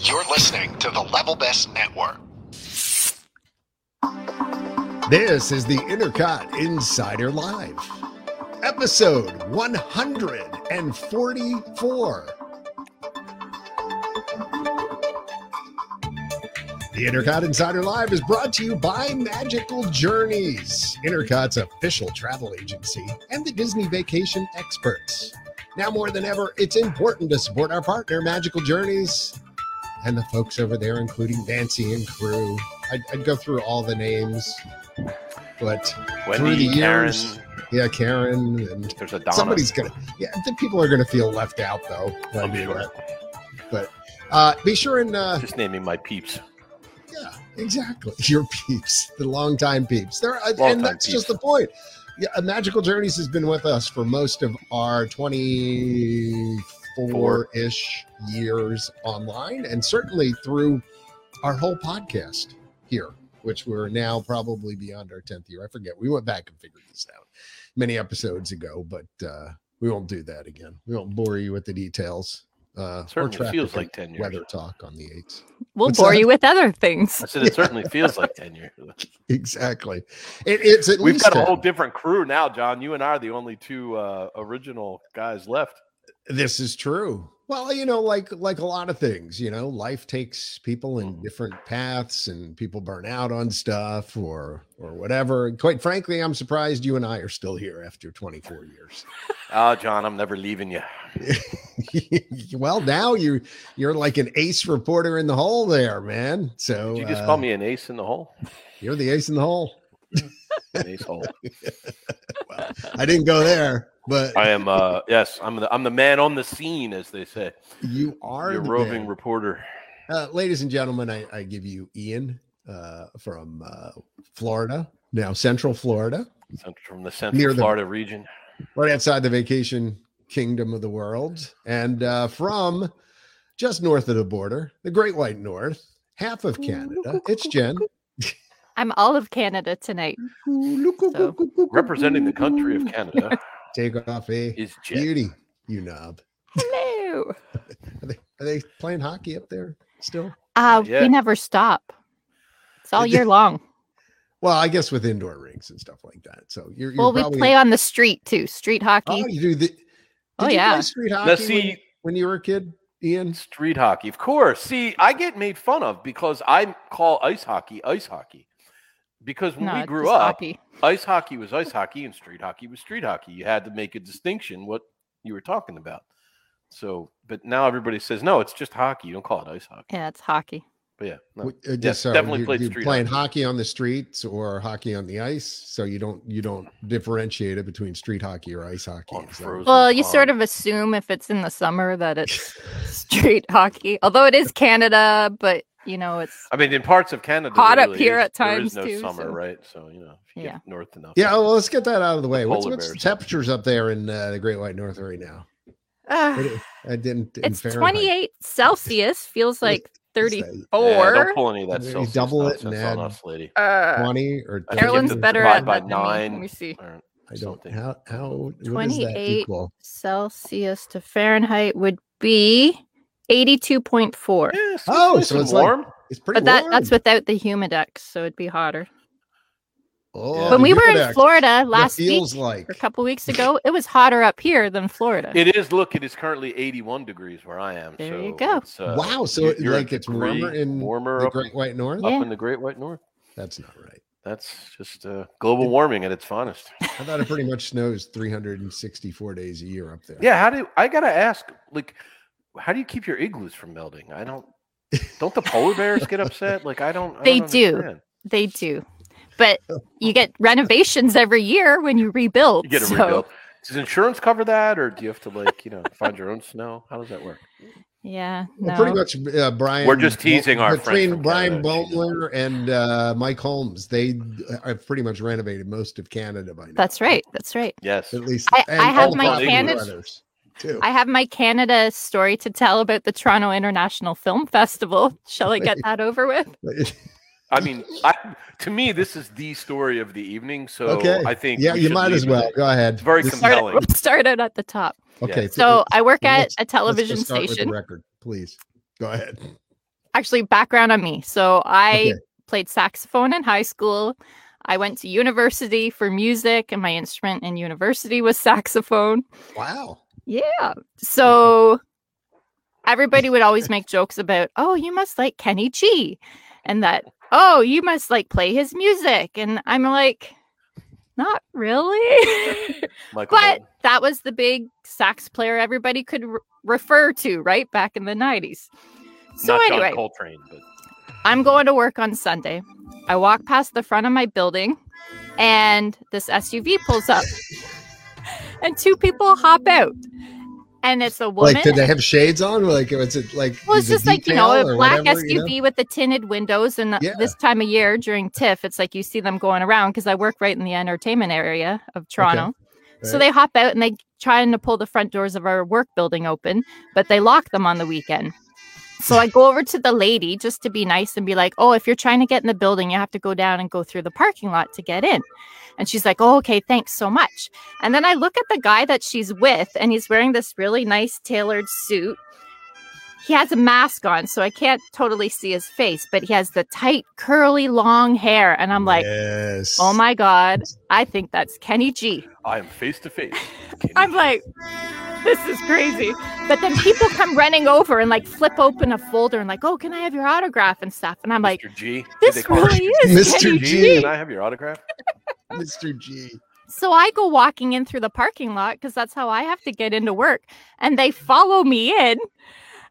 You're listening to the Level Best Network. This is the Intercot Insider Live, episode 144. The Intercot Insider Live is brought to you by Magical Journeys, Intercot's official travel agency, and the Disney vacation experts. Now more than ever, it's important to support our partner, Magical Journeys, and the folks over there, including Nancy and crew. I'd, I'd go through all the names, but through the Wendy, Karen, years, yeah, Karen, and there's a Donna. somebody's gonna, yeah, the people are gonna feel left out though. when I'm they do sure. that. Uh, be sure and uh, Just naming my peeps. Yeah, exactly. Your peeps, the longtime peeps. There, uh, Longtime and that's peeps. just the point. Yeah, uh, Magical Journeys has been with us for most of our Four. twenty-four-ish years online, and certainly through our whole podcast here, which we're now probably beyond our tenth year. I forget. We went back and figured this out many episodes ago, but uh, we won't do that again. We won't bore you with the details. Uh, Certainly traffic feels and like ten years. weather talk on the eights. We'll What's bore that? you with other things. I said it certainly feels like ten years. Exactly. It, it's at We've least got a 10. whole different crew now, John. You and I are the only two uh, original guys left. this is true. Well, you know, like like a lot of things, you know, life takes people in Mhm. different paths and people burn out on stuff or or whatever. And quite frankly, I'm surprised you and I are still here after 24 years. Oh, John, I'm never leaving you. well, now you you're like an ace reporter in the hole there, man. So Did you just uh, call me an ace in the hole? you're the ace in the hole. An ace hole. I didn't go there, but I am. Uh, yes, I'm the I'm the man on the scene, as they say. you are Your the roving man. reporter. Uh, ladies and gentlemen, I, I give you Ian uh, from uh, Florida, now Central Florida, cent- From the central Near the- Florida region, right outside the vacation kingdom of the world, and uh, from just north of the border, the Great White North, half of Canada. It's Jen, I'm all of Canada tonight. So, representing the country of Canada, Take off a is Jen. beauty, you knob. hello. Are they playing hockey up there still? Uh, yet. we never stop. It's all year long. Well, I guess with indoor rinks and stuff like that. So you're, you're well, we probably, play on the street too. Street hockey. Oh, you do the. Did Oh, you play yeah. street hockey. Now, when see, you- when you were a kid, Ian. Street hockey, of course. See, I get made fun of because I call ice hockey ice hockey. Because when no, we it's grew just up, hockey. ice hockey was ice hockey and street hockey was street hockey. You had to make a distinction what you were talking about. So, but now everybody says, no, it's just hockey. You don't call it ice hockey. Yeah, it's hockey. But yeah, no. W- uh, Yeah, just so definitely you- played you street playing hockey on the streets or hockey on the ice, so you don't you don't differentiate it between street hockey or ice hockey. On is that- Oh, frozen Well, you pond. sort of assume if it's in the summer that it's street hockey. Although it is Canada, but you know, it's I mean, in parts of Canada, Hot there up here is- at there is times, no too, summer, so- right? So you know, if you Yeah. get north enough, Yeah, well, let's get that out of the way. What's, polar what's the bears. temperatures up there in uh, the Great White North right now? uh, What i- I didn't. in it's Fahrenheit. 28 Celsius. Feels like It's like- 34. Yeah, don't pull any of that. Maybe Celsius double it and nonsense on add- us, lady. uh, Twenty or I think Carolyn's it's better divide at by that than me. nine. Let me see. All right. I don't. something. How how what does that 28. equal? Celsius to Fahrenheit would be 82.4. Yeah, so Oh, nice so and it's like- warm. It's pretty. But that, warm. that's without the humidex, so it'd be hotter. Oh, when the we were in Humidex, Florida that last week, feels like or a couple weeks ago, it was hotter up here than Florida. It is. Look, it is currently 81 degrees where I am. There so you go. it's, uh, wow. So you- it, you're a like it's warmer degree in warmer the up, Great White North. up Yeah. in the Great White North. That's not right. That's just uh, global warming at its finest. I thought it pretty much snows 364 days a year up there. Yeah. How do I gotta ask? Like, how do you keep your igloos from melting? I don't. Don't the polar bears get upset? Like, I don't. I They don't do. understand. They do. But you get renovations every year when you rebuild. You get a so, rebuild. Does insurance cover that, or do you have to like you know find your own snow? How does that work? Yeah. Well, No. pretty much, uh, Brian. We're just teasing our friend between from Brian Canada. Bowler and uh, Mike Holmes. They uh, have pretty much renovated most of Canada by now. That's right. That's right. Yes. At least I- and I have all my Bobby Canada- brothers, too. I have my Canada story to tell about the Toronto International Film Festival. Shall I get that over with? I mean, I, to me, this is the story of the evening. So Okay. I think yeah, we you should might leave as it well at- go ahead. It's very This- compelling. Start, let's start out at the top. Okay, So I work Well, at let's- let's a just television start with the station. record, please. Go ahead. Actually, background on me. So I Okay. played saxophone in high school. I went to university for music, and my instrument in university was saxophone. Wow. Yeah. So everybody would always make jokes about, oh, you must like Kenny G, and that, oh, you must like play his music. And I'm like, not really. Michael. but Bolton. that was the big sax player everybody could re- refer to, right? Back in the 90s. So, not anyway, John Coltrane, but I'm going to work on Sunday. I walk past the front of my building and this SUV pulls up and two people hop out. And it's a woman. Like, did they have shades on? Like, was it like? well, it's is it just like, you know, detail a or black whatever, SUV you know? with the tinted windows. And Yeah. this time of year during TIFF, it's like you see them going around because I work right in the entertainment area of Toronto. So Right. they hop out and they trying to pull the front doors of our work building open, but they lock them on the weekend. So I go over to the lady just to be nice and be like, "Oh, if you're trying to get in the building, you have to go down and go through the parking lot to get in." And she's like, "Oh, okay, thanks so much." And then I look at the guy that she's with, and he's wearing this really nice tailored suit. He has a mask on, so I can't totally see his face, but he has the tight, curly, long hair, and I'm like, yes. "Oh my god, I think that's Kenny G." I am face to face. I'm like, this is crazy. But then people come running over and like flip open a folder and like, oh, can I have your autograph and stuff? And I'm like, Mr. G. Did they this call you really is Mr. Kenny G. G. Can I have your autograph? Mr. G. So I go walking in through the parking lot because that's how I have to get into work. And they follow me in.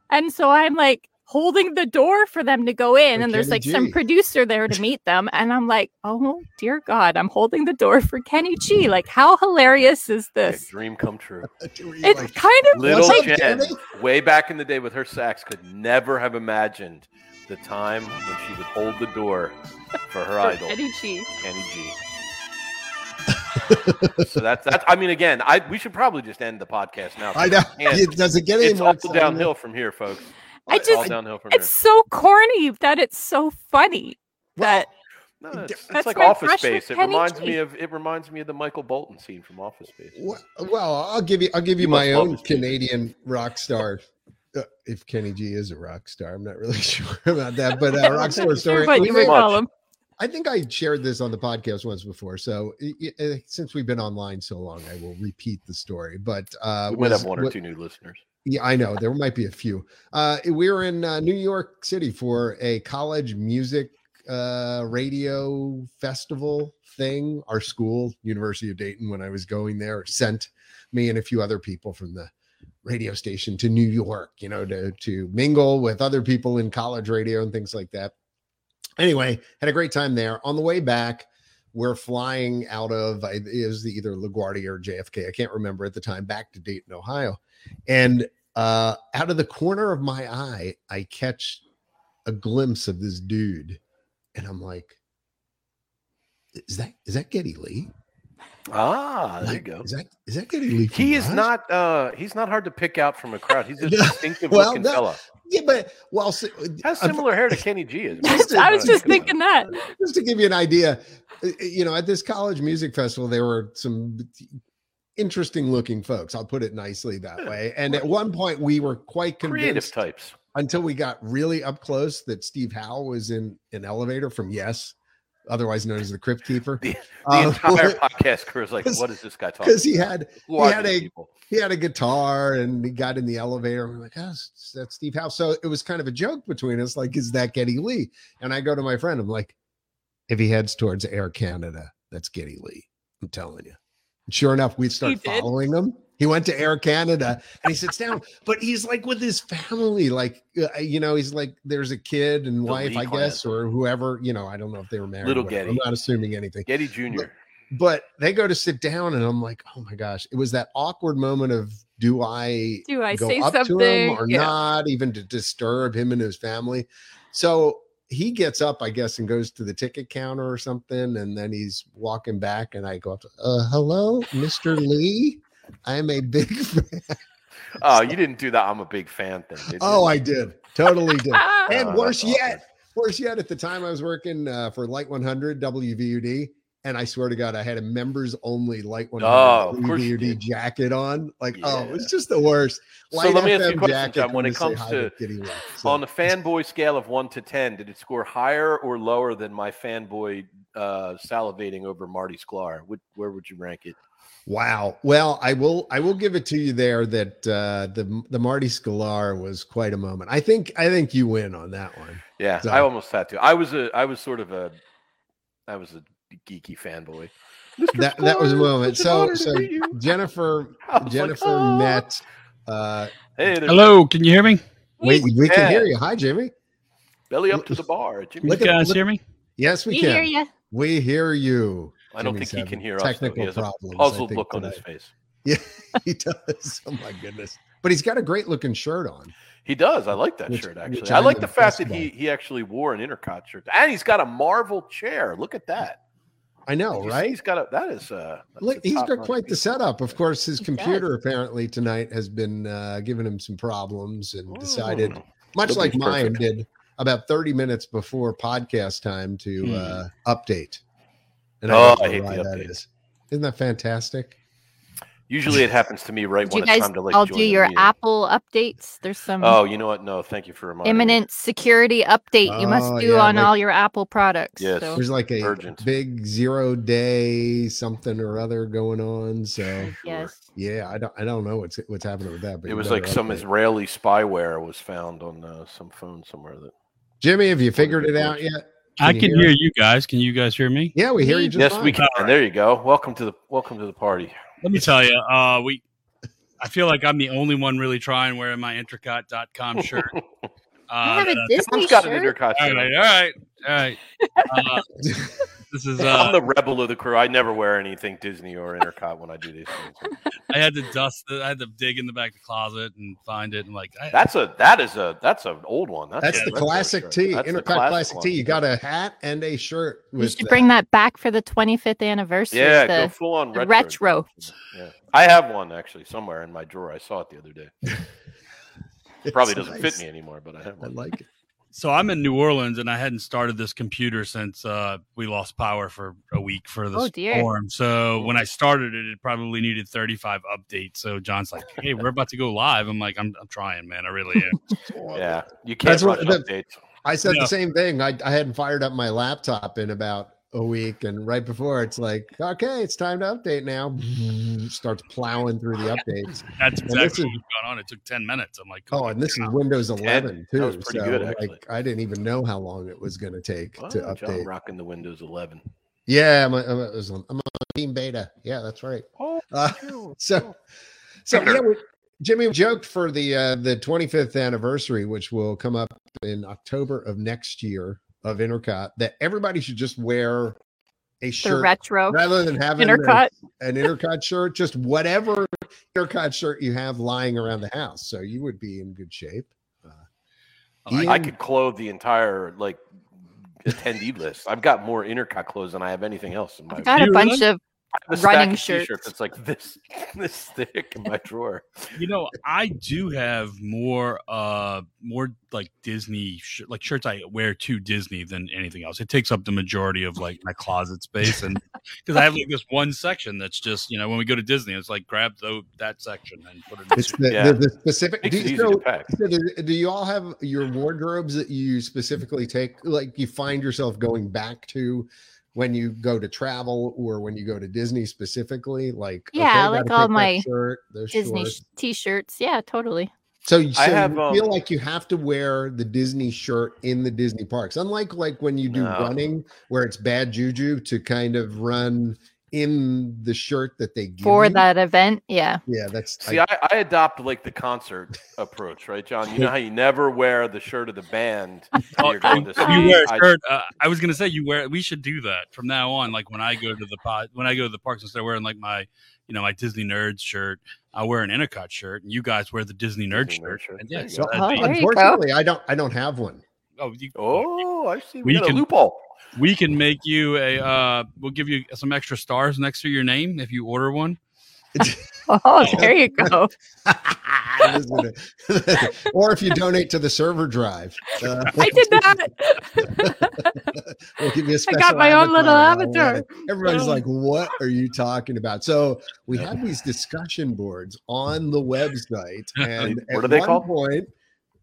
And so I'm like holding the door for them to go in. For and there's Kenny like some G. producer there to meet them. And I'm like, oh dear God, I'm holding the door for Kenny G. Like, how hilarious is Like a this? dream come true. It's kind of Little What's up, Jen, Danny? way back in the day with her sax, could never have imagined the time when she would hold the door for her for idol, Kenny G. Kenny G. so that's that's. I mean, again, I we should probably just end the podcast now. I know. Yeah. It doesn't get any It's more all exciting. downhill from here, folks. I It's all just downhill from it's so corny that it's so funny that here. No, it's, it's That's like my Office crush with Space. It Kenny reminds G. me of it reminds me of the Michael Bolton scene from Office Space. Wh- Well, I'll give you. I'll give you You my must love own this music. Canadian rock star. Uh, if Kenny G is a rock star, I'm not really sure about that, but uh, rock star story. what we you may- would call much. him. I think I shared this on the podcast once before. So i- i- uh, since we've been online so long, I will repeat the story. But uh, We might was- have one or wa- two new listeners. Yeah, I know there might be a few. Uh, we were in uh, New York City for a college music uh, radio festival thing. Our school, University of Dayton, when I was going there, sent me and a few other people from the radio station to New York, you know, to to mingle with other people in college radio and things like that. Anyway, had a great time there. On the way back, we're flying out of I- it was either LaGuardia or JFK, I can't remember at the time, back to Dayton, Ohio, and uh, out of the corner of my eye, I catch a glimpse of this dude, and I'm like, "Is that is that Getty Lee? Ah, there you Like, go. Is that is that Getty Lee? from He is Rush?" not. uh He's not hard to pick out from a crowd. He's a No. distinctive Well, looking no. fella. Yeah, but well, so, uh, How similar hair to Kenny G is. Just- I I was don't just think thinking that. just to give you an idea, uh, you know, at this college music festival, there were some interesting looking folks. I'll put it nicely that Yeah, way. And at one point, we were quite creative convinced types. until we got really up close that Steve Howe was in an elevator from Yes, otherwise known as the Crypt Keeper. The- Uh, The entire podcast crew is like, because- "What is this guy talking?" because he had Who are he had these a- people? he had a guitar and he got in the elevator. And we're like, oh, s- that's Steve Howe. So it was kind of a joke between us, like, is that Getty Lee? And I go to my friend, I'm like, if he heads towards Air Canada, that's Getty Lee. I'm telling you. And sure enough, we start did? following him. He went to Air Canada and he sits down, but he's like with his family. Like, uh, you know, he's like, there's a kid and The wife, Lee I clan. guess, or whoever. You know, I don't know if they were married. or Little whatever. I'm Getty. not assuming anything Getty Jr. but they go to sit down and i'm like oh my gosh it was that awkward moment of do i Do I go say up something? to him or Yeah. not even to disturb him and his family so he gets up i guess and goes to the ticket counter or something and then he's walking back and i go up to, uh, hello mr lee i'm a big fan Oh, you didn't do that. I'm a big fan thing. Did you? oh i did totally did Ah, and Oh, worse that's yet worse yet at the time i was working uh, for light 100 wvud And I swear to God, I had a members only light one Oh, of hundred course you DVD did. jacket on. Like, oh, Yeah. it's just the worst. So let me ask you a FM question, jacket John. When from it say comes hi to- Kitty Rock. So- On the fanboy scale of one to ten, did it score higher or lower than my fanboy uh, salivating over Marty Sklar? What, where would you rank it? Wow. Well, I will I will give it to you there that uh the the Marty Sklar was quite a moment. I think I think you win on that one. Yeah, So- I almost had to. I was a, I was sort of a, I was a geeky fanboy. Mr. That that was a Sklar, moment. such an So honor to so meet you. Jennifer I was like, Jennifer "Ah." met uh Hey, there's Hello, can you hear me? wait, we Yeah. can hear you. Hi Jimmy. Belly up to the bar. Can Jimmy. you Look at- guys look- hear me? Yes, we you can. hear you. We hear you. I don't Jimmy's think he having can hear us. though. technical He has a problems. I puzzled think, look on tonight. his face. He does. Oh my goodness. But he's got a great looking shirt on. He does. I like that Which- shirt which actually. I I'm like the impressed fact that he he actually wore an intercot shirt, and he's got a Marvel chair. Look at that. I know, He's- Oh, right? He's got a that is uh. that's a Look, he's got top-notch quite the piece. setup. Of course, his He computer apparently tonight has been uh, giving him some problems and decided, Mm. much like Nobody's mine perfect. did, about 30 minutes before podcast time to Hmm. uh, update. And Oh, don't I know hate why the that updates. is. Isn't that fantastic? Usually it happens to me right Did when you it's guys time to like. all join do the your meeting. Apple updates? There's some Oh, you know what? No, thank you for reminding. me. imminent security update you must Oh, do yeah, on like- all your Apple products. Yes. So. There's like a Oh, Urgent. big zero day something or other going on. So Yes. yeah, I don't I don't know what's what's happening with that. But It you was better like some update. Israeli spyware was found on uh, some phone somewhere. That Jimmy, have you figured it out yet? I can hear you guys. Can you guys hear me? Yeah, we hear Me? you. Just yes, we fine. can. There you go. Welcome to the welcome to the party. Let me tell you, uh, we. I feel like I'm the only one really trying wearing my intricot.com shirt. Uh, I have a that- Disney uh, Someone's got an shirt. intercot. all shirt on. right, all right, all right. Uh, this is. Uh, I'm the rebel of the crew. I never wear anything Disney or Intercot when I do these things. I had to dust. The, I had to dig in the back of the closet and find it, and like, I, That's a that is a that's an old one. That's, That's a the retro classic shirt. tee, That's the Intercut classic one. tee. You got a hat and a shirt. You with should that. bring that back for the 25th anniversary. yeah, the- go full on the retro. retro. Yeah, I have one actually somewhere in my drawer. I saw it the other day. It's Probably nice. doesn't fit me anymore, but I have I one. like it. so I'm in New Orleans, and I hadn't started this computer since uh, we lost power for a week for this Oh, dear. storm. So when I started it, it probably needed 35 updates. So John's like, "Hey, we're about to go live." I'm like, "I'm, I'm trying, man. I really am." Yeah, you can't That's rush what- that- updates. I said Yeah. the same thing. I, I hadn't fired up my laptop in about a week, and right before it's like, okay, it's time to update now. Starts plowing through the updates. That's this exactly what's is- going on. It took 10 minutes. I'm like, Oh, and this is Windows 11 That too. was pretty so good, actually. like, I didn't even know how long it was going to take Oh, to John update. rocking the Windows 11. Yeah, I'm, a, I'm, a, it was on- I'm on Team Beta. Yeah, that's right. Oh, Uh, so so yeah, we, jimmy joked for the uh the 25th anniversary which will come up in october of next year of intercot that everybody should just wear a the shirt retro rather than having a- intercut. an intercot shirt just whatever intercot shirt you have lying around the house so you would be in good shape I, I could clothe the entire like attendee list. I've got more intercot clothes than I have anything else in my. I've got a You bunch really? of I have a stack running of t-shirts shirts. that's like this this thick in my drawer. you know, I do have more, uh, more like Disney, sh- like shirts I wear to Disney than anything else. It takes up the majority of like my closet space, and because I have like this one section that's just, you know, when we go to Disney, it's like grab the, that section and put it. it's Into, the, Yeah. the, the specific Makes do it you, easy so, to pack. so do, do you all have your wardrobes that you specifically take like you find yourself going back to when you go to travel or when you go to disney specifically like Yeah, like gotta all pick that my shirt, those Disney shorts. t shirts. Yeah, totally. so, you- so I have, you feel um, like you have to wear the disney shirt in the disney parks unlike like when you do No. running where it's bad juju to kind of run in the shirt that they give For you. that event. Yeah. yeah that's See, I, I adopt like the concert approach, right, John? You know how you never wear the shirt of the band. when you're going to you see? wear a I- shirt. Uh, I was gonna say you wear. We should do that from now on. Like when I go to the pod, when I go to the parks, instead of wearing like my, you know, my Disney nerd shirt, I wear an Intercot shirt, and you guys wear the Disney nerd Disney shirt. nerd shirt. And There yeah, you so go. that'd Oh, be- there you go. unfortunately i don't i don't have one oh, you- oh, I see. We We, got can- a loophole. we can make you a. Uh, we'll give you some extra stars next to your name if you order one. Oh, there you go. Isn't it? or if you donate to the server drive, uh, I did that. we'll give you a I special got my own little avatar. online. Everybody's Oh. like, "What are you talking about?" So we have these discussion boards on the website, and What at are they one called? Point,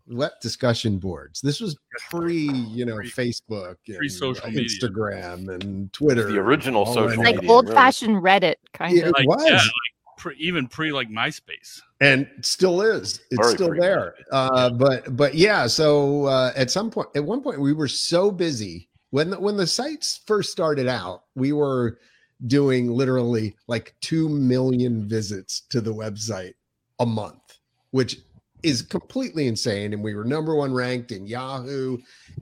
what discussion boards? This was pre, you know, Pre- Facebook, and pre-social media. Instagram, and Twitter. The original all social that. like media, old really. fashioned Reddit kind Yeah. of. Like, was. yeah, like pre, even pre like MySpace. and still is it's Very still pretty there uh but but yeah so uh at some point at one point we were so busy when the, when the sites first started out we were doing literally like 2 million visits to the website a month which is completely insane and we were number 1 ranked in Yahoo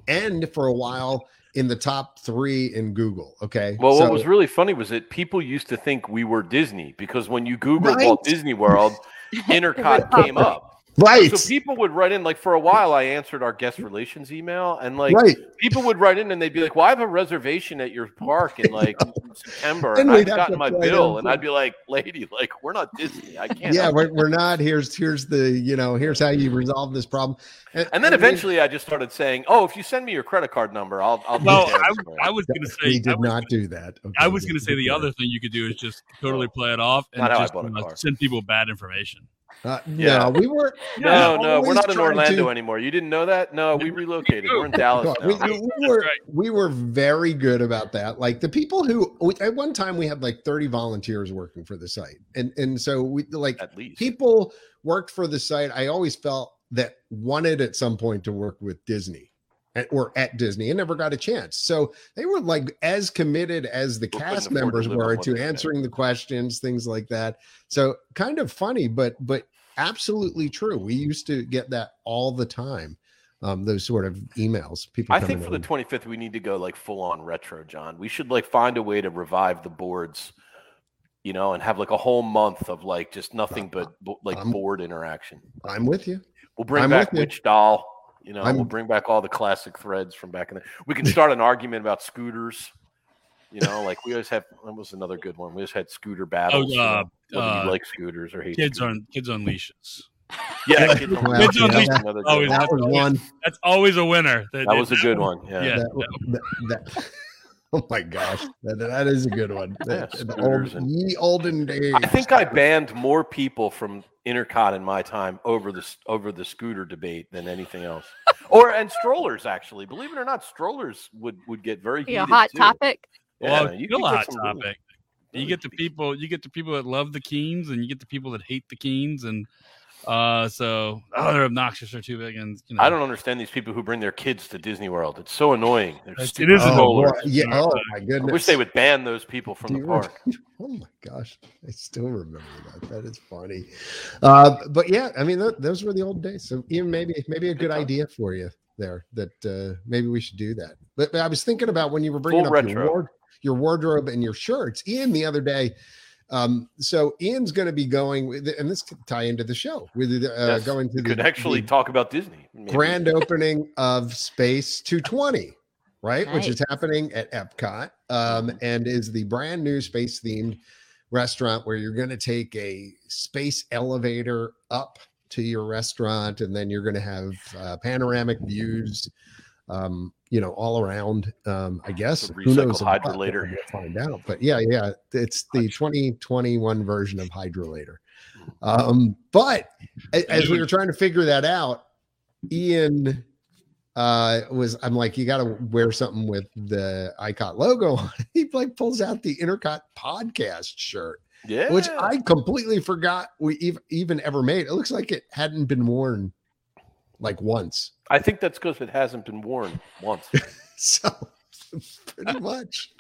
and for a while in the top 3 in Google okay Well, So- what was really funny was that people used to think we were Disney because when you Google Right. Walt Disney World, Intercot pop came up. right So people would write in, like for a while, I answered our guest relations email, and like right people would write in and they'd be like, "Well, I have a reservation at your park in like September, And and we'd I've have to gotten my write in bill," and too. I'd be like, "Lady, like we're not Disney, I can't." yeah help we're, we're not here's here's the you know here's how you resolve this problem And then I mean, eventually, I just started saying, "Oh, if you send me your credit card number, I'll." I'll Well, do I, that." I was gonna we say did I was, not do that I Okay, was gonna good say the point. other thing you could do is just totally play it off and Not how I just bought a uh, car. send people bad information. uh, Yeah. no we were no, no, we're always not in trying Orlando to- anymore. You didn't know that? No, we relocated. We're in No, Dallas we, now. we- we were right. we were very good about that. Like the people who we, at one time we had like thirty volunteers working for the site, and and so we like At least people worked for the site. I always felt that wanted at some point to work with Disney, at, or at Disney, and never got a chance. So they were like as committed as the Well, couldn't cast afford to members live on were what to they had. answering the questions, things like that. So kind of funny, but but absolutely true. We used to get that all the time. Um, those sort of emails, people. I think coming for the in. 25th, we need to go like full on retro, John. We should like find a way to revive the boards, you know, and have like a whole month of like just nothing but bo- like I'm- board interaction. I'm with you. We'll bring I'm back with you. Witch Doll, you know, we'll I'm- bring back all the classic threads from back in the. We can start an argument about scooters. You know, like we always have. That was another good one. We just had scooter battles. you know, uh, whether you uh, like scooters or hate Kids scooters. on kids on leashes. Yeah, kids on Well, leashes. yeah, That's that- another good always- one. That was one. That's always a winner. That was a good one. Yeah. Yeah. That, that, that- oh my gosh, that, that is a good one. That- Yeah, the scooters old, and- ye olden days. I think I banned more people from Intercon in my time over the over the scooter debate than anything else, or and strollers actually. Believe it or not, strollers would would get very Be a heated, hot too. topic. Yeah, well, you still could a get hot some really- topic. You really get the heated- people. You get the people that love the Keens, and you get the people that hate the Keens, and uh, so oh, they're obnoxious. They're too big, and you know, I don't understand these people who bring their kids to Disney World. It's so annoying. They're It's- stupid it is Oh, strollers. boy, yeah. Oh my I goodness. wish they would ban those people from Do the you park. Oh my gosh, I still remember that. That is funny. Uh, but yeah, I mean, th- those were the old days. So even maybe maybe a good time. idea for you there that uh, maybe we should do that. But, but I was thinking about when you were bringing Full up your, retro. ward- your wardrobe and your shirts, Ian, the other day. Um, so Ian's going to be going, with, and this could tie into the show with uh, Yes, going to We the could actually the- talk about Disney. maybe. grand opening of Space 220, right? Which is Nice. happening at Epcot um, Mm-hmm. and is the brand new space themed restaurant where you're going to take a space elevator up to your restaurant and then you're going to have uh, panoramic views. Um, you know, all around. Um, I guess Some who knows? recycled about that? Hydrolator. We'll find out. But yeah, yeah, it's the 2021 version of Hydrolator. Um, but a- as we were trying to figure that out, Ian uh was I'm like, you gotta wear something with the ICOT logo on. it." He like pulls out the Intercot podcast shirt, Yeah. which I completely forgot we ev- even ever made. It looks like it hadn't been worn like once. I think that's because it hasn't been worn once. So pretty much.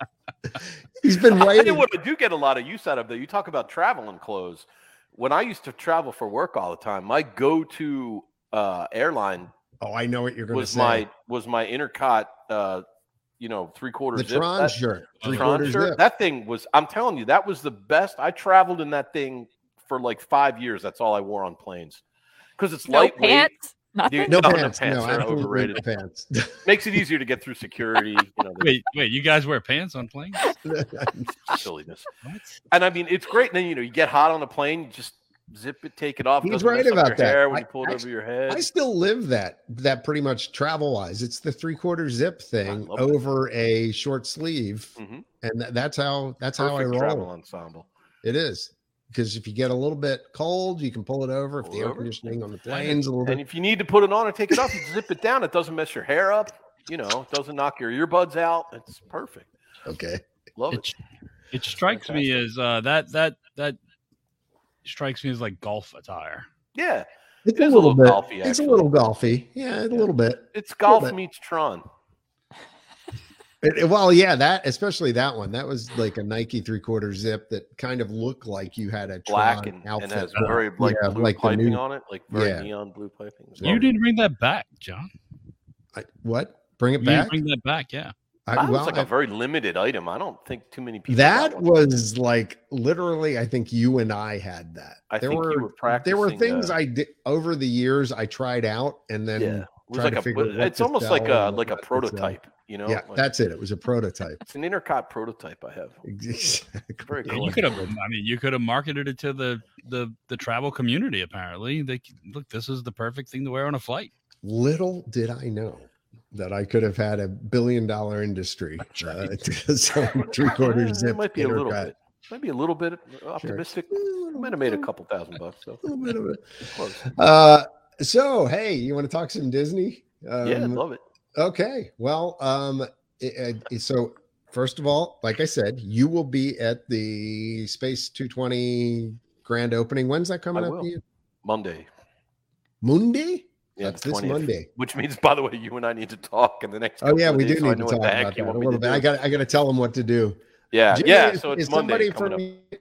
He's been I waiting. know what I do get a lot of use out of though. You talk about traveling clothes. When I used to travel for work all the time, my go-to uh, airline Oh, I know what you're gonna was say. my was my Intercot, uh, you know, three quarters. the Tron shirt. Tron three-quarter zip. That thing was. I'm telling you, that was the best. I traveled in that thing for like five years. That's all I wore on planes because it's No lightweight. pants. Nothing. Dude, No no, no pants. pants No, are absolutely overrated. no pants. Makes it easier to get through security. You know, the Wait, wait, you guys wear pants on planes? silliness. What? And I mean, it's great. Then you know, you get hot on a plane, you just zip it, take it off. He's doesn't right mess up about your that. Hair when I- you pull it I- over your head. I still live that that pretty much travel wise. It's the three quarter zip thing love that. over a short sleeve, Mhm. and tha- that's how that's how I Perfect roll. travel ensemble. It is because if you get a little bit cold, you can pull it over. If Pull the it air over. conditioning on the plane's a little And bit, if you need to put it on or take it off, you zip it down. It doesn't mess your hair up. You know, it doesn't knock your earbuds out. It's perfect. okay, Love it. It, it strikes me as uh, that that that strikes me as like golf attire. Yeah, it's it is a little golfy. It's a actually. little golfy, yeah, a little bit. It's golf bit. meets Tron. It- it- well, yeah, that especially that one. That was like a Nike three quarter zip that kind of looked like you had a black Tron and, and has on. very like Yeah, blue like the piping new- on it, like very Yeah. neon blue piping. You didn't bring that back, John. I- what? Bring it You back. didn't bring that back. Yeah. I- That was well, like I- a very limited item. I don't think too many people. got that one. was like literally i think you and i had that I think you were practicing. there were things uh, i did over the years i tried out and then yeah, it was tried like to a. figure bu- what It's to almost like sell a and like a what not to sell. prototype. You know, yeah Like, that's it it was a prototype it's an intercot prototype I have. exactly Very Yeah, cool. you could have. I mean, you could have marketed it to the the the travel community. Apparently, they c- look. This is the perfect thing to wear on a flight. little did i know that i could have had a billion dollar industry uh, some three Yeah, quarter it zip Eh, might be a little intercut. bit. Might be a little bit optimistic. Might have made a couple thousand bucks. So a little bit of it close. uh so hey you want to talk some disney um, yeah, love it. Okay. Well, um, i- i- so first of all, like I said, you will be at the Space 220 grand opening. When's that coming I up? will. to you? Monday. Monday? Yeah, That's this 20th. Monday. Which means, by the way, you and I need to talk in the next. Oh yeah, couple of we do days, so I need to know what talk the heck about you that a want me little to bit. I do. got I got to tell them what to do. Yeah, Jimmy, yeah. is- So it's is Monday somebody coming up.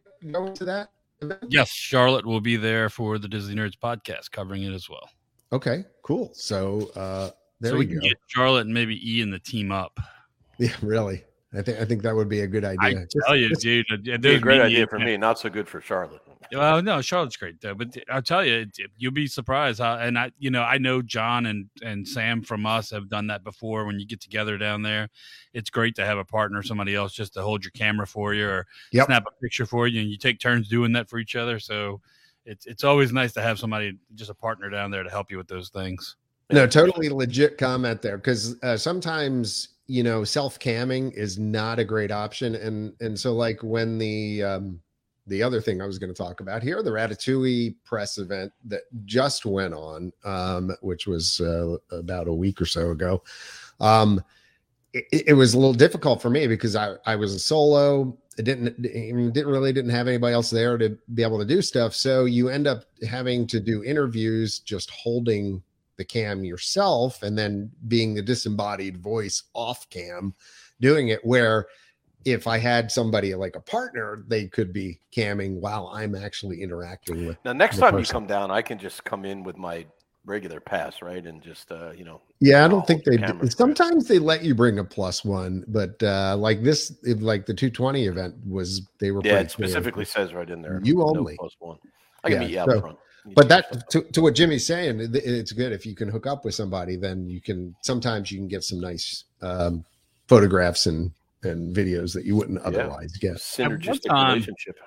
from me going to that? event? Yes, Charlotte will be there for the Disney Nerds podcast, covering it as well. Okay. Cool. So uh, there so we we can go. get Charlotte and maybe E and the team up. yeah, really. I think I think that would be a good I idea. Just- tell you, dude. uh, There's Be a great media idea for me. Not so good for Charlotte. Well, no, Charlotte's great though, but I'll tell you, it- it- you'll be surprised. How, and I, you know, I know John and and Sam from us have done that before. When you get together down there, it's great to have a partner, somebody else, just to hold your camera for you or Yep. snap a picture for you, and you take turns doing that for each other. So it's it's always nice to have somebody, just a partner down there to help you with those things. No, totally legit comment there because uh, sometimes you know self camming is not a great option, and and so like when the um, the other thing I was going to talk about here, the Ratatouille press event that just went on, um, which was uh, about a week or so ago, um, it, it was a little difficult for me because I I was a solo. I didn't didn't really didn't have anybody else there to be able to do stuff. So you end up having to do interviews just holding the cam yourself and then being the disembodied voice off cam doing it where if i had somebody like a partner they could be camming while i'm actually interacting with Now, next The time you person. come down, I can just come in with my regular pass, right? And just uh, you know, yeah i I'll don't think hold they the camera do. for it. sometimes they let you bring a plus one but uh like this if, like the 220 event was they were yeah, pretty it clear. specifically says right in there. You no only. plus one. I can Yeah, meet you out so- front. You but do stuff. that to, to what jimmy's saying it- it's good if you can hook up with somebody then you can sometimes you can get some nice um photographs and and videos that you wouldn't otherwise get synergistic time- relationship.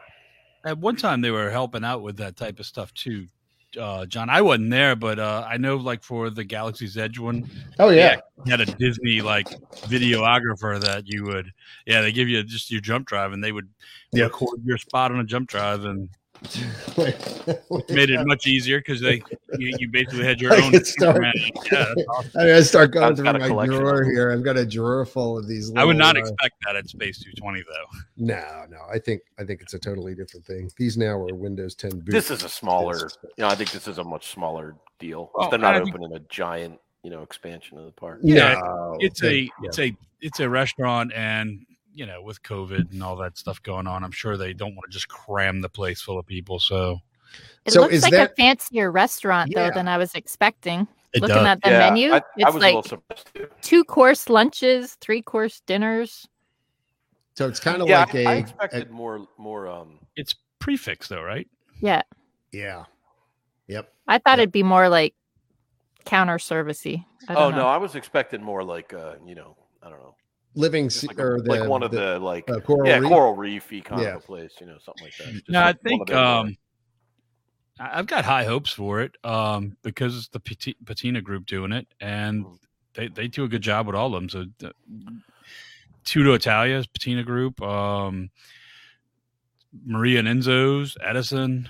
At one time, they were helping out with that type of stuff too. Uh, John, I wasn't there, but uh, I know, like for the Galaxy's Edge one, oh yeah. you had a Disney like videographer that you would, yeah, they give you just your jump drive and they would Yeah. record your spot on a jump drive and made made it much easier because they you, you basically had your I own. could start- cameraman. Yeah, that's awesome. I mean, I start going I've through got a my collection. drawer here. I've got a drawer full of these. I would little, not uh, expect that at Space 220 though. no, no. I think I think it's a totally different thing. These now are Windows 10 boot. This is a smaller. It's- You know, I think this is a much smaller deal. Well, They're not I think- opening a giant, you know, expansion of the park. yeah, No, It's Oh, they- a it's a it's a restaurant and you know with COVID and all that stuff going on, I'm sure they don't want to just cram the place full of people. So It So looks is like that- a fancier restaurant Yeah. though than I was expecting. it Looking at the yeah, menu, I, I it's was a like little surprised. too. two course lunches, three course dinners. so it's kind of yeah, like I, a I a- expected more, more. Um, it's prefix though, right? Yeah, yeah. Yep. I thought it'd be more like counter servicey. I Oh don't no, know. I was expecting more like uh, you know, I don't know, Living just se- like, a- or the, like one of the, like uh, coral yeah reef. coral reefy kind Yeah. of a place, you know, something like that. Just No, I like one of think their more- um, I- I've got high hopes for it um, because it's the Pati- Patina group doing it, and Mm-hmm. they, they do a good job with all of them. So, uh, Tudo Italia's Patina group, um, Maria and Enzo's, Edison.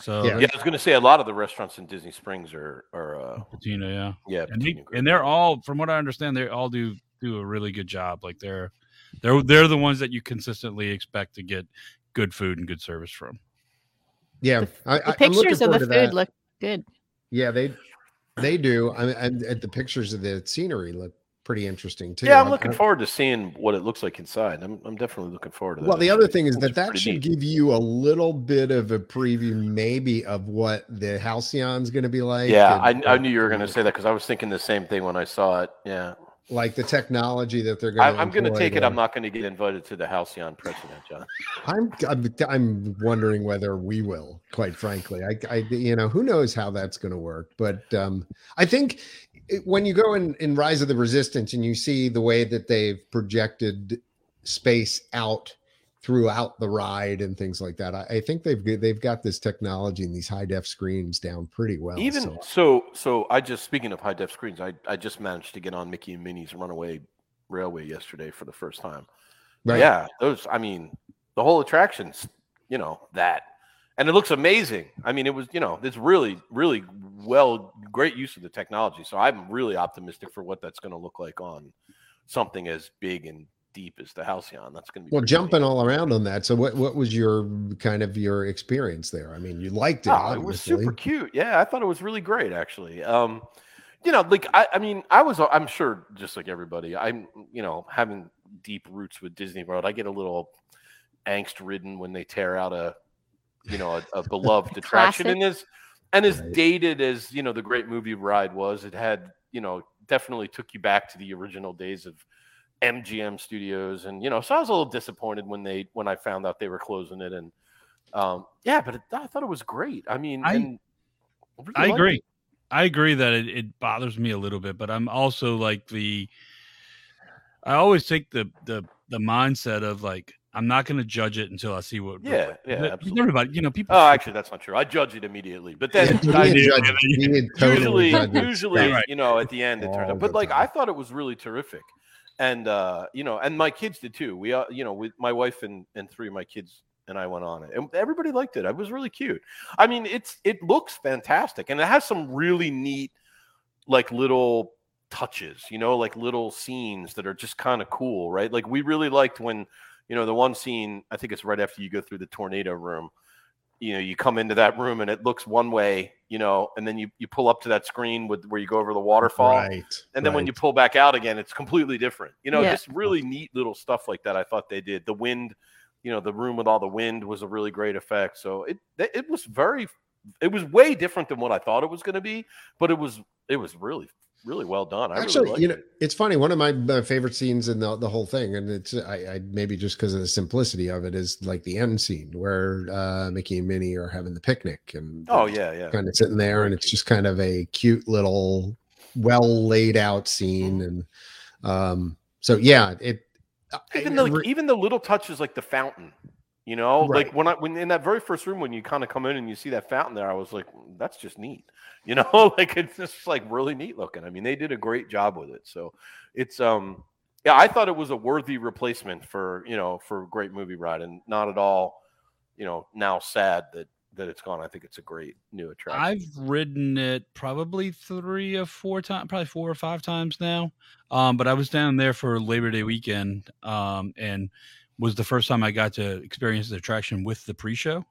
So, Yeah. yeah. yeah, I was going to say a lot of the restaurants in Disney Springs are are uh, Patina, yeah. Mm-hmm. yeah, and Patina they, Group. and they're all from what I understand they all do do a really good job like they're they're they're the ones that you consistently expect to get good food and good service from yeah. I, the I, I'm looking pictures of forward the to food that. look good. Yeah, they they do. I mean, and, and the pictures of the scenery look pretty interesting too. yeah, I'm looking forward to seeing what it looks like inside. I'm I'm definitely looking forward to that. Well, the other thing is that Looks that pretty should neat. give you a little bit of a preview, maybe, of what the Halcyon's going to be like. yeah, I, and- I knew you were going to say that because I was thinking the same thing when I saw it. Yeah, like the technology that they're I, going. I'm going to take it. uh, I'm not going to get invited to the Halcyon President, John. I'm, I'm I'm wondering whether we will. Quite frankly, I, I you know who knows how that's going to work, but um, I think it, when you go in in Rise of the Resistance and you see the way that they've projected space out throughout the ride and things like that, I, I think they've g- they've got this technology and these high def screens down pretty well. Even so- so. so, I just speaking of high def screens, I I just managed to get on Mickey and Minnie's Runaway Railway yesterday for the first time. right? Yeah, those. I mean, the whole attraction's you know that, and it looks amazing. I mean, it was you know it's really really well great use of the technology. So I'm really optimistic for what that's going to look like on something as big and deep as the Halcyon. That's going to be Well, pretty neat. jumping all around on that. So, what what was your kind of your experience there? I mean, you liked it. Oh, it was obviously. super cute. Yeah, I thought it was really great actually. Um, you know, like I, I mean, I was I'm sure just like everybody, I'm you know, having deep roots with Disney World, I get a little angst ridden when they tear out a you know, a, a beloved attraction Classic. and as and as Right. dated as, you know, the great movie ride was, it had, you know, definitely took you back to the original days of MGM Studios, and you know, so I was a little disappointed when they when I found out they were closing it, and um, yeah, but it, I thought it was great. I mean, I- and really i liked agree it. i agree that it, it bothers me a little bit but i'm also like the i always take the the the mindset of like i'm not going to judge it until i see what Yeah, yeah, Because absolutely. everybody you know people Oh, actually, that's not true. I judge it immediately, but then Yeah, I we do. judge it. We totally usually, judge it. usually, Right. you know, at the end it turned All out. But the like, time. I thought it was really terrific, and uh, you know, and my kids did too. We, uh, you know, with my wife and and three of my kids and I went on it, and everybody liked it. It was really cute. I mean, it's it looks fantastic, and it has some really neat, like little touches, you know, like little scenes that are just kind of cool, right? Like we really liked when, you know, the one scene I think it's right after you go through the tornado room you know you come into that room and it looks one way you know and then you, you pull up to that screen with where you go over the waterfall Right. and then when you right. pull back out again it's completely different you know Yeah. just really neat little stuff like that i thought they did the wind you know the room with all the wind was a really great effect so it th- it was very it was way different than what i thought it was going to be but it was it was really really well done i Actually, really liked you know, it. it's funny. One of my, my favorite scenes in the, the whole thing, and it's I, I maybe just because of the simplicity of it, is like the end scene where uh, Mickey and Minnie are having the picnic, and oh yeah yeah kind of sitting there, and it's just kind of a cute little, well laid out scene, Mm-hmm. and um, so yeah, it uh, even I- the, like, even the little touches like the fountain you know like Right. when i when in that very first room when you kind of come in and you see that fountain there i was like "Mm, that's just neat you know like it's just like really neat looking i mean they did a great job with it so it's um yeah i thought it was a worthy replacement for you know for a great movie ride and not at all you know now sad that that it's gone i think it's a great new attraction I've ridden it probably three or four times, probably four or five times now. Um, but I was down there for Labor Day weekend, um, and was the first time I got to experience the attraction with the pre-show.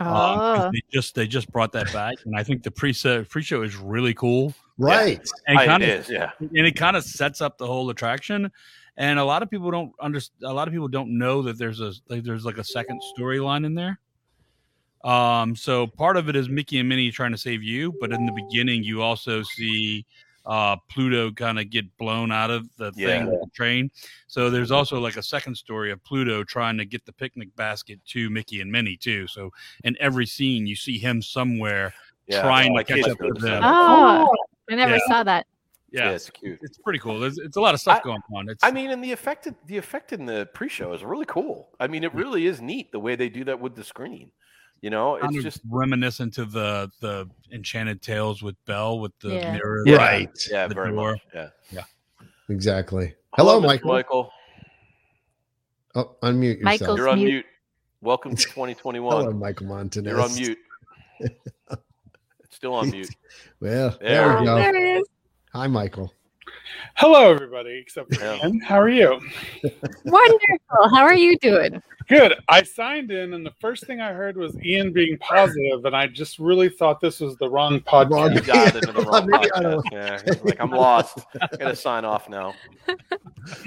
Oh, Um, Ah. 'cause they just they just brought that back, and I think the pre-show pre-show is really cool. right. And I- it kind of is, yeah and it kind of sets up the whole attraction and a lot of people don't under a lot of people don't know that there's a like, there's like a second storyline in there um so part of it is mickey and minnie trying to save you but in the beginning you also see uh pluto kind of get blown out of the Yeah. thing with the train so there's also like a second story of pluto trying to get the picnic basket to mickey and minnie too so in every scene you see him somewhere yeah trying my to catch kids up with noticed them. that. oh, I never Yeah. saw that. Yeah, it's cute. it's pretty cool. There's, it's a lot of stuff I- going on. It's I mean, and the effect the effect in the pre-show is really cool. I mean, it really is neat the way they do that with the screen. You know, kind it's of just reminiscent to the the Enchanted Tales with Belle with the Yeah. mirror. Yeah. that- Right. yeah, the very door. much. Yeah. Exactly. Hello, Mr. Michael. Michael, Oh, unmute yourself. Michael. you're on Mute. mute. Welcome to Hello, 2021. Michael Montanez. You're on mute. It's still on mute. Well, There there we we Oh, go. there it is. Hi, Michael. Hello, everybody, except for Yeah. Ian. How are you? Wonderful. How are you doing? Good. I signed in, and the first thing I heard was Ian being positive, and I just really thought this was the wrong podcast. Wrong- You dialed into the wrong Maybe I don't- podcast. Yeah, it's like I'm lost. I gotta sign off now.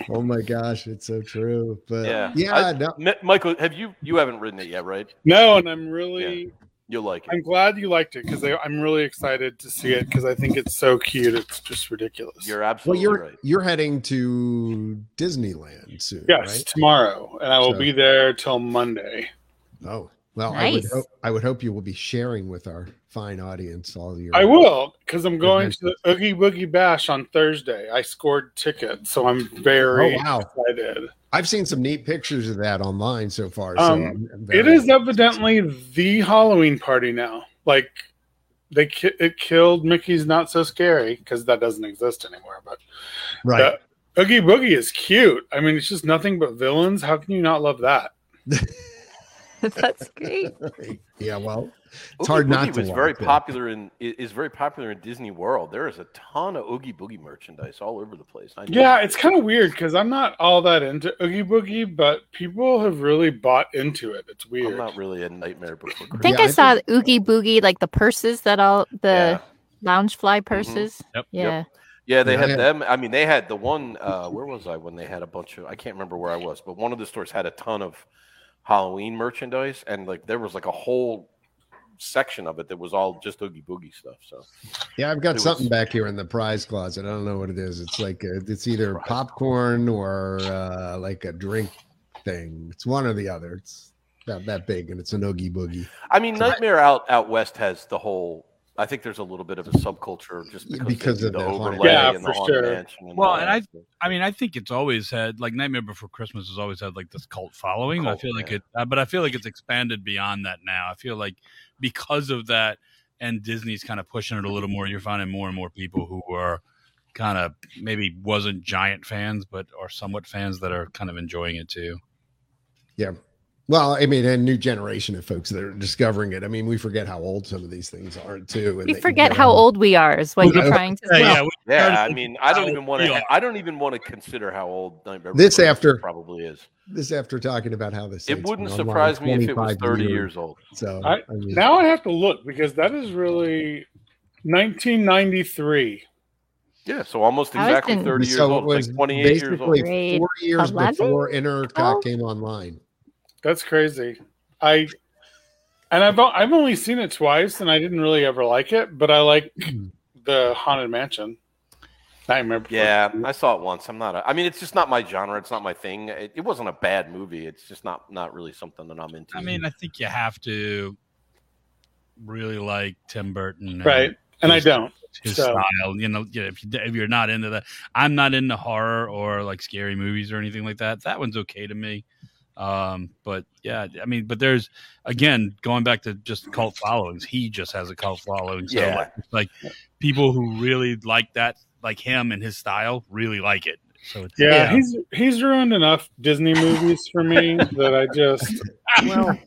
Oh my gosh, it's so true. But Yeah. yeah, I- no, Mi- Michael, have you you haven't written it yet, right? No, and I'm really, You'll like it. I'm glad you liked it because I'm really excited to see it because I think it's so cute. It's just ridiculous. You're well, absolutely you're right. you're heading to Disneyland soon, yes, tomorrow, and I will So- be there till Monday. right? Oh, well, I Nice. would hope I would hope you will be sharing with our fine audience all your. I will because I'm going to the Oogie Boogie Bash on Thursday. I scored tickets, so I'm Oh very wow, excited. I've seen some neat pictures of that online so far. So Um, I'm- I'm It very- is evidently the Halloween party now. Like they ki- it killed Mickey's Not So Scary because that doesn't exist anymore. But right. Oogie Boogie is cute. I mean, it's just nothing but villains. How can you not love that? That's great. yeah, well, it's Oogie hard Boogie not to. was very watch it. popular in i- is very popular in Disney World. There is a ton of Oogie Boogie merchandise all over the place. I know. Yeah, it's kind of weird because I'm not all that into Oogie Boogie, but people have really bought into it. It's weird. I'm not really a Nightmare Before I Christmas. think Yeah, I I saw the Oogie Boogie, like the purses that all the Yeah. Mm-hmm. lounge fly purses. Yep. Yeah. Yeah, they Yeah, had yeah. them. I mean, they had the one. Uh, where was I when they had a bunch of? I can't remember where I was, but one of the stores had a ton of Halloween merchandise, and like there was like a whole section of it that was all just Oogie Boogie stuff. So Yeah, I've It got was- something back here in the prize closet. I don't know what it is. It's like a, it's either Prize. popcorn or uh, like a drink thing. It's one or the other. It's not that big, and it's an oogie boogie. I mean, So that- Nightmare out out west has the whole. I think there's a little bit of a subculture just because, Because of of the, the haunted- overlay Yeah, and the for haunted sure. mansion. And Well, all and that I- stuff. I mean, I think it's always had like Nightmare Before Christmas has always had like this cult following. I Cult, feel like yeah. it, uh, but I feel like it's expanded beyond that now. I feel like because of that, and Disney's kind of pushing it a little more. You're finding more and more people who are kind of maybe wasn't giant fans, but are somewhat fans that are kind of enjoying it too. Yeah. Well, I mean, a new generation of folks that are discovering it. I mean, we forget how old some of these things are too. and We they- forget how old we are, is what you're Yeah. trying to Yeah, say. yeah, Yeah, I mean, I how don't even want we are. to. I don't even want to consider how old Nightmare. This Before Christmas after- probably is. this after talking about how this. It thing's wouldn't been online surprise me if it was 25 30 years old. So I- mean, Now I have to look because that is really 1993. Yeah, so almost I was exactly in- 30 years so old. it was It's like 28 years old. basically Grade four years 11? before Intercot Twelve? came online. That's crazy. I and I've o- I've only seen it twice, and I didn't really ever like it, but I like the Haunted Mansion. Nightmare. Before Yeah, Christmas. I saw it once. I'm not. A, I mean, it's just not my genre. It's not my thing. It, it wasn't a bad movie. It's just not not really something that I'm into. I mean, I think you have to really like Tim Burton, and right. And I don't. His So- style, you know, you know, if, you, if you're not into that, I'm not into horror or like scary movies or anything like that. That one's okay to me. Um, but yeah, I mean, but there's again going back to just cult followings. He just has a cult following. So Yeah. like, it's like people who really like that, like him and his style, really like it. So it's, Yeah, he's he's ruined enough Disney movies for me that I just well,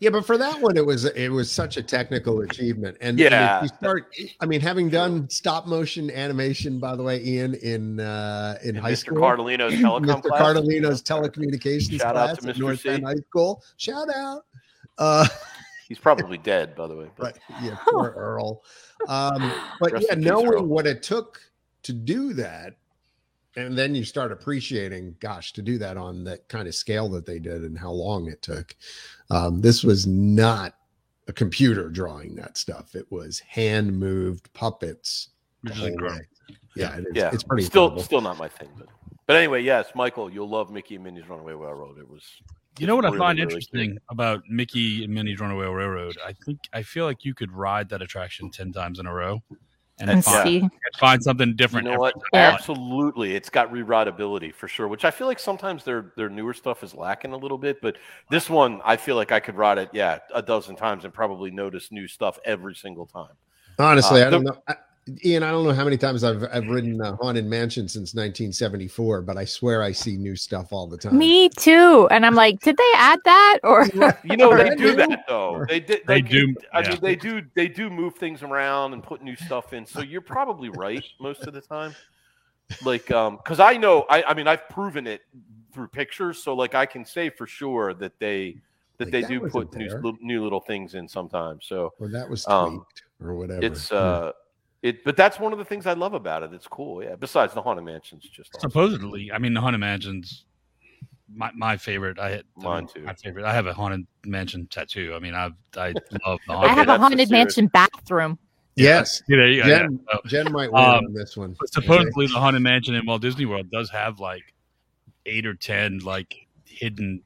yeah, but for that one, it was it was such a technical achievement, and and if Yeah. you start. I mean, having done stop motion animation, by the way, Ian in uh, in And high Mr. school, Cardellino's telecom Mr. class. Cardellino's telecommunications Shout out class to at Mr. North C. Bend High School. Shout out. Uh, He's probably dead, by the way. but- but yeah, poor Earl. Um, but Rest yeah, in peace, Earl. knowing what it took to do that, and then you start appreciating, gosh, to do that on that kind of scale that they did and how long it took. Um, this was not a computer drawing that stuff; it was hand moved puppets. the which is whole incredible. way. Yeah, it is, Yeah, it's pretty still incredible. still not my thing. But but anyway, yes, Michael, you'll love Mickey and Minnie's Runaway Railroad. It was. You know what really, I find really interesting cute. about Mickey and Minnie's Runaway Railroad? I think I feel like you could ride that attraction ten times in a row, and, and find, see. find something You different. know every what? Yeah. Absolutely, it's got reroutability for sure. Which I feel like sometimes their their newer stuff is lacking a little bit, but this one I feel like I could ride it, yeah, a dozen times and probably notice new stuff every single time. Honestly, Uh, I don't know. I, Ian, I don't know how many times I've I've ridden a haunted mansion since 1974, but I swear I see new stuff all the time. Me too. And I'm like, did they add that? Or You know they Right. do that though. They did. They like, do, I yeah. mean, they do. They do move things around and put new stuff in. So you're probably right most of the time. Like, um, because I know. I I mean, I've proven it through pictures. So like, I can say for sure that they that Like, they that do wasn't put new there. li- new little things in sometimes. So Or that was tweaked Um, or whatever. it's uh. It, but that's one of the things I love about it. It's cool, yeah. Besides the haunted mansion's just awesome. Supposedly, I mean, the haunted mansions. My, my favorite. I I mean, Mine too. My favorite. I have a haunted mansion tattoo. I mean, I I I love the haunted. Okay, have that's a a haunted serious- mansion bathroom. yes. Yeah, there you go, Jen, yeah. So, Jen might win Um, on this one. but supposedly, the haunted mansion in Walt Disney World does have like eight or ten like hidden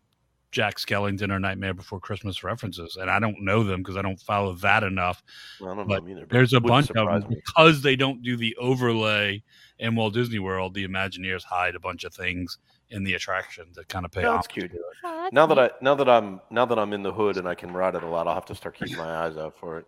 Jack Skellington or Nightmare Before Christmas references, and I don't know them because I don't follow that enough. I don't know But them either, but There's it a wouldn't bunch of surprise them me. because they don't do the overlay in Walt Disney World. The Imagineers hide a bunch of things in the attraction to kind of pay No, off. it's cute. Now that I now that I'm now that I'm in the hood and I can ride it a lot, I'll have to start keeping my eyes out for it.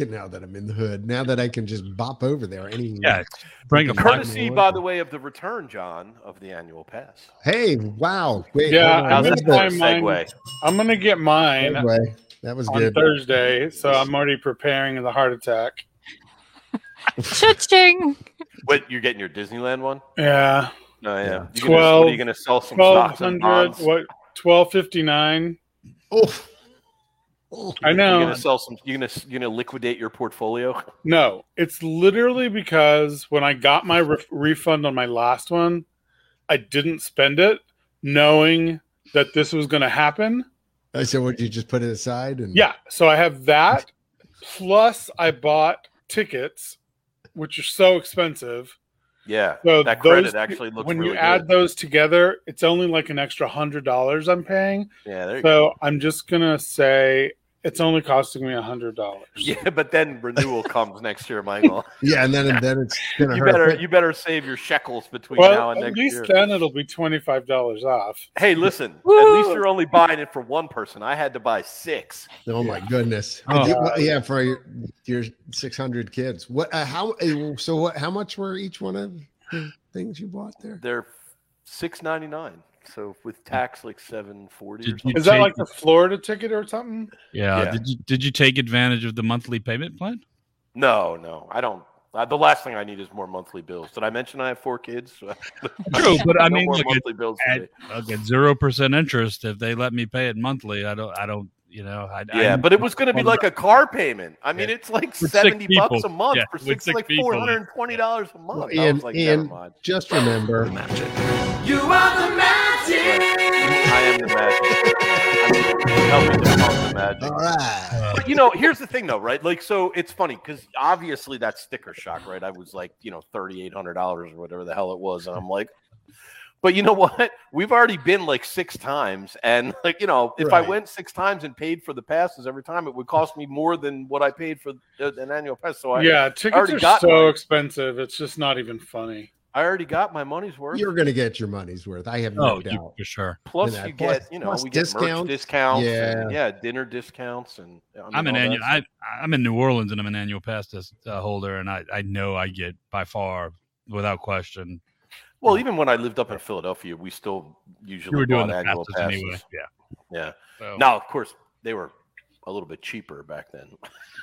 now that I'm in the hood, now that I can just bop over there. Any Yeah, bring them. Curtis- Curtis- Courtesy, Michael. by the way, of the return, John, of the annual pass. Hey, wow. Wait, Yeah, hold on. I How's was Where's that gonna for a the- say mine. segue? I'm gonna get mine segue? That was on good. Thursday, so I'm already preparing the heart attack. Cha-ching. Wait, you're getting your Disneyland one? Yeah, No, yeah. Yeah. You gonna- what are you 12, going to sell some twelve stocks and hundred. bonds? What? Twelve fifty nine. Oh. Oh. I You're know. going to sell some. You're going to you're going to liquidate your portfolio. No, it's literally because when I got my re- refund on my last one, I didn't spend it knowing that this was going to happen. I said, would you just put it aside? And Yeah, so I have that plus I bought tickets which are so expensive. Yeah, So that those credit two- actually looks when really you add good. those together, it's only like an extra $100 I'm paying. yeah, there you go. So I'm just going to say it's only costing me $100. Yeah, but then renewal comes next year, Michael. Yeah. And then, and then it's going to You hurt. better you better save your shekels between now Well, and at next least year. then it'll be $25 off. Hey, listen. At Woo! least you're only buying it for one person. I had to buy six. Oh my goodness! Oh. Did you- well, yeah, for your, your six hundred kids. What? Uh, how? uh, So what? How much were each one of the things you bought there? They're six ninety nine. So with tax, like seven forty or Did you- something. Is that Take- like the Florida ticket or something? yeah. Yeah. Did you did you take advantage of the monthly payment plan? No, no, I don't. Uh, the last thing I need is more monthly bills. Did I mention I have four kids? True, but I No mean, more look, monthly bills. at- today. look at zero percent interest. If they let me pay it monthly, I don't. I don't. You know. I, I- Yeah, but it was going to be like a car payment. I mean, it's like With six seventy bucks people. a month Yeah, for with six, six like people. four hundred and twenty dollars a month. Well, I and- was like, and- never mind. Just remember, I am the magic. Help me debunk the magic. all right. Uh, But you know, here's the thing though, right? Like, so it's funny because obviously that sticker shock, right? I was like, you know, thirty eight hundred dollars or whatever the hell it was, and I'm like, but you know what? We've already been like six times, and like, you know, if Right. I went six times and paid for the passes every time, it would cost me more than what I paid for uh, an annual pass. So I, yeah, already tickets are got so mine. expensive. It's just not even funny. I already got my money's worth. You're going to get your money's worth. I have no oh, you- doubt. for sure. plus, Yeah, you plus- get, you know, plus we get discounts. merch discounts, and, yeah, dinner discounts, and I mean, I'm an all that annual. stuff. I, I'm in New Orleans and I'm an annual pass dis- uh, holder, and I, I know I get by far without question. Well, even when I lived up in Philadelphia, we still usually You were doing bought the annual passes, passes. anyway. Yeah. Yeah. So, Now, of course, they were a little bit cheaper back then.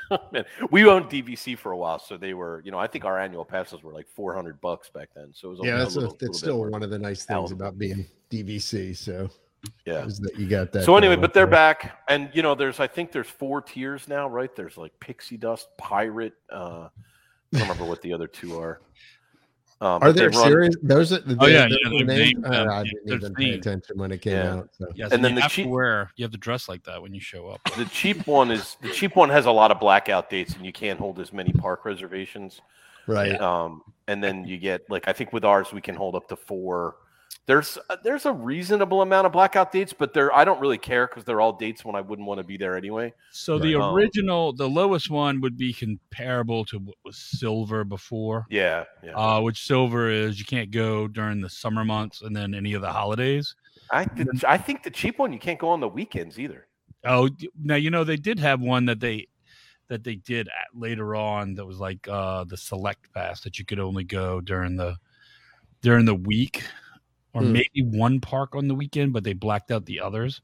Man, we owned DVC for a while, so they were, you know, I think our annual passes were like 400 bucks back then. So it was a, Yeah, a that's a, little, that's little still one of the nice things palatable. about being DVC. So bit, yeah. is that you got that. So anyway, going but they're for you. back, and you know, there's I think there's four tiers now, right? There's like Pixie Dust, Pirate. Uh, I don't remember what the other two are. Um, Are but they there run- serious? Those are the Oh, yeah, those yeah, were they're named? named, um, Uh, I yeah, didn't they're even pay themed. attention when it came Yeah. out. So. yes, and and then you the have cheap- to wear. You have to dress like that when you show up. the cheap one is the cheap one has a lot of blackout dates, and you can't hold as many park reservations. Right. Um, and then you get like I think with ours we can hold up to four There's there's a reasonable amount of blackout dates, but they're I don't really care because they're all dates when I wouldn't want to be there anyway. So the Right. original, the lowest one would be comparable to what was silver before, Yeah, yeah. uh, which silver is you can't go during the summer months and then any of the holidays. I did, I think the cheap one you can't go on the weekends either. Oh, d- now you know they did have one that they that they did at, later on that was like uh, the select pass that you could only go during the during the week or Hmm. maybe one park on the weekend, but they blacked out the others.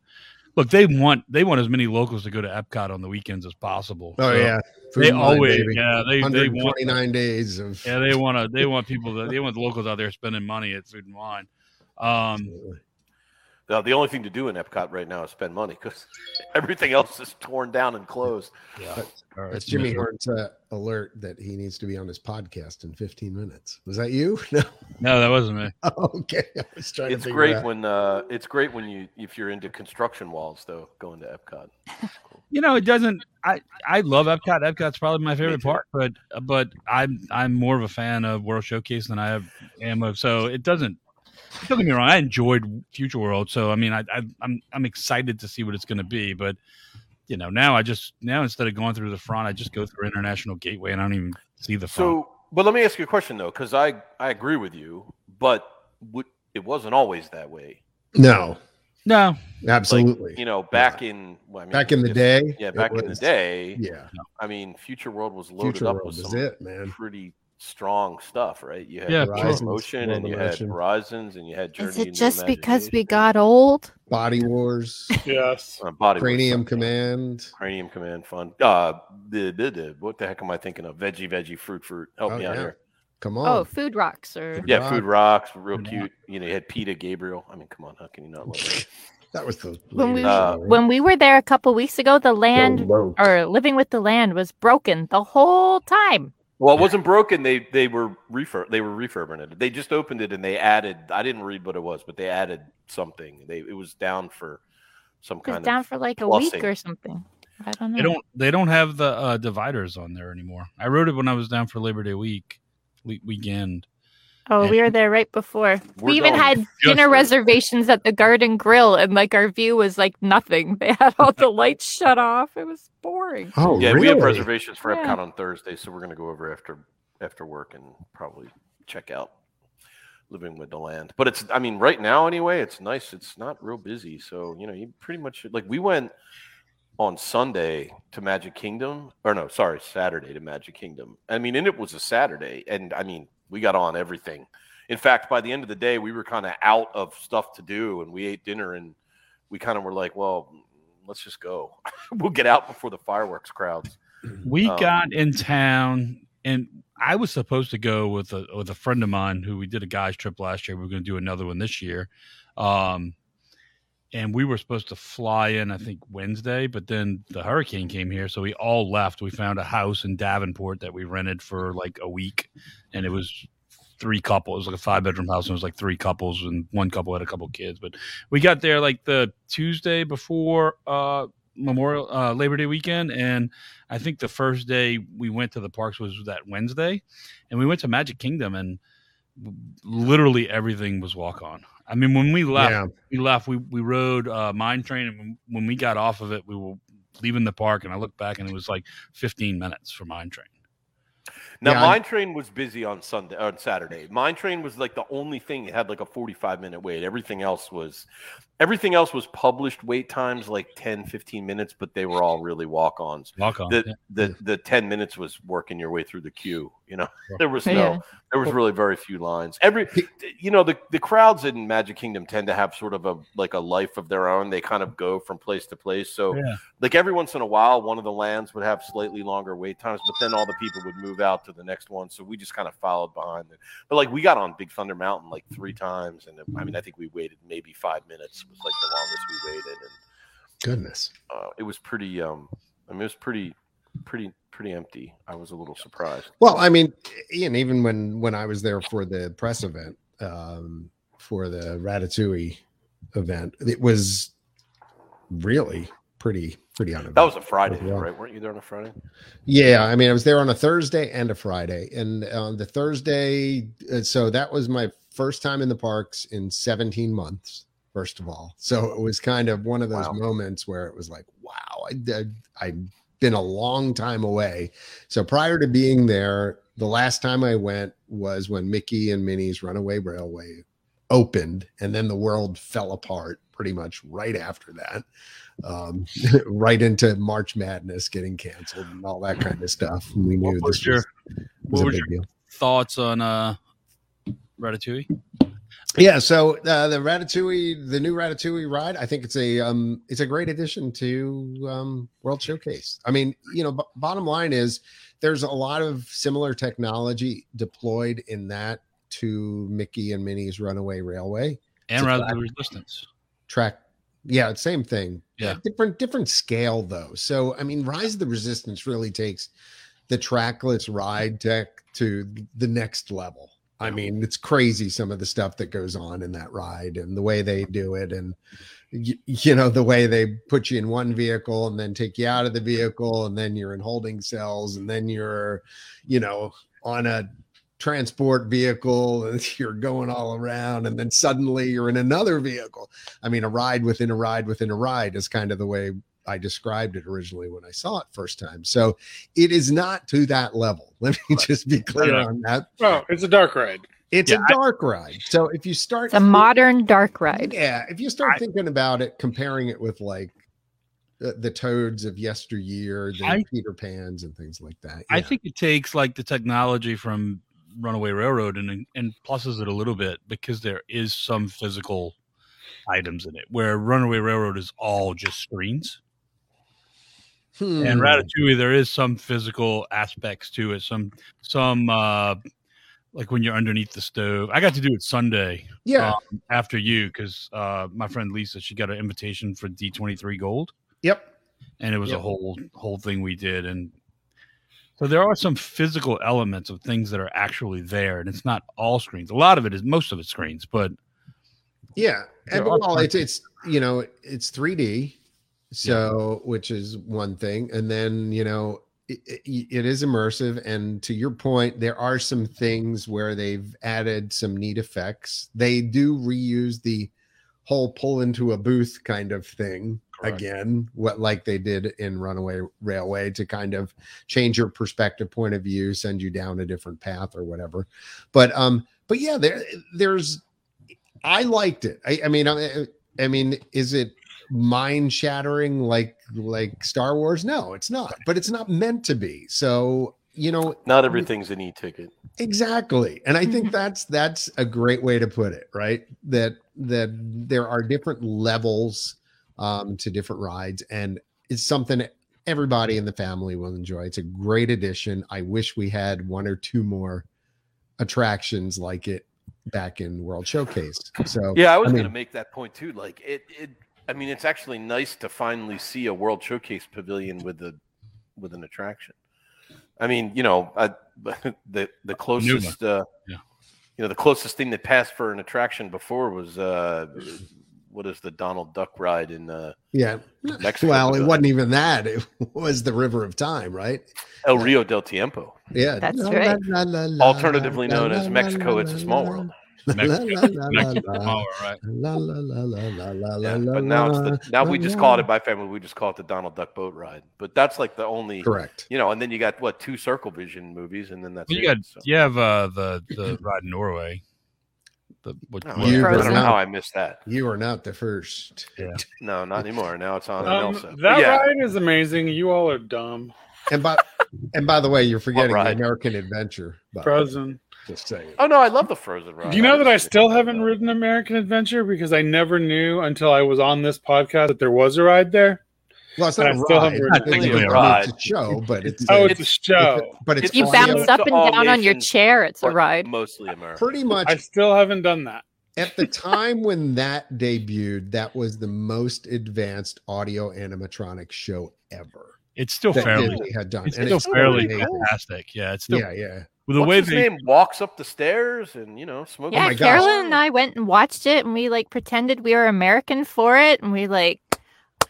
Look, they want they want as many locals to go to Epcot on the weekends as possible. Oh So yeah, Food they line, always baby. yeah they they want 129 days of yeah they want to they want people to, they want the locals out there spending money at Food and Wine. Um, Now, the only thing to do in Epcot right now is spend money because everything else is torn down and closed. yeah, That's Jimmy Hort's uh, alert that he needs to be on his podcast in 15 minutes. Was that you? No. No, that wasn't me. Okay. I was trying It's to figure great out. when uh, it's great when you if you're into construction walls though going to Epcot. You know, it doesn't. I I love Epcot. Epcot's probably my favorite too. park, but but I'm I'm more of a fan of World Showcase than I have, am of. So it doesn't. Don't get me wrong. I enjoyed Future World, so I mean, I, I I'm I'm excited to see what it's going to be. But you know, now I just now instead of going through the front, I just go through International Gateway, and I don't even see the front. So, Um, but let me ask you a question though, because I I agree with you, but would, it wasn't always that way. No, No, absolutely. You know, back in well, I mean, back in the if- day. Yeah, it back in the was- day. Yeah. I mean, Future World was loaded Future up World with was some it, man. pretty strong stuff, right? You had Yeah, Horizons, Motion World and you of had Motion. Horizons and you had Journey. Is it into just because we Imagination. got old? Body Wars, Yes. Uh, body Cranium Command? Command. Cranium Command Fund. Uh, the, the, the, what the heck am I thinking of? Veggie, veggie, fruit, fruit. Help Oh, me out yeah. here. Come Oh, on. food rocks or Food Yeah, Rock. Food Rocks, real Food cute. You know, you had Peta Gabriel. I mean, come on, how can you not love that? that was the When we- later Uh, show. when we were there a couple weeks ago, the land or living with the land was broken the whole time. Well, it wasn't broken. They they were refurb they were refurbing it. They just opened it and they added. I didn't read what it was, but they added something. They it was down for some It was kind down of. for like a week plussing. or something. I don't know. they don't they don't have the uh, dividers on there anymore. I wrote it when I was down for Labor Day week we- weekend. Oh, we were there right before. We're we even going had just dinner right. reservations at the Garden Grill, and like our view was like nothing. They had all the lights shut off. It was boring. oh, Yeah, really? we have reservations for Yeah. Epcot on Thursday, so we're gonna go over after after work and probably check out living with the land. But it's I mean, right now anyway, it's nice. It's not real busy, so you know, you pretty much like we went on Sunday to Magic Kingdom, or no, sorry, Saturday to Magic Kingdom. I mean, and it was a Saturday, and I mean, we got on everything. In fact, by the end of the day, we were kind of out of stuff to do, and we ate dinner, and we kind of were like, well. Let's just go. we'll get out before the fireworks crowds. We Um, got in town, and I was supposed to go with a with a friend of mine who we did a guys trip last year. We are going to do another one this year, um, and we were supposed to fly in I think Wednesday, but then the hurricane came here, so we all left. We found a house in Davenport that we rented for like a week, and it was three couples. It was like a five bedroom house, and it was like three couples, and one couple had a couple kids. But we got there like the Tuesday before uh, Memorial uh, Labor Day weekend, and I think the first day we went to the parks was that Wednesday, and we went to Magic Kingdom, and w- literally everything was walk on. I mean, when we left, Yeah. we left. We we rode uh, Mine Train, and when, when we got off of it, we were leaving the park, and I looked back, and it was like 15 minutes for Mine Train. Now, Yeah, I- Mine Train was busy on Sunday on Saturday. Mine Train was like the only thing that had like a 45 minute wait. Everything else was everything else was published wait times like 10, 15 minutes, but they were all really walk-ons. Walk on. The the the 10 minutes was working your way through the queue, you know. There was no Yeah. there was really very few lines. Every you know, the the crowds in Magic Kingdom tend to have sort of a like a life of their own. They kind of go from place to place. So Yeah. like every once in a while, one of the lands would have slightly longer wait times, but then all the people would move out to the next one. So we just kind of followed behind it. But like we got on Big Thunder Mountain like three times, and I mean I think we waited maybe five minutes was like the longest we waited, and Goodness. uh, it was pretty. Um, I mean it was pretty, pretty, pretty empty. I was a little surprised. Well, I mean, Ian, even when when I was there for the press event um, for the Ratatouille event, it was really pretty pretty on That was a Friday, Yeah. right? Weren't you there on a Friday? Yeah, I mean, I was there on a Thursday and a Friday, and on the Thursday, uh, so that was my first time in the parks in 17 months, first of all. So it was kind of one of those Wow. moments where it was like, wow, I, I, I've been a long time away. So prior to being there, the last time I went was when Mickey and Minnie's Runaway Railway opened, and then the world fell apart pretty much right after that. Um, right into March Madness getting canceled and all that kind of stuff. And we knew What was this your- was, was what a was big your- deal. Thoughts on uh, Ratatouille? Yeah, so uh, the Ratatouille, the new Ratatouille ride, I think it's a um, it's a great addition to um, World Showcase. I mean, you know, b- bottom line is there's a lot of similar technology deployed in that to Mickey and Minnie's Runaway Railway It's a And Ratatouille Resistance. track. Yeah, it's same thing. Yeah. different different scale though. So I mean, Rise of the Resistance really takes the trackless ride tech to the next level. I mean, it's crazy some of the stuff that goes on in that ride and the way they do it, and y- you know the way they put you in one vehicle and then take you out of the vehicle, and then you're in holding cells, and then you're, you know, on a transport vehicle and you're going all around and then suddenly you're in another vehicle i mean a ride within a ride within a ride is kind of the way i described it originally when i saw it first time so it is not to that level let me just be clear Right. on that Oh, it's a dark ride. it's Yeah, a dark ride so if you start It's a modern dark ride. yeah, if you start I- thinking about it, comparing it with like the, the toads of yesteryear, the I- Peter Pans, and things like that. I yeah. think it takes like the technology from Runaway Railroad and and pluses it a little bit because there is some physical items in it where Runaway Railroad is all just screens Hmm. and Ratatouille there is some physical aspects to it some some uh like when you're underneath the stove. I got to do it Sunday yeah, um, after you because uh, my friend Lisa she got an invitation for D23 Gold yep. and it was Yep. a whole whole thing we did and so there are some physical elements of things that are actually there and it's not all screens a lot of it is most of it's screens but Yeah, There and are well, it's it's you know it's 3D, so which is one thing, and then you know it, it, it is immersive. And to your point, there are some things where they've added some neat effects. They do reuse the whole pull into a booth kind of thing Correct. again, what like they did in Runaway Railway to kind of change your perspective, point of view, send you down a different path or whatever. But um, but yeah, there there's I liked it. I, I mean, I, I mean, is it mind shattering like like Star Wars? No, it's not. But it's not meant to be. So you know Not everything's an e-ticket. exactly, and I think that's that's a great way to put it. Right? That that there are different levels um, to different rides, and it's something everybody in the family will enjoy. It's a great addition. I wish we had one or two more attractions like it back in World Showcase. So Yeah, I was I going mean- to make that point too. Like it, it. I mean, it's actually nice to finally see a World Showcase pavilion with the with an attraction. I mean, you know, I, the the closest, uh, Yeah. you know, the closest thing that passed for an attraction before was uh, what is the Donald Duck ride in uh, Yeah. Mexico? Well, it Uh, wasn't even that. It was the River of Time, right? El Rio del Tiempo, Yeah. That's La, right. la, la, la, alternatively la, known la, as la, Mexico. la, It's a la, small la, world. la, la, la, Mexico- la, Mexico la, Power, right? la, la, la, la, la, la, la, Yeah, la, but now it's la, the now la, we just la. call it in my family. We just call it the Donald Duck boat ride. But that's like the only Correct. you know, and then you got what two Circle Vision movies, and then that's you it, got so. you have uh, the the ride in Norway the what, No, what- You- I Frozen. don't know how I missed that. You are not the first. No, not anymore. Now it's on Um, Elsa. But that Oh, yeah, ride is amazing. You all are dumb. And by and by the way, you're forgetting the ride? American Adventure. by the way, Frozen. Just saying. oh no, I love the Frozen ride. Do you know that I just- still haven't ridden American Adventure because I never knew until I was on this podcast that there was a ride there. Well, it's And not I a still ride. haven't It's ridden it. a- Ride. It's a show, but it's Oh, a- it's, a show. but it's It's If you all audio- bounce America- up and all down on your nations. chair, it's a ride. Mostly America. pretty much I still haven't done that. at the time when that debuted, that was the most advanced audio animatronic show ever it's still that fairly Disney had done. it's And still it's fairly amazing. fantastic yeah it's still Yeah, yeah. with the What's way his they name walks up the stairs and you know smokes. Yeah, Oh my gosh. Carolyn and I went and watched it, and we like pretended we were American for it, and we like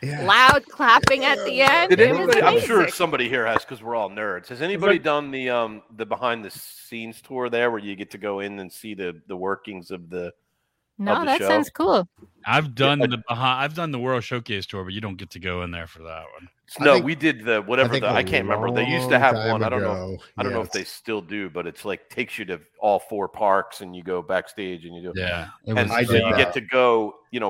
Yeah. loud clapping at the end. Did It was anybody? I'm sure amazing. somebody here has because we're all nerds. Has anybody done the um the behind the scenes tour there where you get to go in and see the the workings of the? No, the that show. sounds cool. I've done the behind, I've done the World Showcase tour, but you don't get to go in there for that one. I No, think- we did the whatever think the a I can't remember. They used to long have time one. I don't know. ago, I don't know if they yes. still do, but it's like takes you to all four parks and you go backstage and you do. Yeah, it And I so did you that. get to go, you know,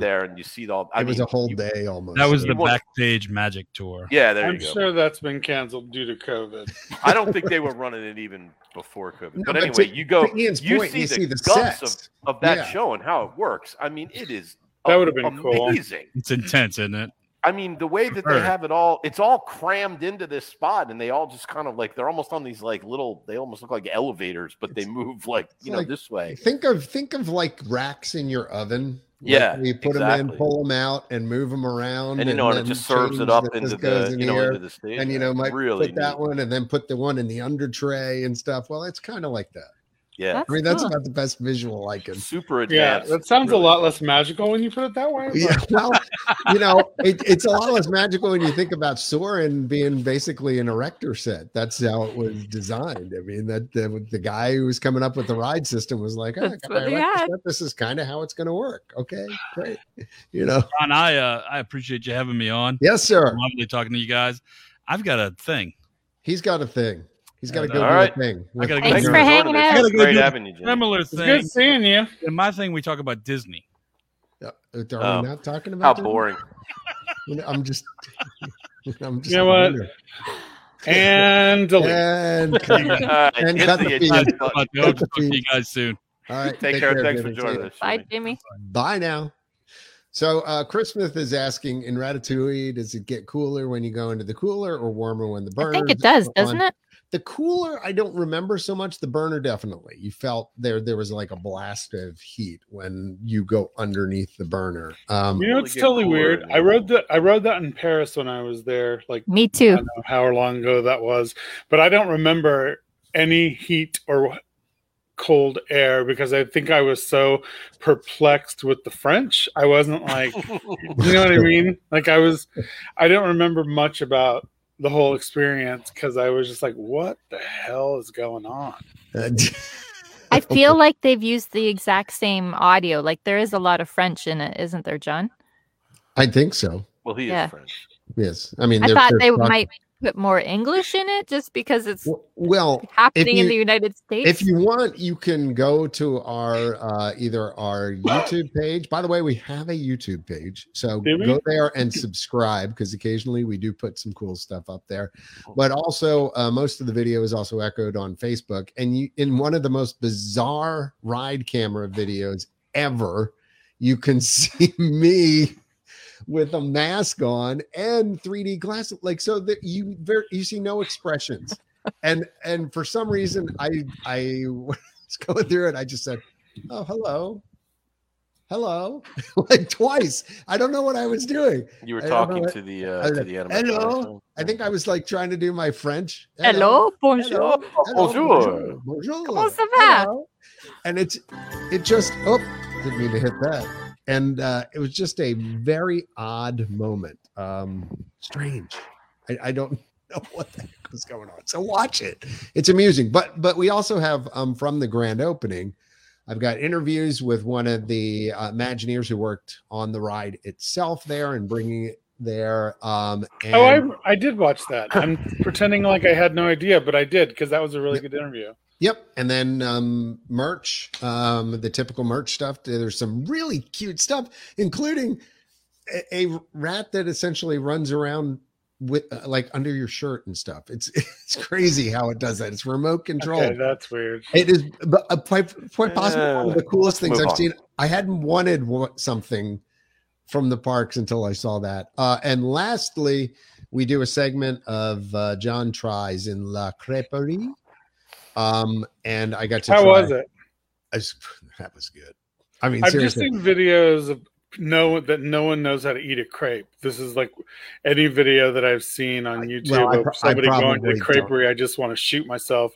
Backstage. there and you see all. I it was mean, a whole you- day almost. that was yeah. the Well- backstage magic tour. Yeah, there I'm you go. sure that's been canceled due to COVID. I don't think they were running it even before COVID. No, but but anyway, to- you go. to Ian's you point, see you the see the guts of- sets. of that Yeah. show and how it works. I mean, it is That a- would've been cool. amazing. It's intense, isn't it? I mean, the way that they Sure. have it all, it's all crammed into this spot, and they all just kind of like they're almost on these like little. They almost look like elevators, but they move like it's you know like- this way. Think of think of like racks in your oven. like Yeah, where you put them in, exactly. pull them out, and move them around, And, you know, and it then just serves change it up that into this goes the in you know here, into the stage. and you know, might really put that neat. one, and then put the one in the under tray and stuff. Well, it's kind of like that. Yeah, I mean, that's cool. about the best visual I can. super Yeah, advanced. that sounds a really lot cool. less magical when you put it that way. but- Yeah, well, you know, it, it's a lot less magical when you think about Soren being basically an erector set. That's how it was designed. I mean, that the, the guy who was coming up with the ride system was like, oh, I That's got my what they erector had. set. this is kind of how it's going to work. Okay, great. You know, Ron, I uh, I appreciate you having me on. yes, sir. Lovely talking to you guys. I've got a thing. He's got a thing. He's got to All go do right. a thing. I gotta go Thanks Thank you for joining hanging us. out. Gotta go Great do- having you, Jimmy. Similar It's good thing. seeing you. In my thing, we talk about Disney. Are Oh. we not talking How about that? boring. You know, I'm just. I'm just You know what? wondering. And delete. And All right, And hit cut the the eject feed. button. I'll talk to you guys soon. all right, Take care. Thanks for Jimmy. Take joining care. us. Bye, Jimmy. Jimmy. Bye now. So uh Chris Smith is asking in Ratatouille, does it get cooler when you go into the cooler or warmer when the burner? I think it does, doesn't it? The cooler, I don't remember so much. The burner definitely. You felt there there was like a blast of heat when you go underneath the burner. Um You know, Really it's get totally cooler weird. in I the- rode that. I rode that in Paris when I was there, like Me I too. don't know how long ago that was, but I don't remember any heat or cold air because I think I was so perplexed with the French. I wasn't like, you know what I mean? Like I was, I don't remember much about the whole experience because I was just like, what the hell is going on? I feel like they've used the exact same audio. Like there is a lot of French in it, isn't there, John? I think so. Well, he Yeah. is French. Yes. I mean I they're- thought they're they talking- might put more English in it just because it's well happening in you- the United States. if you want you can go to our uh, either our youtube page by the way we have a youtube page so Do we? go there and subscribe because occasionally we do put some cool stuff up there Oh. but also uh, most of the video is also echoed on facebook and you in one of the most bizarre ride camera videos ever you can see me with a mask on and 3D glasses. Like so that you ver- you see no expressions. and and for some reason I I was going through it, I just said, Oh, hello. Hello, like twice. I don't know what I was doing. You were I don't talking know. to the uh, I- to the animal. Hello? I think I was like trying to do my French. Hello, bonjour. Oh, bonjour. bonjour, bonjour. Comment ça va? Hello. And it's it just oh didn't mean to hit that. And uh, it was just a very odd moment. Um, strange. I, I don't know what the heck was going on. So watch it. It's amusing. But but we also have um from the grand opening. I've got interviews with one of the uh, Imagineers who worked on the ride itself there and bringing it there. Um, and Oh, I, I did watch that. I'm pretending like I had no idea, but I did because that was a really good interview. Yep. And then um, merch, um, the typical merch stuff. There's some really cute stuff, including a, a rat that essentially runs around with uh, like under your shirt and stuff. It's it's crazy how it does that. It's remote control. Okay, that's weird. It is but, uh, quite, quite possibly one of the Uh, coolest things move I've on. seen. I hadn't wanted wa- something from the parks until I saw that. Uh, and lastly, we do a segment of uh, John tries in La Creperie. Um, and I got to How try- was it? I s- that was good. I mean, I've just seriously, seen videos of know that no one knows how to eat a crepe. This is like any video that I've seen on I- YouTube well, I of pro- I somebody going to probably the creperie. I just want to shoot myself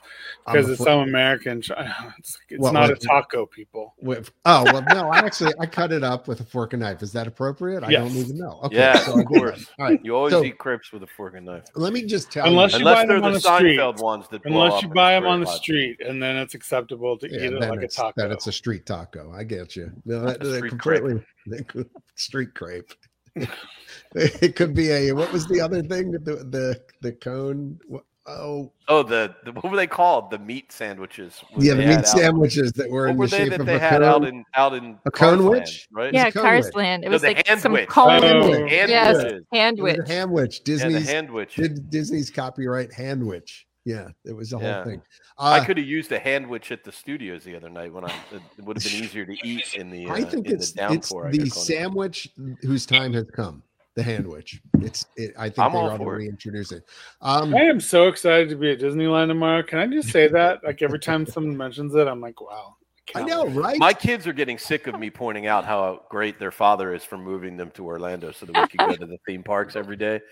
I'm because it's afraid- so American. It's, it's What, not like- a taco, people. With, oh well, no. I actually I cut it up with a fork and knife. Is that appropriate? I don't Yes. even know. Okay, Yeah, so of I did that. course. All right, You always So- eat crepes with a fork and knife, let me just tell Unless you. you unless buy they're them the on the street. Seinfeld ones that blow Unless up you and buy it's them on very the hot. street, and then it's acceptable to Yeah, eat it then like a it's, taco. then it's a street taco. I get you. No, that, A that street crepe. completely that street crepe. it could be a what was the other thing? The the, the cone. What- Oh Oh, the, the what were they called? The meat sandwiches. when yeah, the they had meat out- sandwiches that were What in were the they shape that of they a had cone. out in out in A cone Carsland, witch? right? Yeah, a cone Cars witch. Land. It No, was the like hand some witch. cone. Oh, and- Hand Yes. witches. Hand It was a witch. hand witch. Yeah, the Disney's hand witch. did Disney's copyright hand witch. Yeah, it was the whole Yeah. thing. I Uh, could have used a hand witch at the studios the other night when I. It would have been easier to eat in the. Uh, I think in it's the it's downpour. I the guess, on it. sandwich whose time has come. The hand witch. It's it, I think I'm they all ought to for it. reintroduce it. Um, I am so excited to be at Disneyland tomorrow. Can I just say that? Like every time someone mentions it, I'm like, wow. I can't know, wait. right? My kids are getting sick of me pointing out how great their father is for moving them to Orlando so that we could go to the theme parks every day.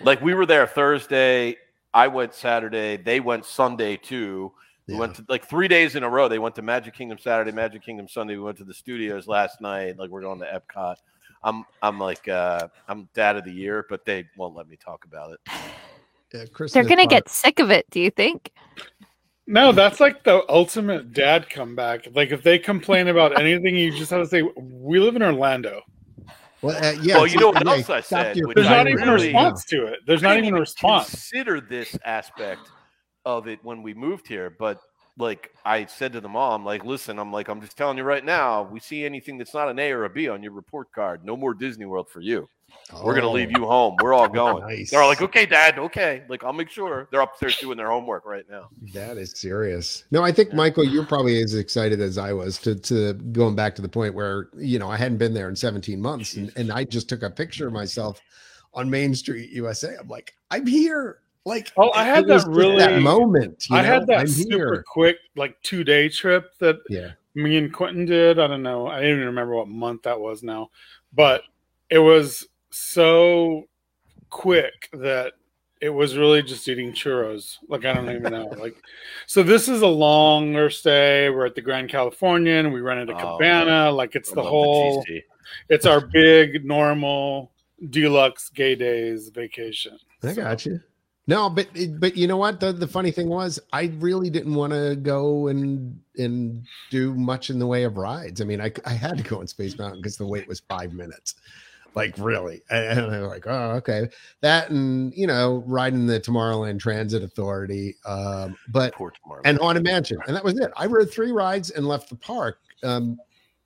Like we were there Thursday, I went Saturday, they went Sunday too. We Yeah. went to like three days in a row. They went to Magic Kingdom Saturday, Magic Kingdom Sunday. We went to the studios last night. Like we're going to Epcot. I'm I'm like uh I'm dad of the year, but they won't let me talk about it. Uh, Christmas They're gonna party. get sick of it. Do you think? No, that's like the ultimate dad comeback. Like if they complain about anything, you just have to say, "We live in Orlando." Well, uh, yeah, Well, it's you know like, what yeah, else I stop said, your which There's I not fireworks even a really- response to it. There's I not didn't even a response. Consider this aspect of it when we moved here, but like I said to the mom, like, listen, I'm like, I'm just telling you right now, we see anything that's not an A or a B on your report card, no more Disney World for you. now. We're gonna leave Oh, you home. We're all going. nice. They're all like, okay, Dad, okay. Like, I'll make sure they're upstairs doing their homework right now. That is serious. No, I think Yeah. Michael, you're probably as excited as I was to to going back to the point where you know I hadn't been there in 17 months, and, and I just took a picture of myself on Main Street, USA. I'm like, I'm here. Like, Oh, I it- had it was that just that really- moment. you I had know? that I'm super here. quick, like two day trip that Yeah, me and Quentin did. I don't know. I don't even remember what month that was now, but it was so quick that it was really just eating churros. Like I don't even know. Like, so this is a longer stay. We're at the Grand Californian. We rented a Oh, cabana. Like it's I the love whole. cheese tea. it's our big normal deluxe gay days vacation. I got you. No, but it- but you know what? The, the funny thing was, I really didn't want to go and and do much in the way of rides. I mean, I I had to go on Space Mountain because the wait was five minutes. Like really, and and I was like, oh, okay, that, and you know, riding the Tomorrowland Transit Authority, um, but Poor tomorrow. and Haunted Mansion, and that was it. I rode three rides and left the park, um,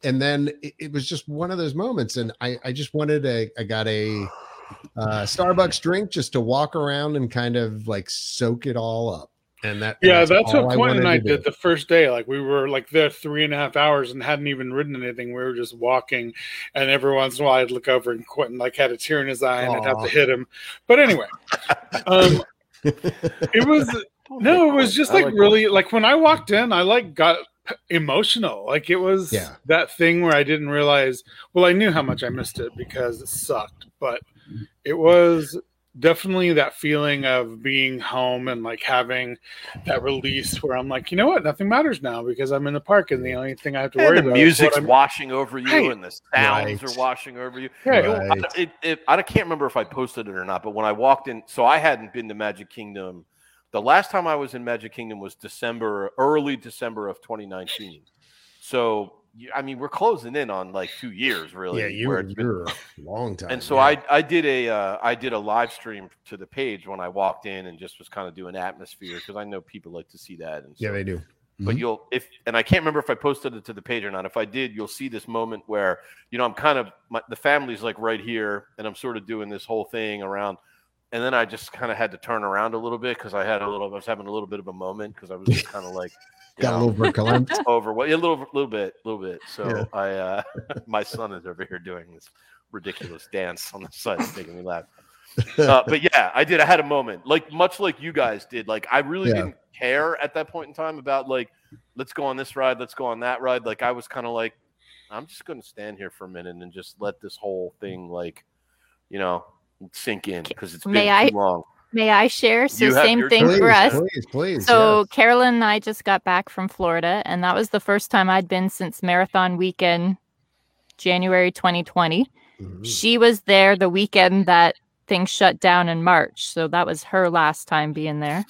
and then it, it was just one of those moments. And I, I just wanted a, I got a uh, Starbucks drink just to walk around and kind of like soak it all up. And that, Yeah, and that's all what I Quentin and wanted I to did do. the first day. Like we were like there three and a half hours and hadn't even ridden anything. We were just walking, and every once in a while I'd look over and Quentin like had a tear in his eye and I'd have Aw. to hit him. But anyway, um, it was no, it was just I like, like really like when I walked in, I like got p- emotional. Like it was Yeah. that thing where I didn't realize. Well, I knew how much I missed it because it sucked, but it was definitely that feeling of being home and like having that release where I'm like, you know what, nothing matters now because I'm in the park and the only thing I have to worry And the about is what music's I'm- washing over you, Right. and the Right. sounds are washing over you. Right. Right. I, it, it, I can't remember if I posted it or not, but when I walked in, so I hadn't been to Magic Kingdom. The last time I was in Magic Kingdom was December, early December of 2019. So, you- I mean, we're closing in on like two years, really. yeah, you where were it's been- you're a long time. and so yeah. I, I did a uh, I did a live stream to the page when I walked in and just was kind of doing atmosphere because I know people like to see that. And yeah, so- they do. but Mhm. you'll if and I can't remember if I posted it to the page or not. If I did, you'll see this moment where you know I'm kind of my, the family's like right here, and I'm sort of doing this whole thing around, and then I just kind of had to turn around a little bit because I had a little I was having a little bit of a moment because I was just kind of like you Got a know, little verklempt. over well, yeah, a little little bit little bit. So Yeah. I uh, my son is over here doing this ridiculous dance on the side, it's making me laugh. Uh, but yeah, I did. I had a moment, like much like you guys did. Like I really Yeah. didn't care at that point in time about like, let's go on this ride, let's go on that ride. Like I was kind of like, I'm just going to stand here for a minute and just let this whole thing, like, you know, sink in because it's been May I- too long. May I share? So You have same your thing turn. for us. please, please. So yes. Carolyn and I just got back from Florida, and that was the first time I'd been since marathon weekend, January 2020. Mhm. She was there the weekend that things shut down in March. So that was her last time being there.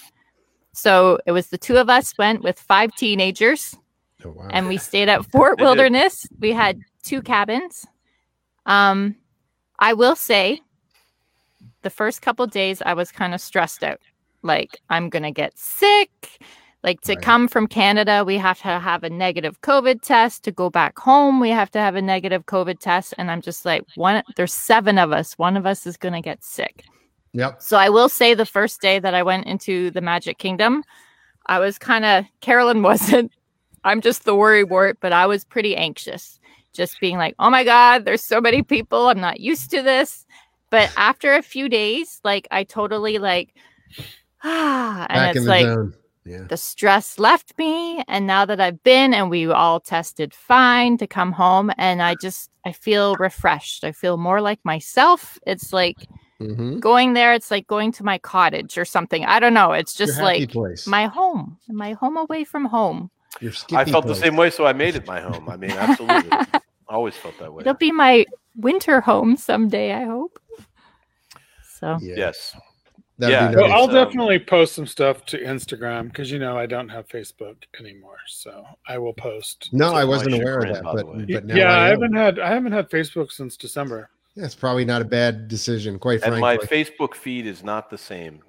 So it was the two of us went with five teenagers Oh, wow. and we stayed at Fort They did. Wilderness. We had two cabins. Um, I will say, the first couple days I was kind of stressed out, like I'm gonna get sick. Like to Right. come from Canada, we have to have a negative COVID test. To go back home, we have to have a negative COVID test. And I'm just like, one. There's seven of us. One of us is gonna get sick. yep. So I will say the first day that I went into the Magic Kingdom, I was kind of Carolyn wasn't. I'm just the worry wart, but I was pretty anxious, just being like, "Oh my god, there's so many people. I'm not used to this." But after a few days, like I totally like ah, and Back in it's the like zone. Yeah. the stress left me and now that i've been and we all tested fine to come home and i just i feel refreshed i feel more like myself it's like Mm-hmm. going there it's like going to my cottage or something i don't know it's just Your happy like place. my home my home away from home Your I skippy felt place. the same way, so I made it my home. I mean, absolutely. I always felt Oh, that way. it'll be my winter home someday i hope so Yeah. Yes. That'd Yeah. be So Well, nice. I'll um, definitely post some stuff to Instagram because you know I don't have Facebook anymore, so I will post. no, I my wasn't aware of chagrin, that, by the way. but, but now yeah, I, I, am. haven't had I haven't had Facebook since December. That's probably not a bad decision, quite And frankly. my Facebook feed is not the same.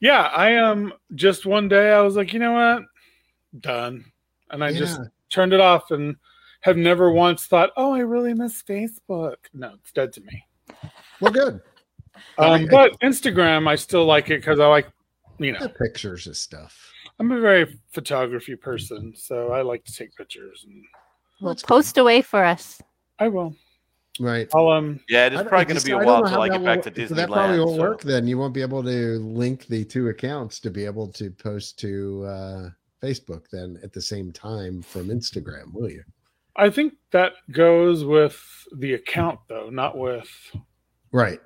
Yeah, I um just one day I was like, you know what, done, and I yeah. just turned it off and have never once thought, oh, I really miss Facebook. No, it's dead to me. well, good. Oh, Um, but Instagram, I still like it because I like, you know, The pictures of stuff. I'm a very photography person, so I like to take pictures. And well That's good. post away for us I will. Right. I'll um. Yeah, it is I don't- Oh, probably going just- to be a don't while know till how I that get back will- to so Disneyland. That probably won't so- work then. You won't be able to link the two accounts to be able to post to uh, Facebook then at the same time from Instagram, will you? I think that goes with the account though, not with Right.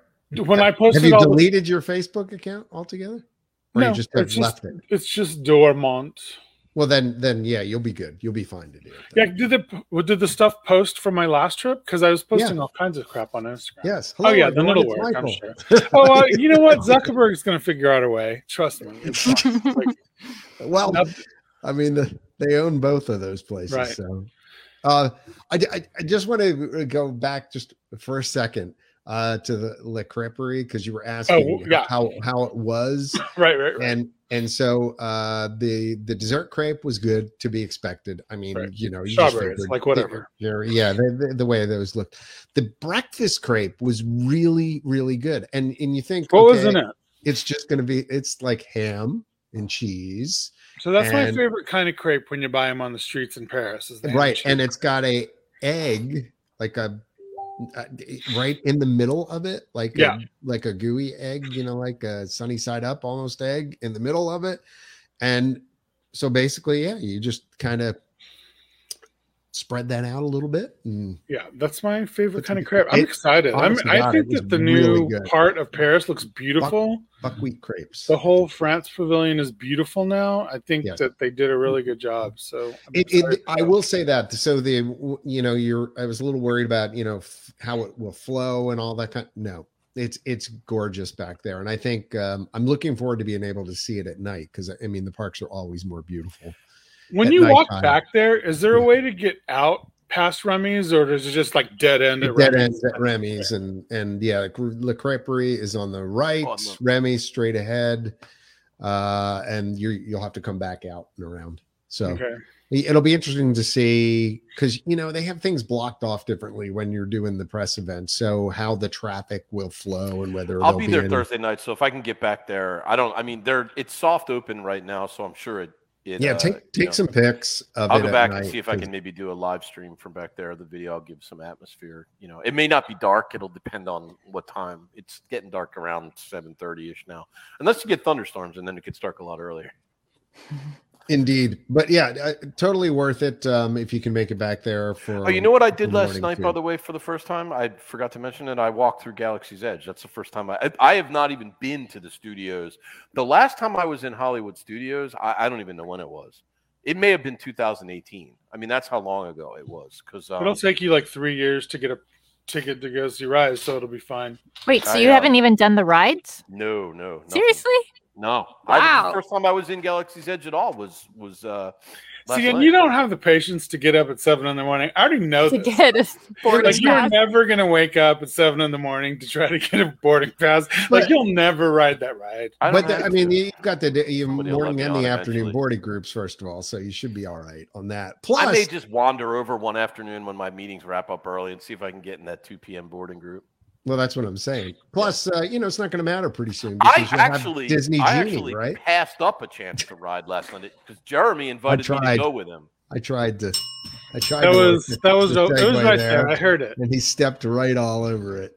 when I Have posted you all. the- deleted your Facebook account altogether? Or No, you just it's have just- left it? it's just dormant. Well, then, then yeah, you'll be good. You'll be fine to do it. Yeah, then. did the what did the stuff post from my last trip? Because I was posting all kinds of crap on Instagram. Yes. Oh, yeah, then everyone, it'll it's work, I'm Michael. Oh, well, you know what? Zuckerberg's going to figure out a way. Trust me. It's fine. Like, well, nope. I mean, the, they own both of those places. Right. So, uh, I, I, I just want to go back just for a second uh, to the La Creperie because you were asking Oh, yeah. how how it was, right, right, right. and and so uh, the the dessert crepe was good to be expected. I mean, Right. you know, you Strawberries, figured like they- whatever. they're- yeah, the, the, the way those looked. The breakfast crepe was really really good, and and you think What was okay, in it? It's just going to be it's like ham and cheese So that's my And- favorite kind of crepe when you buy them on the streets in Paris. Is the right handshake. and it's got a egg like a uh, right in the middle of it like Yeah. a, like a gooey egg you know like a sunny side up almost egg in the middle of it and so basically yeah you just kind of spread that out a little bit and yeah, that's my favorite It's- kind of crepe. I'm it- excited. I'm, honest to I God, think it was that the really new good. part of Paris looks beautiful. buckwheat crepes The whole France pavilion is beautiful now. I think Yes. that they did a really good job. So I'm it, it, excited. I will say that. So the you know you're I was a little worried about you know f- how it will flow and all that kind. No, it's it's gorgeous back there, and I think um, I'm looking forward to being able to see it at night because I mean the parks are always more beautiful. When at you walk nighttime. back there, is there a Yeah. way to get out past Remy's, or is it just like dead end? at It dead Remy's? ends at Remy's and and yeah, like La Creperie is on the right, Oh, On the- Remy's straight ahead, uh, and you you'll have to come back out and around. So. Okay. It'll be interesting to see because you know they have things blocked off differently when you're doing the press event. So how the traffic will flow and whether I'll there'll be there any- Thursday night, so if I can get back there, I don't. I mean, they're it's soft open right now, so I'm sure it. it Yeah, uh, take you take know, some pics. Of I'll it go at back and night, see if I 'cause- can maybe do a live stream from back there. The video, I'll give some atmosphere. You know, it may not be dark. It'll depend on what time. It's getting dark around seven thirty ish now, unless you get thunderstorms, and then it gets dark a lot earlier. Indeed, but yeah, uh, totally worth it um, if you can make it back there for. Oh, you know what I did Good last morning, night, too. by the way, for the first time? I forgot to mention it. I walked through Galaxy's Edge. That's the first time I, I I have not even been to the studios. The last time I was in Hollywood studios, I, I don't even know when it was. It may have been 2018. I mean, that's how long ago it was. Because um, It'll take you like three years to get a ticket to go see Rise, so it'll be fine. Wait, so I, you uh, haven't even done the rides? um, no, no, nothing. Seriously? no. I, Wow. the first time I was in Galaxy's Edge at all was was uh, last see, and night. you don't have the patience to get up at seven in the morning. I already know To this. get a boarding Like you're pass. never gonna wake up at seven in the morning to try to get a boarding pass. But- Like you'll never ride that ride. I don't but the, have I to. mean, you've got the day- you Somebody will let morning me and on the afternoon eventually. boarding groups first of all, so you should be all right on that. I may Plus, just wander over one afternoon when my meetings wrap up early and see if I can get in that 2 p.m. boarding group. well, that's what I'm saying. Plus, uh, you know, it's not going to matter pretty soon I because you'll have actually, Disney I Genie, actually right? passed up a chance to ride last night because Jeremy invited me tried. to go with him. I tried to, I tried. That to work was it- that was the it was segue right there. I heard it. and he stepped right all over it.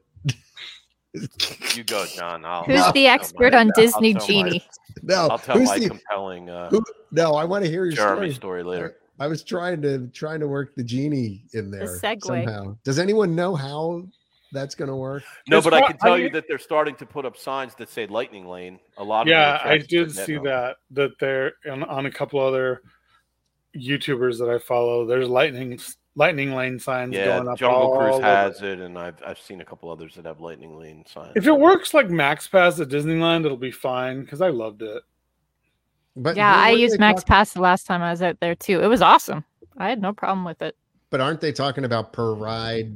You go, John. I'll, Who's I'll the tell expert my- on Disney tell my- Genie? No, I'll tell who's my the- compelling uh, who- no, I want to hear your Jeremy story. story later. I was trying to trying to work the genie in there segue. somehow. Does anyone know how that's going to work? No, It's but I pro- can tell you I- that they're starting to put up signs that say Lightning Lane. A lot of the Yeah, I attractions did are net see open. that that there on, on a couple other YouTubers that I follow. There's lightning lightning lane signs going Yeah, up. Jungle all Cruise over. has it, and I've I've seen a couple others that have Lightning Lane signs. If it works like Max Pass at Disneyland, it'll be fine because I loved it. But Yeah, who I are used they Max talk- Pass the last time I was out there too. It was awesome. I had no problem with it. but aren't they talking about per ride?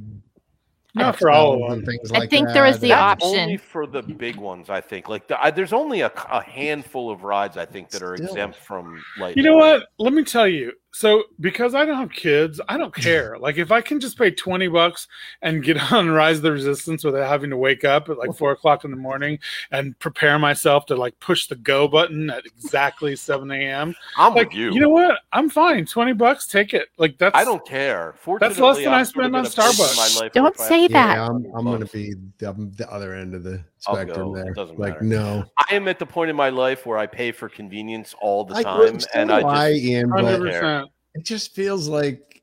Not for all of discounts and them. Things I like think there was that? the And- That's option. only for the big ones, I think. Like the, I, there's only a, a handful of rides I think that are Still. exempt from You Lightning. know Lane. what? Let me tell you. So because I don't have kids, I don't care. Like if I can just pay twenty bucks and get on Rise of the Resistance without having to wake up at like four o'clock in the morning and prepare myself to like push the go button at exactly seven a.m. I'm Like with you. know what? I'm fine. Twenty bucks, take it. Like that's I don't care. Fortunately, less than I I'm sort of spend on at a place in Starbucks. My life Don't where if I- say that. Yeah, I'm, I'm going to be the, the other end of the I'll spectrum go. It there. doesn't like, matter. no, I am at the point in my life where I pay for convenience all the I- time, so and do I just Ian, but Hundred care. percent. it just feels like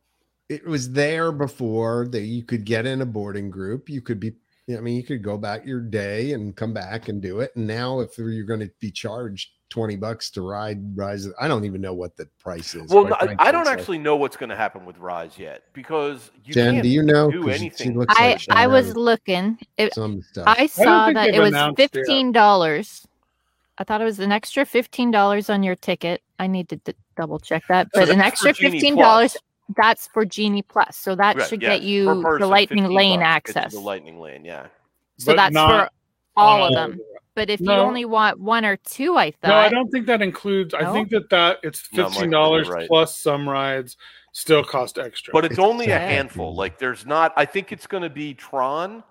it was there before that you could get in a boarding group. You could be, I mean, you could go back your day and come back and do it. And now, if you're going to be charged twenty bucks to ride Rise, of- I don't even know what the price is. well, quite no, I- frankly. I don't So, actually know what's going to happen with Rise yet because you Jen, can't do you know? do 'Cause she anything. looks I like she I was knows looking. It, some stuff. I saw think that they've it was announced uh, yet. fifteen dollars. I thought it was an extra fifteen dollars on your ticket. I need to d- double check that, So but an that's extra for Genie fifteen dollars. Plus. That's for Genie Plus, so that Right, should yeah, get per you the person, Lightning 15 Lane bucks. It's access. The Lightning Lane, yeah. so But that's for not all of all them. But if you No. only want one or two, I thought No, I don't think that includes. I No? think that that it's No, Mike, fifteen dollars you're right. plus some rides still cost extra. But it's only a bad, handful. dude. Like there's not. I think it's going to be Tron,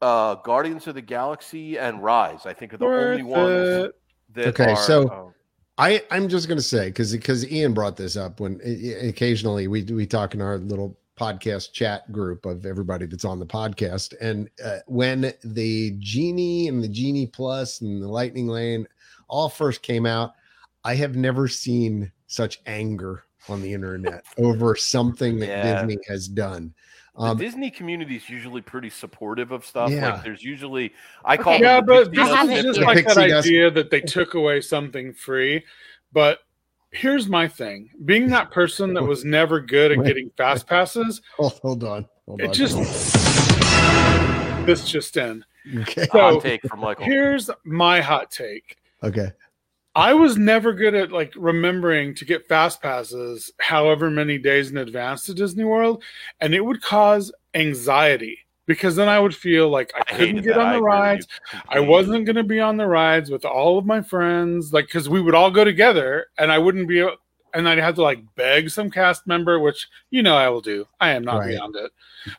uh, Guardians of the Galaxy, and Rise. I think are the only ones it. that Okay, are, so- um, I I'm just gonna say because because Ian brought this up when i- i- occasionally we we talk in our little podcast chat group of everybody that's on the podcast, and uh, when the genie and the genie plus and the lightning lane all first came out, I have never seen such anger on the internet over something that Yeah. Disney has done. the Um, Disney community is usually pretty supportive of stuff. Yeah. Like there's usually I call Okay. them yeah, the but Disney this have is Olympics. it here. just like that Pixie dust. idea that they took away something free. But here's my thing: being that person that was never good at getting fast passes, hold, hold on, hold it on. just this just in. okay, hot So- take from Michael. Here's my hot take. okay. I was never good at like remembering to get fast passes however many days in advance to Disney World, and it would cause anxiety because then I would feel like I, I couldn't hated get that. on I the agree with you rides. I completely. wasn't going to be on the rides with all of my friends, like because we would all go together, and I wouldn't be, and I'd have to like beg some cast member, which you know I will do. I am not Right. beyond it,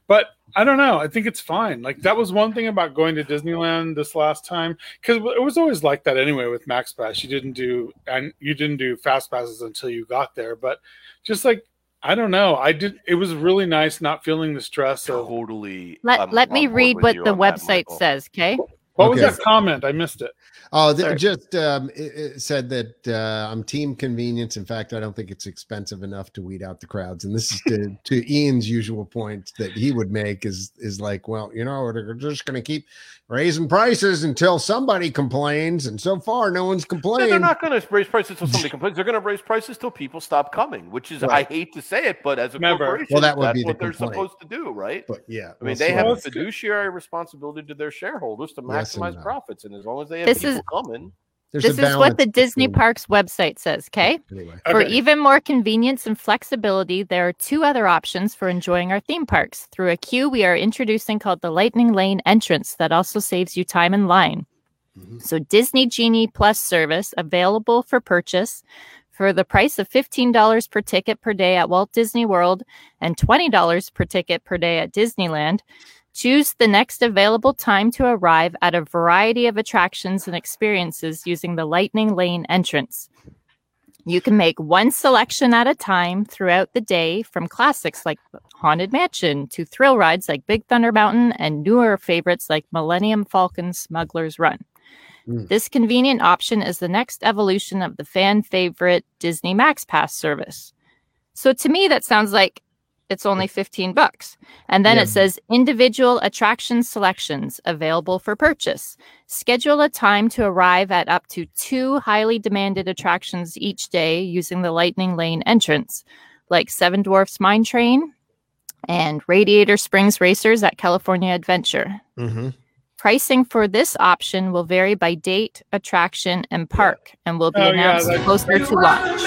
but I don't know. I think it's fine. Like that was one thing about going to Disneyland this last time because it was always like that anyway with Max Pass. You didn't do and you didn't do fast passes until you got there, but just like. I don't know. I did. It was really nice not feeling the stress of totally. Let I'm let on me board read with what you the on that, website Michael. says, okay? What was Okay. that comment? I missed it. Oh, th- Sorry. just um, it, it said that uh, I'm team convenience. In fact, I don't think it's expensive enough to weed out the crowds. And this is to, to Ian's usual point that he would make is is like, well, you know, we're just going to keep raising prices until somebody complains, and so far, no one's No, complained. they're not going to raise prices till somebody complains. They're going to raise prices till people stop coming, which is Right. I hate to say it, but as a Never. corporation, Well, that would that's be the what they're complaint. supposed to do, right? but yeah, I mean, we'll they see. have a Well, it's good. fiduciary responsibility to their shareholders to Yes and maximize no. profits, and as long as they have This people is- coming, There's a this is what the balance Disney between- Parks website says, okay? Anyway, For Okay. even more convenience and flexibility, there are two other options for enjoying our theme parks. Through a queue we are introducing called the Lightning Lane entrance that also saves you time in line. Mhm. So Disney Genie Plus service available for purchase for the price of $15 per ticket per day at Walt Disney World and $20 per ticket per day at Disneyland. Choose the next available time to arrive at a variety of attractions and experiences using the Lightning Lane entrance. You can make one selection at a time throughout the day from classics like Haunted Mansion to thrill rides like Big Thunder Mountain and newer favorites like Millennium Falcon Smuggler's Run. Mm. This convenient option is the next evolution of the fan favorite Disney Max Pass service. So to me that sounds like it's only 15 bucks. And then Yeah. it says individual attraction selections available for purchase. Schedule a time to arrive at up to two highly demanded attractions each day using the Lightning Lane entrance, like Seven Dwarfs Mine Train and Radiator Springs Racers at California Adventure. Mm-hmm. Mhm. Pricing for this option will vary by date, attraction, and park, and will be Oh, yeah, announced that's- closer to launch.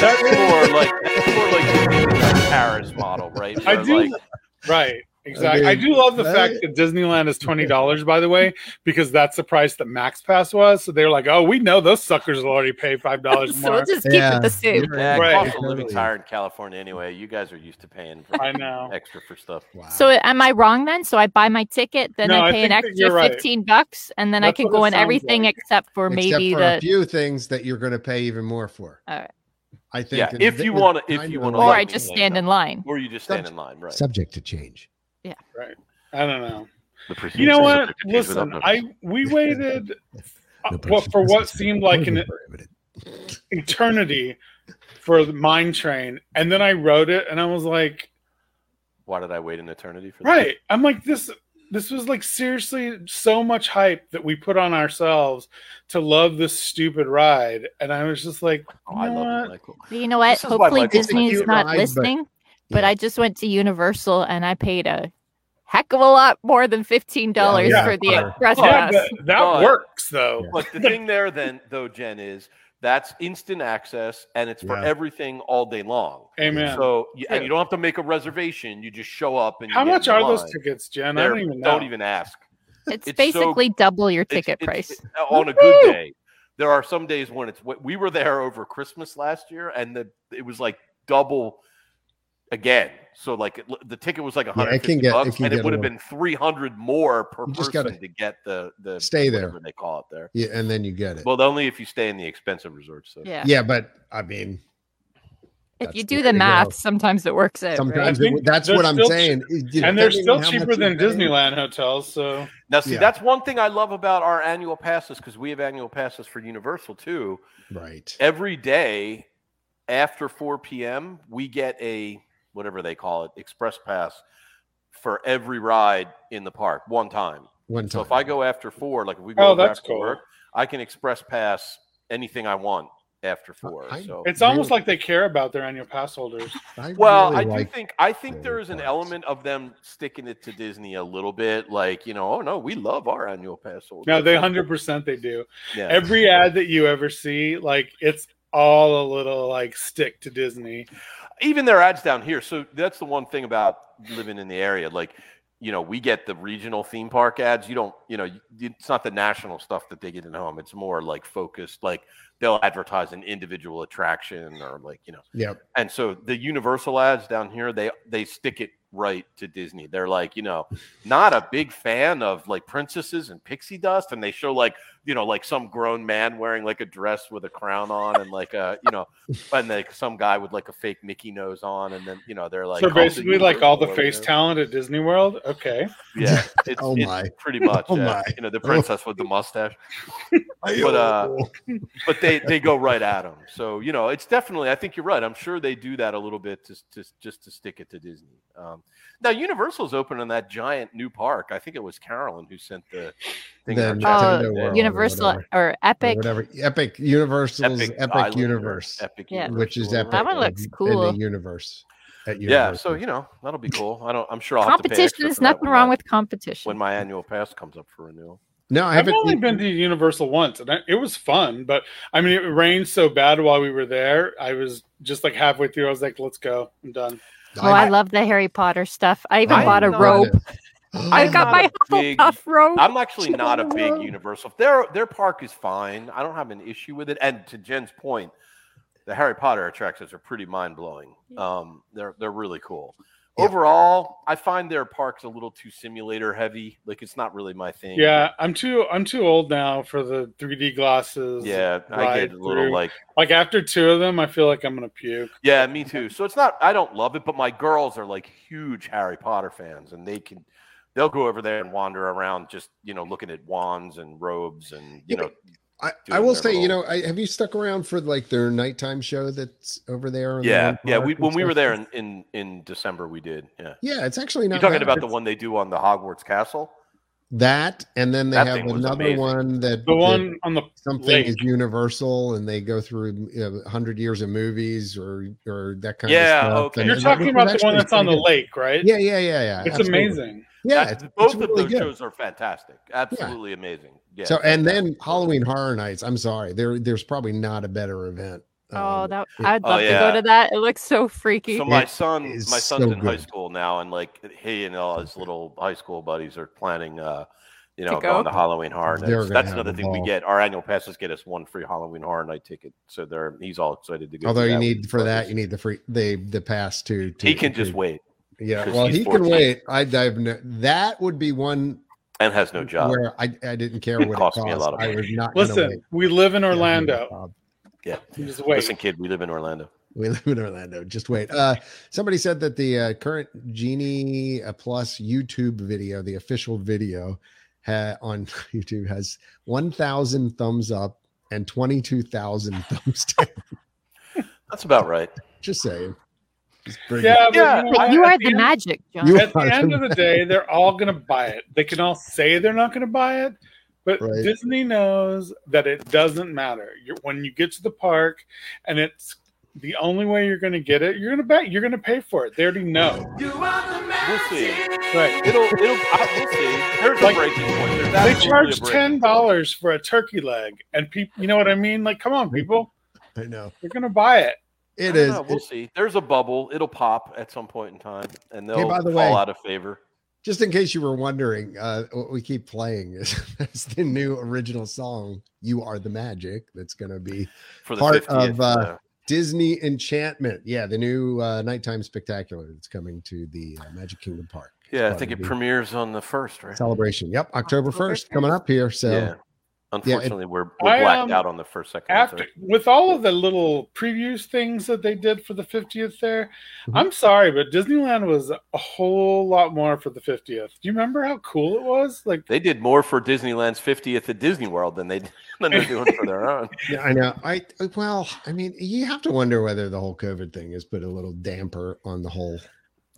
that's more like that's more like the Paris model, right? I Where, do- like, Right. Exactly. I, mean, do love the that- fact that Disneyland is twenty dollars, by the way, because that's the price that Max Pass was. So they're like, "Oh, we know those suckers will already pay five dollars so more." we'll just keep Yeah. it the same. yeah, Right. cost of living's Totally. higher in California anyway. You guys are used to paying for I know. extra for stuff. Wow. So am I wrong then? So I buy my ticket, then No, I I pay an think that extra you're right. fifteen bucks, and then That's I what can go it on sounds everything like. except for maybe except for a the few things that you're going to pay even more for. All right. I think. Yeah, and if th- you you're wanna- if kind you of wanna right. or I Lightning just Lane, stand though. in line. Or you just stand in line, right? subject to change. I don't know. The You procedures know of what? the procedures without Listen, notice. I we waited uh, well, for what seemed like an eternity for the mine train, and then I wrote it, and I was like, Why did I wait an eternity for Right. I'm like this this was like seriously so much hype that we put on ourselves to love this stupid ride and I was just like, that? Oh, I You know love what? it, Michael. But You know what? This is why Hopefully Michael's a Disney's cute not ride, but- listening, but, Yeah. I just went to Universal and I paid a heck of a lot more than fifteen dollars Yeah, for the but- express yeah, pass. but that But- works though. Yeah. But the thing there, then, though, Jen, is that's instant access and it's for Yeah. everything all day long. Amen. So, you, and you don't have to make a reservation. You just show up and you How get much in are line. those tickets, Jen? I They're- don't even know. ask. it's, it's so- basically double your It's- ticket it's- uh, price. on a good day. There are some days when it's we were there over Christmas last year, and the it was like double again. So like it- the ticket was like can 150 get- it bucks, can and it get would have a little- been 300 more per You person just gotta to get the the stay there. whatever they call it there. Yeah, and then you get it. Well, only if you stay in the expensive resorts. So Yeah. yeah, but I mean, If you that's do the the way to math, go. sometimes it works out. Right? sometimes I think it- that's they're what I'm still saying. You know, and they're depending still on how cheaper much than you pay. Disneyland hotels, so now see Yeah. that's one thing I love about our annual passes because we have annual passes for Universal too. Right. every day after 4 p.m. we get a whatever they call it express pass for every ride in the park one time. One time. So if I go after four, like if we go Oh, over that's after cool. work, I can express pass anything I want after four. I- so it's almost Really? like they care about their annual pass holders. I well, really I do like- think I think the there is an parks. element of them sticking it to Disney a little bit, like you know, oh no, we love our annual pass holders. No, they hundred percent they do. Yeah. Every ad that you ever see, like it's all a little like stick to Disney. even their ads down here. So that's the one thing about living in the area. Like, you know, we get the regional theme park ads. You don't, you know, you- it's not the national stuff that they get at home. It's more like focused. Like they'll advertise an individual attraction or like you know Yep. and so the universal ads down here they they stick it right to disney they're like you know not a big fan of like princesses and pixie dust and they show like you know like some grown man wearing like a dress with a crown on and like a you know and like some guy with like a fake mickey nose on and then you know they're like so "Oh, the basically, like all the Universal face ads." talent at Disney World. Okay. yeah it's, Oh it's my. pretty much Oh yeah. my. you know the princess with the mustache But, uh, but they they go right at them. So you know, it's definitely. I think you're right. I'm sure they do that a little bit to to just to stick it to Disney. Um, now Universal's opening that giant new park. I think it was Carolyn who sent the thing. in The our Nintendo chat. Oh, World or Universal whatever. or Or Epic. whatever. Epic Universal's Epic, Island or Universe, Epic Yeah. which is Universal epic. or That one whatever. looks in- cool. In the universe. At Yeah, so Universal. you know that'll be cool. I don't. I'm sure I'll have to pay Competition. extra There's for that nothing when wrong my- with competition. when my annual pass comes up for renewal. no, I I've haven't. only been to Universal once, and I, it was fun. But I mean, it rained so bad while we were there. I was just like halfway through. I was like, "Let's go. I'm done." Oh, I, love the Harry Potter stuff. I even I'm bought a not- robe. I I'm got not my a big- Hufflepuff robe. I'm actually not a Chill big out. Universal. Their their park is fine. I don't have an issue with it. And to Jen's point, the Harry Potter attractions are pretty mind blowing. Um, they're they're really cool. Yeah. Overall, I find their parks a little too simulator heavy. Like it's not really my thing. Yeah, I'm too. I'm too old now for the 3D glasses. Yeah, I ride get a little through. like Like after two of them, I feel like I'm gonna puke. yeah, me too. So it's not I don't love it, but my girls are like huge Harry Potter fans and they can they'll go over there and wander around just, you know, looking at wands and robes and Yeah, you know I, doing I will their say, you little- know, I, have you stuck around for like their nighttime show that's over there? in the Yeah, one yeah. park We, and when we were stuff? there in, in in December, we did. Yeah, Yeah, it's actually not. you talking bad. about the one they do on the Hogwarts Castle? that, and then they That have thing was another amazing. one that The that one on the something lake. is universal, and they go through a hundred years of movies or or that kind Yeah, of stuff. okay. and- you're and talking that about was the one actually that's on the pretty lake, right? good. Yeah, yeah, yeah, yeah. it's absolutely. amazing. Yeah, That's- it's, it's both of really those good. shows are fantastic. Absolutely amazing. Yeah. so, and then fantastic. Halloween Horror Nights. I'm sorry, there there's probably not a better event. oh, um, that it- I'd Oh, love yeah. to go to that. It looks so freaky. So my It son, is my son's so in high good. school now, and like he and all his little high school buddies are planning, uh, you To know, go? going to Halloween Horror They're Nights. gonna That's have another a thing we ball. get. Our annual passes get us one free Halloween Horror Night ticket, so they're he's all excited to go. Although do you that with need his for that, buddies. you need the free the the pass to. to he can just to- wait Yeah, 'cause well, he's he 14. can wait. I dive. No, that would be one and has no job. where I, I didn't care It what cost it cost. me a lot of I money. was not. gonna Listen, wait. we live in Yeah, Orlando. Bob. You Just wait. Listen, kid, we live in Orlando. We live in Orlando. Just wait. Uh, somebody said that the uh, current Genie uh, Plus YouTube video, the official video ha- on YouTube, has 1,000 thumbs up and 22,000 thumbs down. That's about right. Just saying. It's pretty yeah, but Yeah, you, know, But you at are the end- magic, John. You- At the end of the day, they're all going to buy it. They can all say they're not going to buy it, but Right. Disney knows that it doesn't matter. You're, when you get to the park, and it's the only way you're going to get it, you're going to buy. You're going to pay for it. They already know. We'll see. Right. It'll, it'll, I, we'll see. There's Like, a breaking point. There's They absolutely a charge breaking ten point. dollars for a turkey leg, and people, you know what I mean? Like, come on, people, I know. you're going to buy it. I It don't is. know. We'll It- see. There's a bubble. It'll pop at some point in time, and they'll by the fall way- out of favor. just in case you were wondering, uh, what we keep playing is that's the new original song, You Are the Magic, that's going to be For the Part 50th, of, uh, Disney Enchantment. Yeah, the new uh, nighttime spectacular that's coming to the uh, Magic Kingdom Park. It's yeah, I part think of it the premieres on the first, right? celebration. Yep, October October first coming up here. So yeah. Unfortunately, we're, we're I, blacked um, out on the first, second, and after third. with all of the little previews things that they did for the 50th there Mm-hmm. i'm sorry but disneyland was a whole lot more for the 50th do you remember how cool it was like They did more for Disneyland's 50th at Disney World than they than they're doing for their own. yeah, I know. I well, I mean, you have to wonder whether the whole COVID thing has put a little damper on the whole.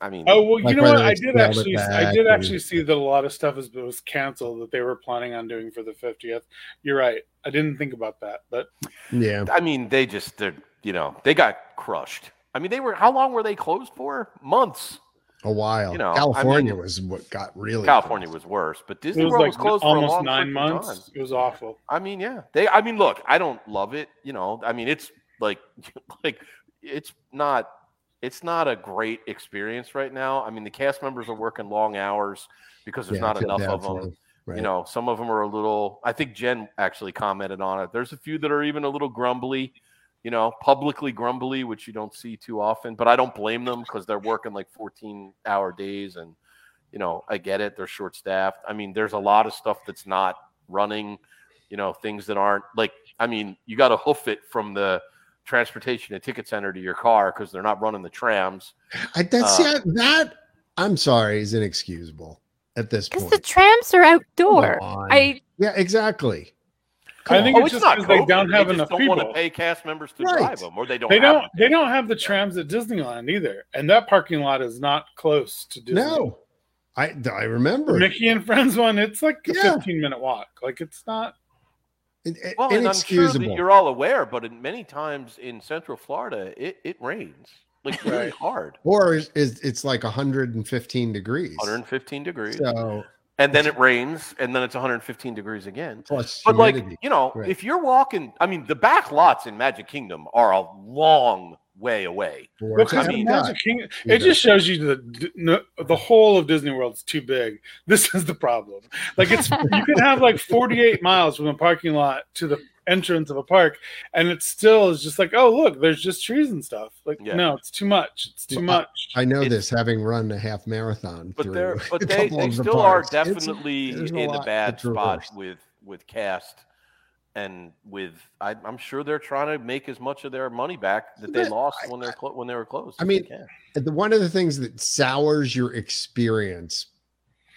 I mean, oh well you Like know what whether i it's did scaled it actually i back did and- actually see that a lot of stuff was, was canceled that they were planning on doing for the 50th you're right i didn't think about that but Yeah, I mean, they just they're you know they got crushed. I mean, they were how long were they closed for? Months. a while. You know, I California mean, was what got really California was worse, but Disney it was World like was closed for a almost long nine freaking time. months it was awful I mean, yeah. They I mean, look, I don't love it, you know. I mean, it's like like it's not it's not a great experience right now. I mean, the cast members are working long hours because there's Yeah, I not feel enough bad of for them. Right. You know, some of them are a little. I think Jen actually commented on it. There's a few that are even a little grumbly, you know, publicly grumbly, which you don't see too often. But I don't blame them because they're working like 14 hour days, and you know, I get it. They're short staffed. I mean, there's a lot of stuff that's not running. You know, things that aren't like. I mean, you got to hoof it from the transportation and ticket center to your car because they're not running the trams. I, that's Uh, yeah, that. I'm sorry, is inexcusable at this Because point. the trams are outdoor. Come on. I yeah, exactly. I think Oh, it's it's just not 'cause they COVID. don't have just enough don't want people. to pay cast members to Right. drive them, or they don't. They have don't. them. They don't have the Yeah. trams at Disneyland either, and that parking lot is not close to Disney. No, I I remember. Mickey and Friends one. It's like a Yeah. fifteen minute walk. Like it's not. In- in- Well, and I'm sure inexcusable. that you're all aware, but in many times in Central Florida, it, it rains like really Right. hard, or is, is it's like 115 degrees. 115 degrees, So and then it rains, and then it's 115 degrees again. plus But like humidity. you know, Right. if you're walking, I mean, the back lots in Magic Kingdom are a long way away. Or Look to how I mean, Epcot Magic Kingdom. either. It just shows you the no, the whole of Disney World's too big. This is the problem. Like it's you can have like forty eight miles from the parking lot to the entrance of a park, and it still is just like, oh look, there's just trees and stuff. Like Yeah. no, it's too much. It's too Well, much. I know it's- this having run a half marathon. But through they're a but they, couple they of the still are parks. It's- definitely there's a in the lot to bad spot traverse. with with cast and with I, I'm sure they're trying to make as much of their money back that they But lost I- when they're clo- when they were closed. I as they mean, can. the one of the things that sours your experience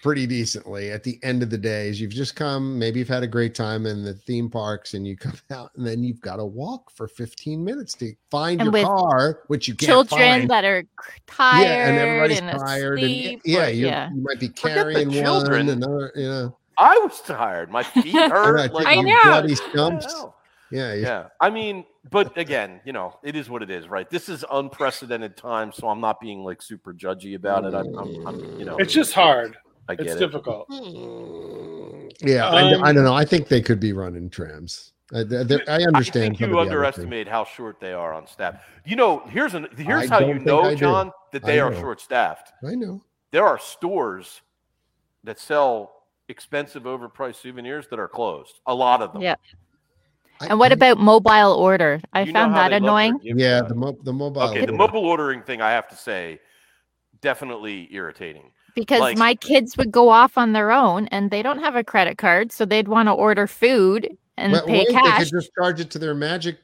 pretty decently at the end of the day is you've just come maybe you've had a great time in the theme parks and you come out and then you've got to walk for 15 minutes to find And your with car which you can't children find. that are c- tired yeah and everybody's and tired and asleep yeah, or- you, yeah. you might be Forget the carrying children. one another you know I was tired. My feet and hurt. I like, I you know. bloody I don't stumps know. yeah, you- Yeah. I mean, but again, you know, it is what it is, right? This is unprecedented time, so I'm not being like super judgy about it. I'm, I'm, I'm you know, It's just hard. I get It's it. difficult. yeah I, Um, I don't know i think they could be running trams i, they I I understand think some of you the other things. underestimate how short they are on staff. You know, here's an here's I how don't you think know, I do. John, that I they are know. short staffed. i know There are stores that sell expensive, overpriced souvenirs that are closed. A lot of them. Yeah. I- And what I- about mobile order? I You know found how that they love their annoying. gift Yeah, cards. the, mo- the mobile. okay, the order. mobile ordering thing, I have to say, definitely irritating. because Like- my kids would go off on their own and they don't have a credit card, so they'd want to order food and But pay wait, They cash. could just charge it to their magic.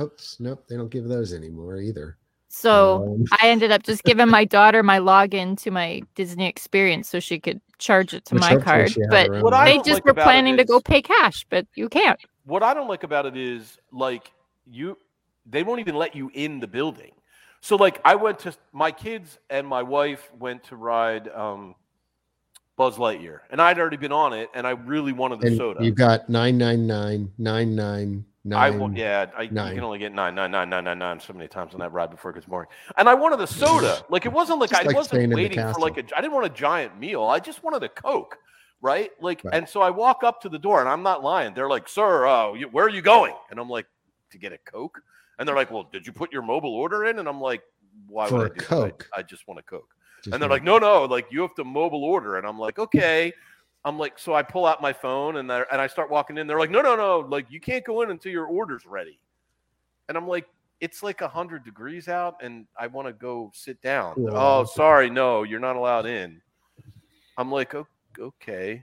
Oops, nope, they don't give those anymore either. So Um, I ended up just giving my daughter my login to my Disney experience so she could charge it to which my hopefully card. she had But her own What I they magic. don't just like were about it planning to go is- pay cash, but you can't. What I don't like about it is like you they won't even let you in the building. So like I went to my kids and my wife went to ride um Buzz Lightyear and I'd already been on it and I really wanted the and soda. You've got nine nine nine nine nine I nine. will, yeah, I, you nine. can only get nine, nine, nine, nine, nine, nine so many times on that ride before it gets boring. And I wanted a soda. Like it wasn't like Just I like staying in wasn't the waiting for like a. I didn't want a giant meal. I just wanted a Coke, right? Like, Right. and so I walk up to the door, and I'm not lying. They're like, "Sir, uh, you, where are you going?" And I'm like, "To get a Coke." And they're like, "Well, did you put your mobile order in?" And I'm like, "Why For would a I do that? Coke. I, I just want a Coke." Just and they're like, no, no, like you have to mobile order. And I'm like, okay. I'm like, so I pull out my phone and I, and I start walking in. They're like, no, no, no, like you can't go in until your order's ready. And I'm like, it's like hundred degrees out, and I want to go sit down. Yeah. Oh, sorry, no, you're not allowed in. I'm like, "O- okay,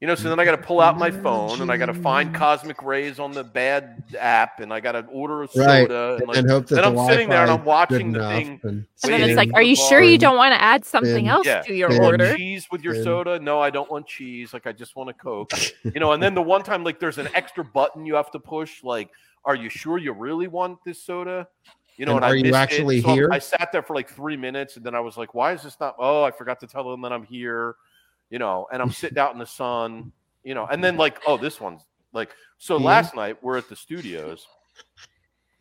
you know. So then I got to pull out my phone and I got to find Cosmic Rays on the bad app, and I got to order a soda. Right. And like, and hope that then the I'm sitting there and Wi-Fi I'm is good watching the enough thing and And then it's Waiting like, for are the you sure you bar. don't want to add something Then- else Yeah, to your then- want order? cheese with your Then- soda? No, I don't want cheese. Like I just want a coke. you know, and then the one time like there's an extra button you have to push. Like, are you sure you really want this soda? You know, And and, I are you missed it. actually So I'm- here? I sat there for like three minutes, and then I was like, "Why is this not?" Oh, I forgot to tell them that I'm here. You know, and I'm sitting out in the sun. You know, and then like, oh, this one's like. So Mhm. last night we're at the studios,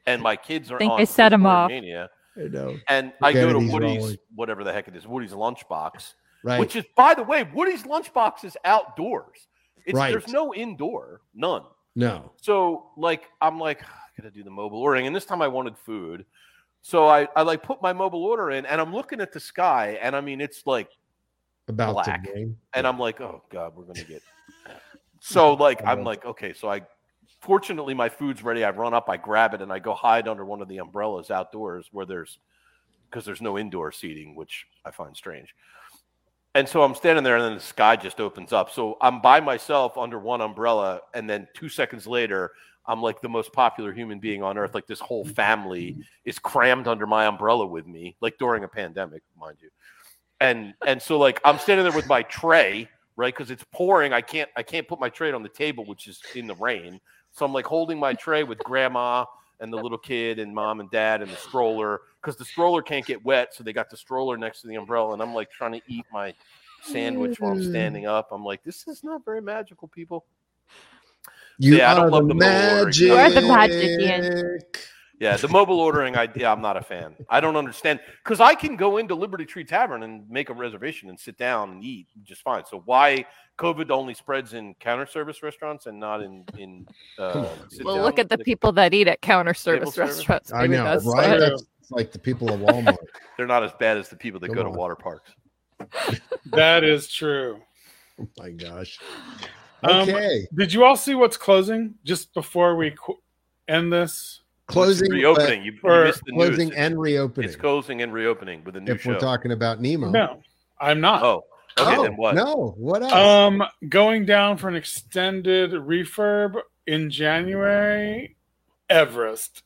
and my kids are. Think on I set 'em Discord off. Mania, I know, and I go to Vanity's Woody's, rolling. whatever the heck it is, Woody's lunchbox, right? which is by the way woody's lunchbox is outdoors it's, Right. there's no indoor none no, so like i'm like "Ah, i gotta do the mobile ordering and this time i wanted food so I, I like put my mobile order in and i'm looking at the sky and i mean it's like about Black. to game. and I'm like, oh god, we're gonna get. So like, I'm like, okay, so I, fortunately, my food's ready. I run up, I grab it, and I go hide under one of the umbrellas outdoors where there's, because there's no indoor seating, which I find strange. And so I'm standing there, and then the sky just opens up. So I'm by myself under one umbrella, and then two seconds later, I'm like the most popular human being on earth. Like this whole family is crammed under my umbrella with me, like during a pandemic, mind you and and so like I'm standing there with my tray, right? Because it's pouring. I can't I can't put my tray on the table, which is in the rain. So I'm like holding my tray with grandma and the little kid and mom and dad and the stroller because the stroller can't get wet, so they got the stroller next to the umbrella, and I'm like trying to eat my sandwich while I'm standing up. I'm like, this is not very magical, people. You Yeah, I don't are love the the Mobile Warrior. magic. You are the magic, Yeah, the mobile ordering idea, I'm not a fan. I don't understand because I can go into Liberty Tree Tavern and make a reservation and sit down and eat just fine. So why COVID only spreads in counter service restaurants and not in in Come uh, on. sit Well, down? look at the Like, people that eat at counter service service. restaurants. I Maybe know, that's right? what- That's like the people of Walmart. They're not as bad as the people that Come go on. to water parks. That is true. oh my gosh. Um, Okay, Did you all see what's closing just before we qu- end this? closing, but- reopening. You, you or missed the closing, news. and reopening. It's closing and reopening with a new if show. we're talking about Nemo, No, I'm not. oh, okay, Oh, then what? No, what else? Um, going down for an extended refurb in January, Everest.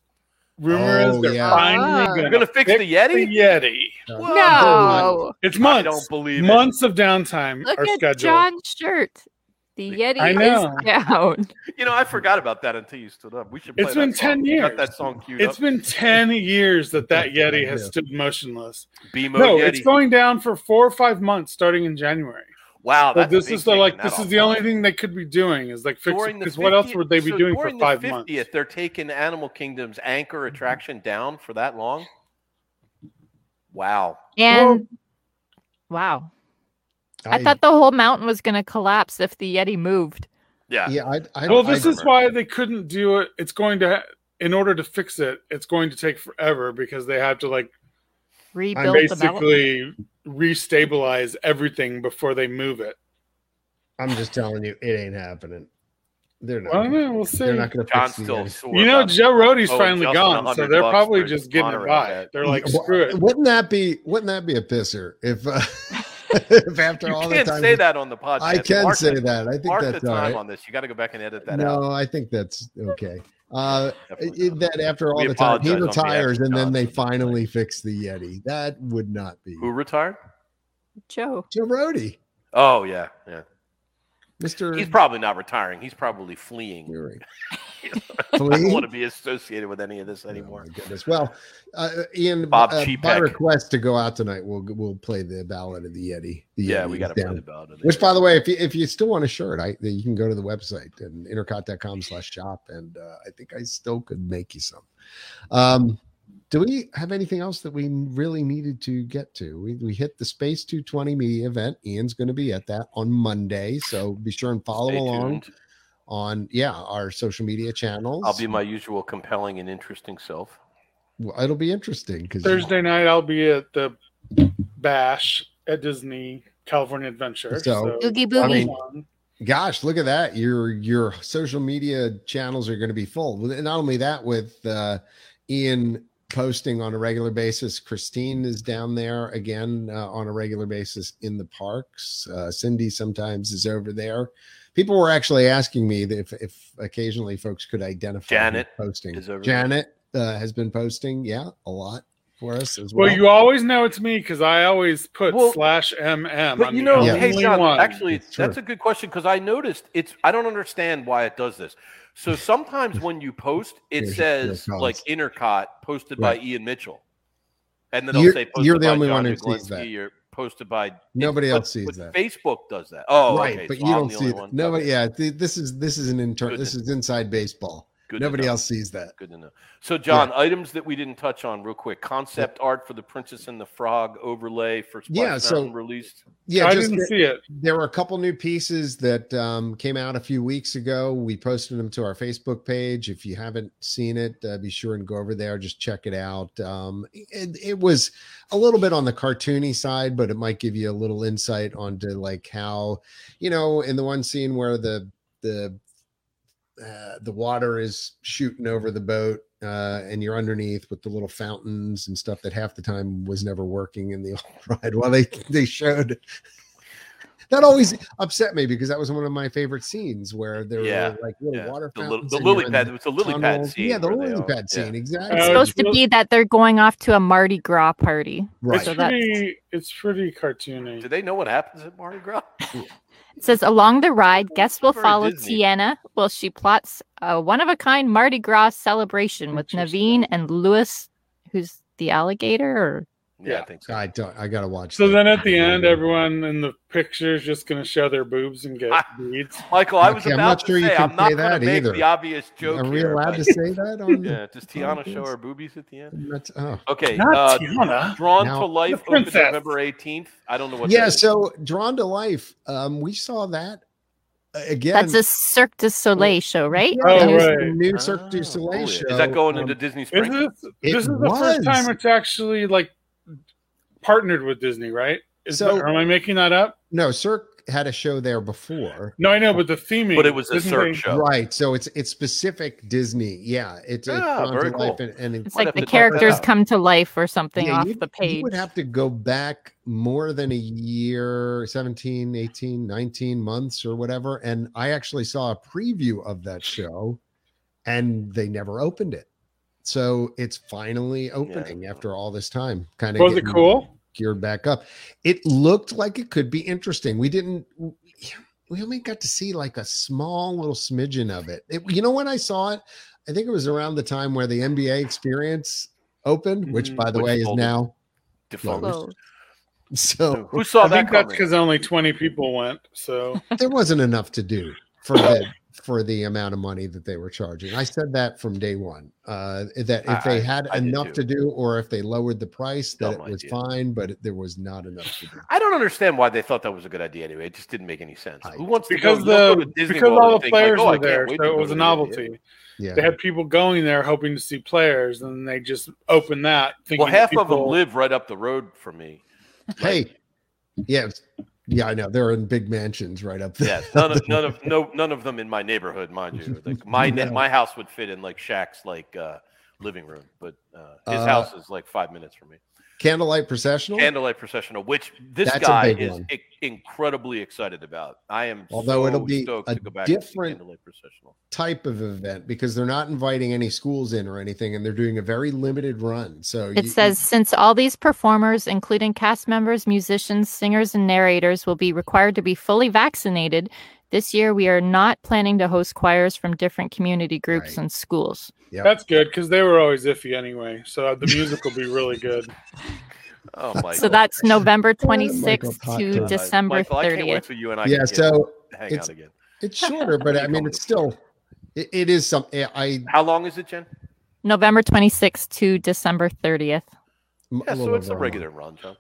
Rumor Oh, is they're yeah. Ah. finally You're going gonna to fix the the Yeti? Yeti. Uh, oh, No. It's I months. don't believe it. months of downtime Look are at scheduled. John's shirt. The Yeti I know. is down. You know, I forgot about that until you stood up. We should. Play It's that been 10 song. We Got years. that song queued It's up. been 10 years that that Yeti has Yeah. stood motionless. BMO No, Yeti. it's going down for four or five months starting in January. wow, But that's a this big is the thing, like and that this is all the only sucks. thing they could be doing is like fixing During the because what else 50th would they be so doing for during five the 50th, months? They're taking Animal Kingdom's anchor attraction down for that long. Wow. And wow. I, thought the whole mountain was going to collapse if the Yeti moved. Yeah. yeah, I, I, Well, I- this is why they couldn't do it. It's going to in order to fix it, it's going to take forever because they have to like Rebuild the mountain. basically restabilize everything before they move it. I'm just telling you, it ain't happening. They're not. I don't gonna- know, we'll They're see. not going to John's fix the still Yeti. sore. You know, about it. Joe Rody's Oh, finally Justin, gone, so 100 they're bucks probably for just getting it Monterey by. Jack. They're like, Well, screw it. Wouldn't that be? Wouldn't that be a pisser if, uh, if after all you the can't time say that on the podcast. I can Mark say the- that. I think Mark the that's all time right. on this. You got to go back and edit that out. No, I think that's okay. Uh, Definitely i- not. that after all We the time he apologize on retires behalf of and then John. they finally fix the Yeti. That would not be Who retired? Joe. Joe Brody, Oh yeah, yeah. Mister. He's probably not retiring. He's probably fleeing. Fury. I don't Flea? want to be associated with any of this anymore. Oh my goodness. Well, uh, Ian, Bob uh, by Chapek. request to go out tonight, we'll we'll play the ballad of the Yeti. The yeah, Yeti we is got to play down. the ballad. of the Which, Yeti. by the way, if you, if you still want a shirt, I you can go to the website and intercot.com slash shop, and uh, I think I still could make you some. Um, do we have anything else that we really needed to get to? We, we hit the Space 220 media event. Ian's going to be at that on Monday, so be sure and follow Stay along tuned. on yeah our social media channels. I'll be my usual compelling and interesting self. Well, it'll be interesting because Thursday night, I'll be at the Bash at Disney California Adventure. So- So, Boogie that'll be mean- fun. Gosh, look at that! Your your social media channels are going to be full. And Not only that, with uh, Ian posting on a regular basis, Christine is down there again uh, on a regular basis in the parks. Uh, Cindy sometimes is over there. People were actually asking me that if, if occasionally folks could identify who's Janet posting. is over there. Janet uh, has been posting, yeah, a lot for us as well. well, you always know it's me because I always put Well, slash mm. But I'm you the know, Yeah. hey only John, one. actually, It's true. that's a good question because I noticed it's. I don't understand why it does this. So sometimes when you post, it Here's- says here's like Intercot posted Right. by Ian Mitchell, and then they'll You're- say posted you're the by only John one who sees Uglinski that. or posted by Nobody but- else sees but that. Facebook does that. Oh, right, okay, but so you I'm don't the see only that. one. nobody. Okay. Yeah, th- this is this is an intern. Good. This is inside baseball. Good to Nobody know. else sees that. Good to know. So, John, items that we didn't touch on real quick. Concept art for the Princess and the Frog overlay for Splash Yeah, so- Mountain released. Yeah, I just didn't that- see it. there were a couple new pieces that um, came out a few weeks ago. We posted them to our Facebook page. If you haven't seen it, uh, be sure and go over there. Just check it out. Um, it, it was a little bit on the cartoony side, but it might give you a little insight onto like how you know in the one scene where the the uh, the water is shooting over the boat. Uh, and you're underneath with the little fountains and stuff that half the time was never working in the old ride. Well, they they showed that always upset me because that was one of my favorite scenes where there Yeah, were like little yeah. water The, li- fountains. the and you're lily in pad. It was the lily pad tunnels. scene. Yeah, the where they lily are. pad Yeah. scene. Exactly. It's Uh, supposed to well- be that they're going off to a Mardi Gras party. right. It's So that's- pretty. It's pretty cartoony. Do they know what happens at Mardi Gras? It says along the ride, guests will Very follow Disney. Tiana while she plots a one-of-a-kind Mardi Gras celebration with Naveen and Louis, who's the alligator. Or Yeah, I Yeah. think so. I don't. I gotta watch. So that. then at the end, everyone in the picture is just going to show their boobs and get I- beads. Michael, I was Okay, I'm about not to sure you say can I'm not say going to that make either. the obvious joke. Are we here, allowed but- to say that? On Yeah, does Tiana show her boobies at the end? That's, oh. Okay. Not uh, Tiana. Drawn Now- to Life The opens princess. November 18th. I don't know what. Yeah. that is. So drawn to life. Um, we saw that uh, again. that's a Cirque du Soleil show, right? Yeah, Oh, that was the right. New Cirque Ah, du Soleil cool. show. Is that going Um, into Disney Is Springs? this, It this is the first was. time it's actually like partnered with Disney, right? Is So- that, or am I making that up? No, Cirque had a show there before. No, I know, but the theming. But it was a Disney- Cirque show. Right. So it's it's specific Disney. Yeah. It's, Yeah, it's drawn Ah, very to life cool. and, and it's It's Might have like to check the that characters out. come to life or something Yeah, off you'd- the page. You would have to go back more than a year, 17, 18, 19 months or whatever. And I actually saw a preview of that show and they never opened it. So it's finally opening after all this time. Kind of Was it cool? geared back up. It looked like it could be interesting. We didn't we only got to see like a small little smidgen of it. It- you know when I saw it, I think it was around the time where the NBA experience opened, which Mhm. by the Which way is folded. now Default. Close. Close. so Who saw I that think that's coming? because only 20 people went. So Oh. there wasn't enough to do for the for the amount of money that they were charging. I said that from day one. Uh that if I- they had I did enough too. to do or if they lowered the price that Dumb it was idea. fine, but it, there was not enough to do. I don't understand why they thought that was a good idea anyway. It just didn't make any sense. I- Who wants to because go, you'll go the to Disney because World all and the think like, players "Oh, I were can't there, wait to so it go was to a the novelty. idiot." Yeah. They had people going there hoping to see players, and they just opened that. Thinking Well, half of them people- live right up the road from me. Hey, yeah, it's- yeah, I know they're in big mansions right up there. Yes, none of none of no none of them in my neighborhood, mind you. Like my ne- No. my house would fit in like Shaq's like uh, living room, but uh, his Uh, house is like five minutes from me. Candlelight processional. Candlelight Processional, which this That's a guy big is one. i- incredibly excited about. I am Although so it'll be stoked a to go back and see different- Candlelight Processional. type of event because they're not inviting any schools in or anything, and they're doing a very limited run. So It says since all these performers, including cast members, musicians, singers, and narrators, will be required to be fully vaccinated, this year we are not planning to host choirs from different community groups Right. and schools. That's good because they were always iffy anyway. So the music will be really good. Oh my! So that's November 26th Michael to Pacto. December Michael, I can't wait 30th. till you and I yeah. can get- So hang out it's- again. it's shorter, but I mean, it's still it, it is some. I I- How long is it, Jen? November 26th to December 30th. I'm Yeah, little so it's a overwhelmed. regular run, John. Is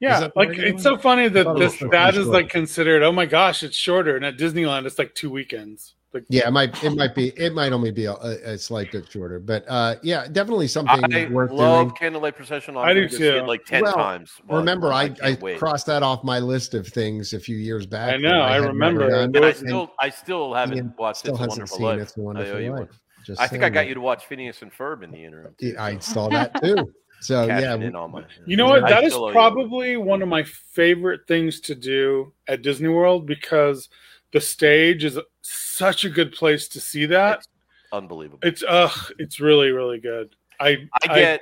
Yeah, that the like regular it's one? so funny I that thought it this was that short. is like considered. Oh my gosh, it's shorter, and at Disneyland it's like two weekends. Like Yeah, it might it might be it might only be a, a slight bit shorter, but uh, yeah, definitely something I worth love doing. Candlelight Processional. I I'm going do to see it too. like ten Well, times. but Remember, I, I, can't wait. crossed that off my list of things a few years back. I know, that I had not remember. done, And I and- still, I still haven't Ian watched still It's a hasn't Wonderful seen Life. It's a I, Wonderful owe you Life. one. Just I think I saying. got you to watch Phineas and Ferb in the interim. too, Yeah, I so saw that too. So cashing yeah, in on my- You know what? I That is still owe you one. probably one of my favorite things to do at Disney World because the stage is such a good place to see that. unbelievable. It's ugh, it's really really good. I I get.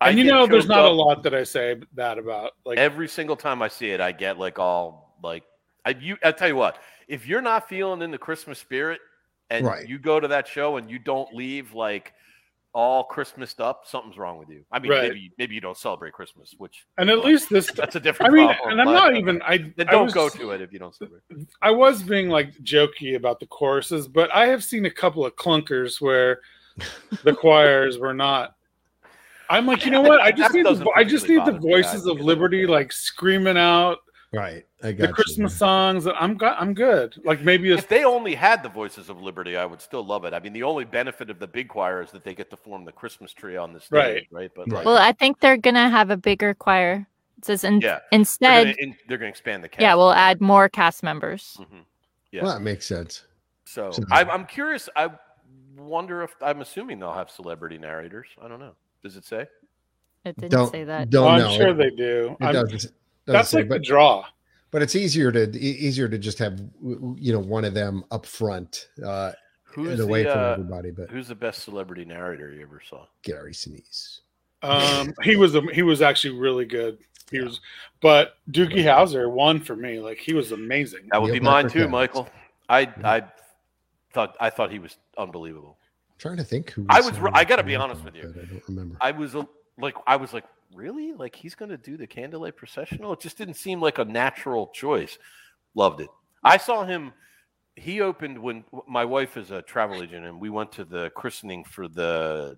I and you get know there's choked not a up. lot that I say that about. Like Every single time I see it, I get like all like I you. I tell you what, if you're not feeling in the Christmas spirit, and Right. you go to that show and you don't leave like all Christmased up, something's wrong with you. I mean, Right. maybe maybe you don't celebrate Christmas, which And at least this, that's a I different. mean, problem, and I'm but- not even. I Then I don't was- go to it if you don't celebrate. I was being like jokey about the choruses, but I have seen a couple of clunkers where the choirs were not. I'm like, you know what? I just That need the, doesn't vo- I just particularly need the bother me, I voices of think it's liberty okay. like screaming out Right. I got the you. Christmas songs. and I'm go- I'm good. Like maybe it's If they only had the Voices of Liberty, I would still love it. I mean, the only benefit of the big choir is that they get to form the Christmas tree on the stage, Right. right? But like, Well, I think they're gonna have a bigger choir. It says in- Yeah. they're instead, gonna, in, they're gonna expand the cast. yeah, we'll add more cast members. Mhm. Yeah. Well, that makes sense. So So- I, I'm curious. I wonder if I'm assuming they'll have celebrity narrators. I don't know. Does it say? It didn't don't say that. Don't I'm know. sure they do. It I'm- doesn't, doesn't that's say, like but the draw. but it's easier to e- easier to just have you know one of them up front uh, Who's and the, away from uh, everybody. But Who's the best celebrity narrator you ever saw? Gary Sinise. Um, he was he was actually really good. He was, but Doogie Howser won for me. Like he was amazing. That would Neil be mine Patrick too, Harris. Michael. I I thought I thought he was unbelievable. trying to think who I was on re- the I gotta be panel, honest with you. but I don't remember. I was a, like I was like really like he's going to do the candlelight processional. It just didn't seem like a natural choice. Loved it. I saw him. He opened when my wife is a travel agent, and we went to the christening for the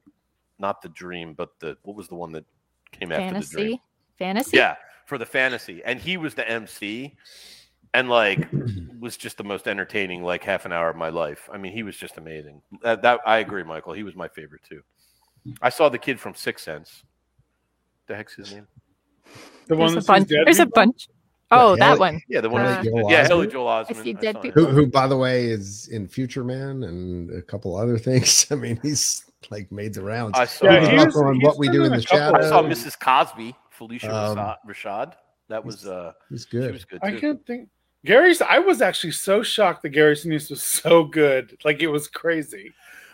not the dream, but the what was the one that came after the dream? Fantasy, fantasy. Yeah, for the fantasy, and he was the MC, and like was just the most entertaining like half an hour of my life. I mean, he was just amazing. That, that I agree, Michael. He was my favorite too. I saw the kid from Sixth Sense. The heck's his name? The There's one a that's bunch. dead. There's a people? bunch. Oh, hell- that one. Yeah, the one. Uh, who's- Joel yeah, Osment? Ellie Joel Osment. see I dead saw him. people. who, who by the way is in Future Man and a couple other things. I mean, he's like made the rounds. I saw. Yeah, he up was- on he's what we been do in a the couple- I saw shadows. Mrs. Cosby, Felicia uh, Um, Rashad. Rashad. That was uh, He's she good. was good I too. can't think. Gary's. I was actually so shocked that Gary Sinise was so good. Like it was crazy.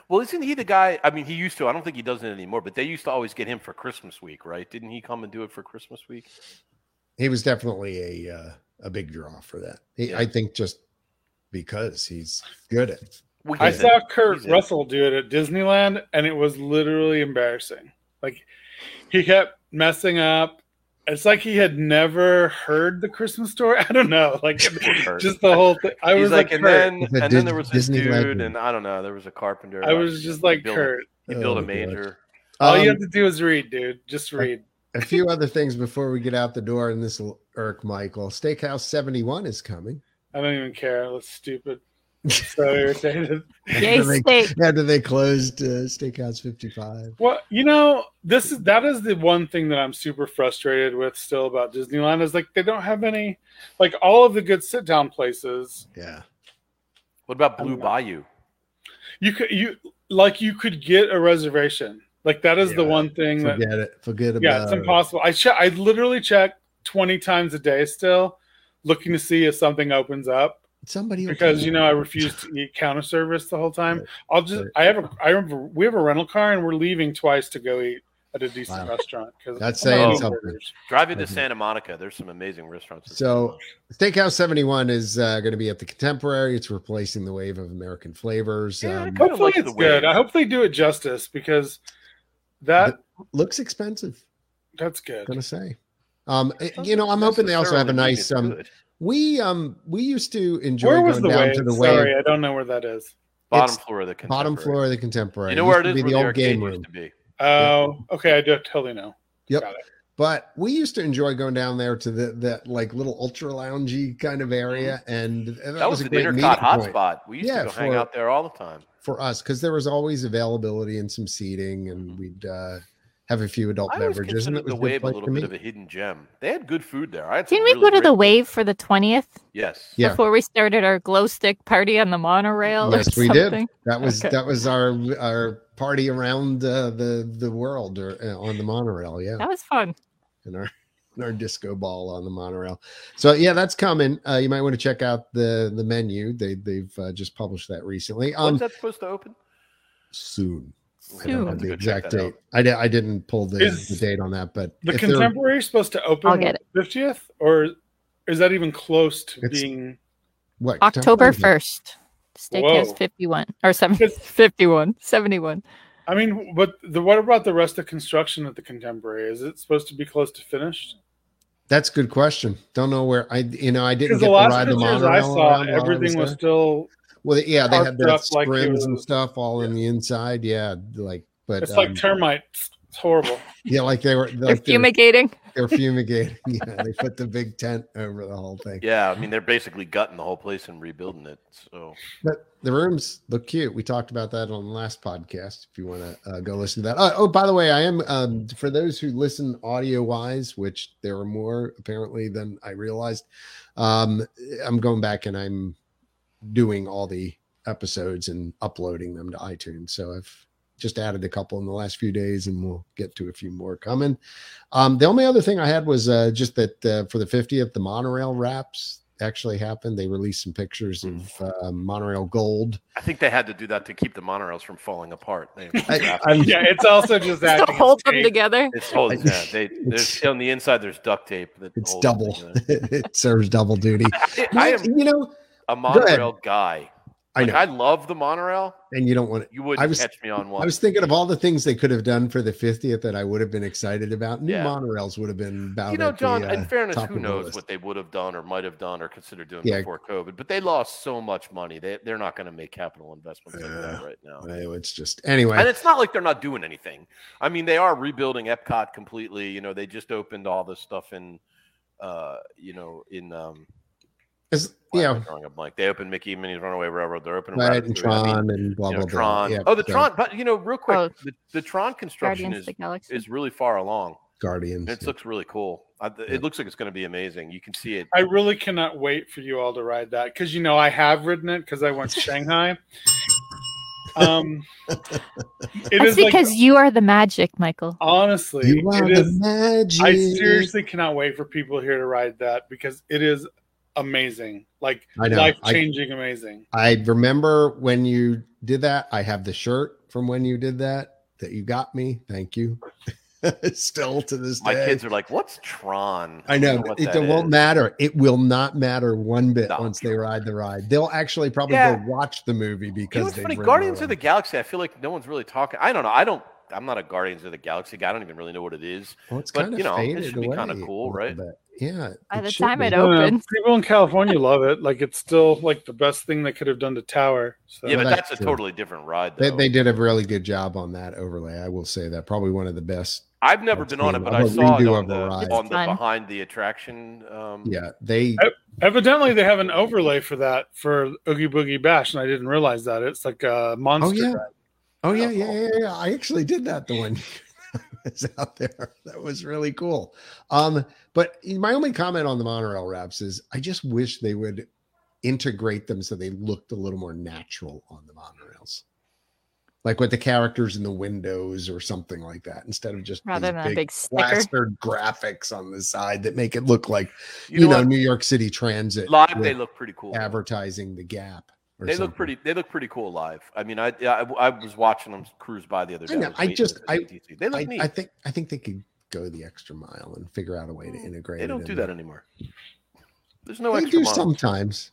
Well, isn't he the guy? I mean, he used to. I don't think he does it anymore, but they used to always get him for Christmas week, right? Didn't he come and do it for Christmas week? he was definitely a uh, a big draw for that. He, Yeah. I think just because he's good at it. We I get it. saw Kurt He's in. Russell do it at Disneyland, and it was literally embarrassing. Like he kept messing up. It's like he had never heard the Christmas story. I don't know. Like Kurt. just the whole thing. I He's was like, like, and Kurt. then He's and a then Dis- there was this Disney dude, legend. and I don't know, there was a carpenter. I was just like he built, Kurt. He built Oh, my a God. major. All you Um, have to do is read, dude. Just read. a few other things before we get out the door, and this will irk Michael. Steakhouse 71 is coming. I don't even care. That's stupid. So irritated. Yay, after, steak. they, after they closed uh, Steakhouse 55. Well, you know, this is that is the one thing that I'm super frustrated with still about Disneyland is like they don't have any like all of the good sit down places. Yeah. What about I Blue don't know. Bayou? You could you like you could get a reservation. Like that is the Yeah, one thing that Forget it. Forget about Mm-hmm. yeah, it's it. impossible. I che- I literally check 20 times a day still looking to see if something opens up Somebody will because come. you know I refuse to eat counter service the whole time. Right. I'll just Right. I have a I have a, we have a rental car and we're leaving twice to go eat at a decent Wow. restaurant because That's saying something. Drive into Mhm. Santa Monica. There's some amazing restaurants. in So- Santa Monica. Steakhouse 71 is uh, going to be at the Contemporary. It's replacing the wave of American flavors. Yeah, I Um, kinda Hopefully like it's the way- good. I hope they do it justice because that looks expensive, that's good. going to say. Um, you know, I'm hoping they also have a Necessarily mean nice. Um, it's good. we um we used to enjoy Where going was the down wave? to the wave Sorry, I don't know where that is. bottom floor of the bottom Contemporary. floor of the Contemporary. You know where it Used is? to Where be the the old game arcade used room. to be. Oh, okay. I do totally know. Yep. Got it. But we used to enjoy going down there to the that like little ultra loungy kind of area, and that, Hmm. That was a an great meeting intercot point hotspot. We used Yeah, to go hang for- out there all the time. for us because there was always availability and some seating, and we'd uh, have a few adult Mm-hmm. I always beverages, and it considered was the a good Wave a place little to bit meet. of a hidden gem. They had good food there. I had some Didn't we really go to great the food. wave for the twentieth Yes. Yeah. before we started our glow stick party on the monorail? or Yes, we did. something? That was Okay. that was our our party around uh, the the world or uh, on the monorail, yeah. That was fun. and our and our disco ball on the monorail. So yeah, that's coming. Uh, you might want to check out the the menu. They they've uh, just published that recently. Um, When's that supposed to open? soon. I don't Soon. have the Go check exact that date. out. I, di- I didn't pull the, Is the date on that, but The if they're- contemporary is supposed to I'll open get it. fiftieth, or is that even close to It's- being? what, October Contemporary? first. Steakhouse Whoa. fifty one or seven, It's- 51, 71. I mean, but the, what about the rest of construction at the Contemporary? Is it supposed to be close to finished? That's a good question. Don't know where I, you know, I didn't Because get the to last ride the pictures I monorail. saw, around while I everything was there. still. well, yeah, they had carved the up like it sprims and was- stuff all in yeah. the inside. Yeah, like but It's um, like termites. It's horrible. yeah, like they were They're like they were- fumigating. they're fumigating. Yeah, they put the big tent over the whole thing. Yeah, I mean they're basically gutting the whole place and rebuilding it. So But the rooms look cute. We talked about that on the last podcast. If you want to uh, go listen to that. Oh, oh, by the way, I am um, for those who listen audio wise, which there are more apparently than I realized. Um, I'm going back and I'm doing all the episodes and uploading them to iTunes. So I've just added a couple in the last few days, and we'll get to a few more coming. Um, the only other thing I had was uh, just that uh, for the 50th, the monorail wraps actually happened. They released some pictures Hmm. of uh, monorail gold. I think they had to do that to keep the monorails from falling apart. They, I- yeah, it's also just Just acting. to as hold them tape. together. it's holding. Yeah, they, It's- there's on the inside. There's duct tape. That It's holds double. everything in. it serves double duty. I Like, am you know, a ahead. monorail guy. I Like, know, I love the monorail. and you don't want it. You wouldn't was- catch me on one. I was thinking of all the things they could have done for the 50th that I would have been excited about. New Yeah. monorails would have been about. you know, at the, John. uh, in fairness, top who of the knows list. what they would have done or might have done or considered doing Yeah. before COVID? But they lost so much money. They they're not going to make capital investments like that Yeah. right now. Well, it's just anyway. And it's not like they're not doing anything. I mean, they are rebuilding Epcot completely. You know, they just opened all this stuff in, uh, you know, in um, it's- why am I yeah, drawing a blank. They opened Mickey and Minnie's Runaway Railroad. They're opening right Ratatouille. and I mean, Tron and blah blah you know, blah. Tron. Yeah, oh, the so Tron. But you know, real quick, Oh. the, the Tron construction Guardians of is the Galaxy. is really far along. Guardians. And it yeah. looks really cool. I, it looks like it's going to be amazing. You can see it. I really cannot wait for you all to ride that because you know I have ridden it because I went to Shanghai. Um, it That's is like because you are the magic, Michael. honestly, you are it the is. magic. I seriously cannot wait for people here to ride that because it is amazing, like I know. life I- changing, amazing. I remember when you did that. I have the shirt from when you did that that you got me. Thank you. Still to this My day. kids are like, "What's Tron?" I know. don't what It, that won't is. matter. It will not matter one bit No. once they ride the ride. They'll actually probably Yeah. go watch the movie You know because what's they. funny? Guardians of the Galaxy. I feel like no one's really talking. I don't know. I don't. I'm not a Guardians of the Galaxy guy. I don't even really know what it is. Well, it's but, kind of you know, it faded should be away. kinda a little cool, right? bit. Yeah. By the should time be. it I don't know. opens. Uh, people in California love it. Like it's still like the best thing they could have done to Tower. So. yeah, but that's that's, a true. totally different ride. They, Though. they did a really good job on that overlay. I will say that probably one of the best. I've never That's been on it, cool. but Of I a saw it redo on of a the, ride. on the Fun. behind the attraction. Um, Yeah, they. Evidently, they have an overlay for that for Oogie Boogie Bash, and I didn't realize that. It's like a Oh monster. yeah. Oh yeah, yeah, cool. yeah, yeah. I actually did that the one I was out there. That was really cool. Um, but my only comment on the monorail wraps is I just wish they would integrate them so they looked a little more natural on the monorails. Like with the characters in the windows or something like that, instead of just Rather these than a big sticker. plastered graphics on the side that make it look like you, you, know, know, what? New York City Transit live with they look pretty cool. advertising the gap. or They something. look pretty. They look pretty cool live. I mean, I I, I was watching them cruise by the other I day. know, was I waiting just- for the I- ATC. they look I, neat. I think I think they could go the extra mile and figure out a way to integrate. Mm, they it don't in do there. that anymore. There's no they extra. do mile. sometimes.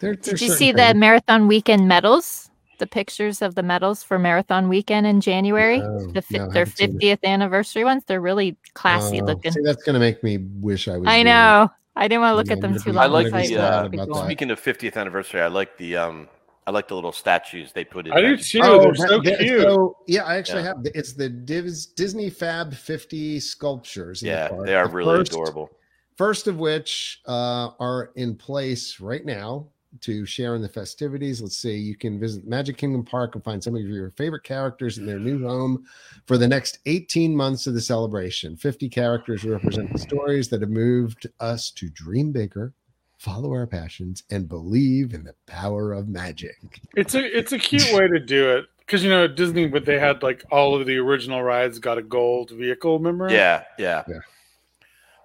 There, Did you see the mmarathon weekend medals? The pictures of the medals for marathon weekend in January, No, the fi- no, I their haven't seen it. 50th anniversary ones. They're really classy Oh, looking. See, that's going to make me wish I was. I you. know. I didn't want to look Yeah, at them I'm too gonna long. be- I like so the, just uh, keep about going. that. Speaking of 50th anniversary, I like the um, I like the little statues they put in. I do Magic too. Oh, They're that- so that- cute. so- yeah, I actually Yeah. have. the- It's the Divs, Disney Fab 50 sculptures. in the Yeah, park. they are The really first- adorable. First of which uh, are in place right now to share in the festivities. Let's see, you can visit Magic Kingdom Park and find some of your favorite characters in their new home for the next 18 months of the celebration. 50 characters represent the stories that have moved us to dream bigger, follow our passions, and believe in the power of magic. It's a it's a cute way to do it because you know at Disney, but they had like all of the original rides got a gold vehicle. Remember? Yeah, yeah. Yeah.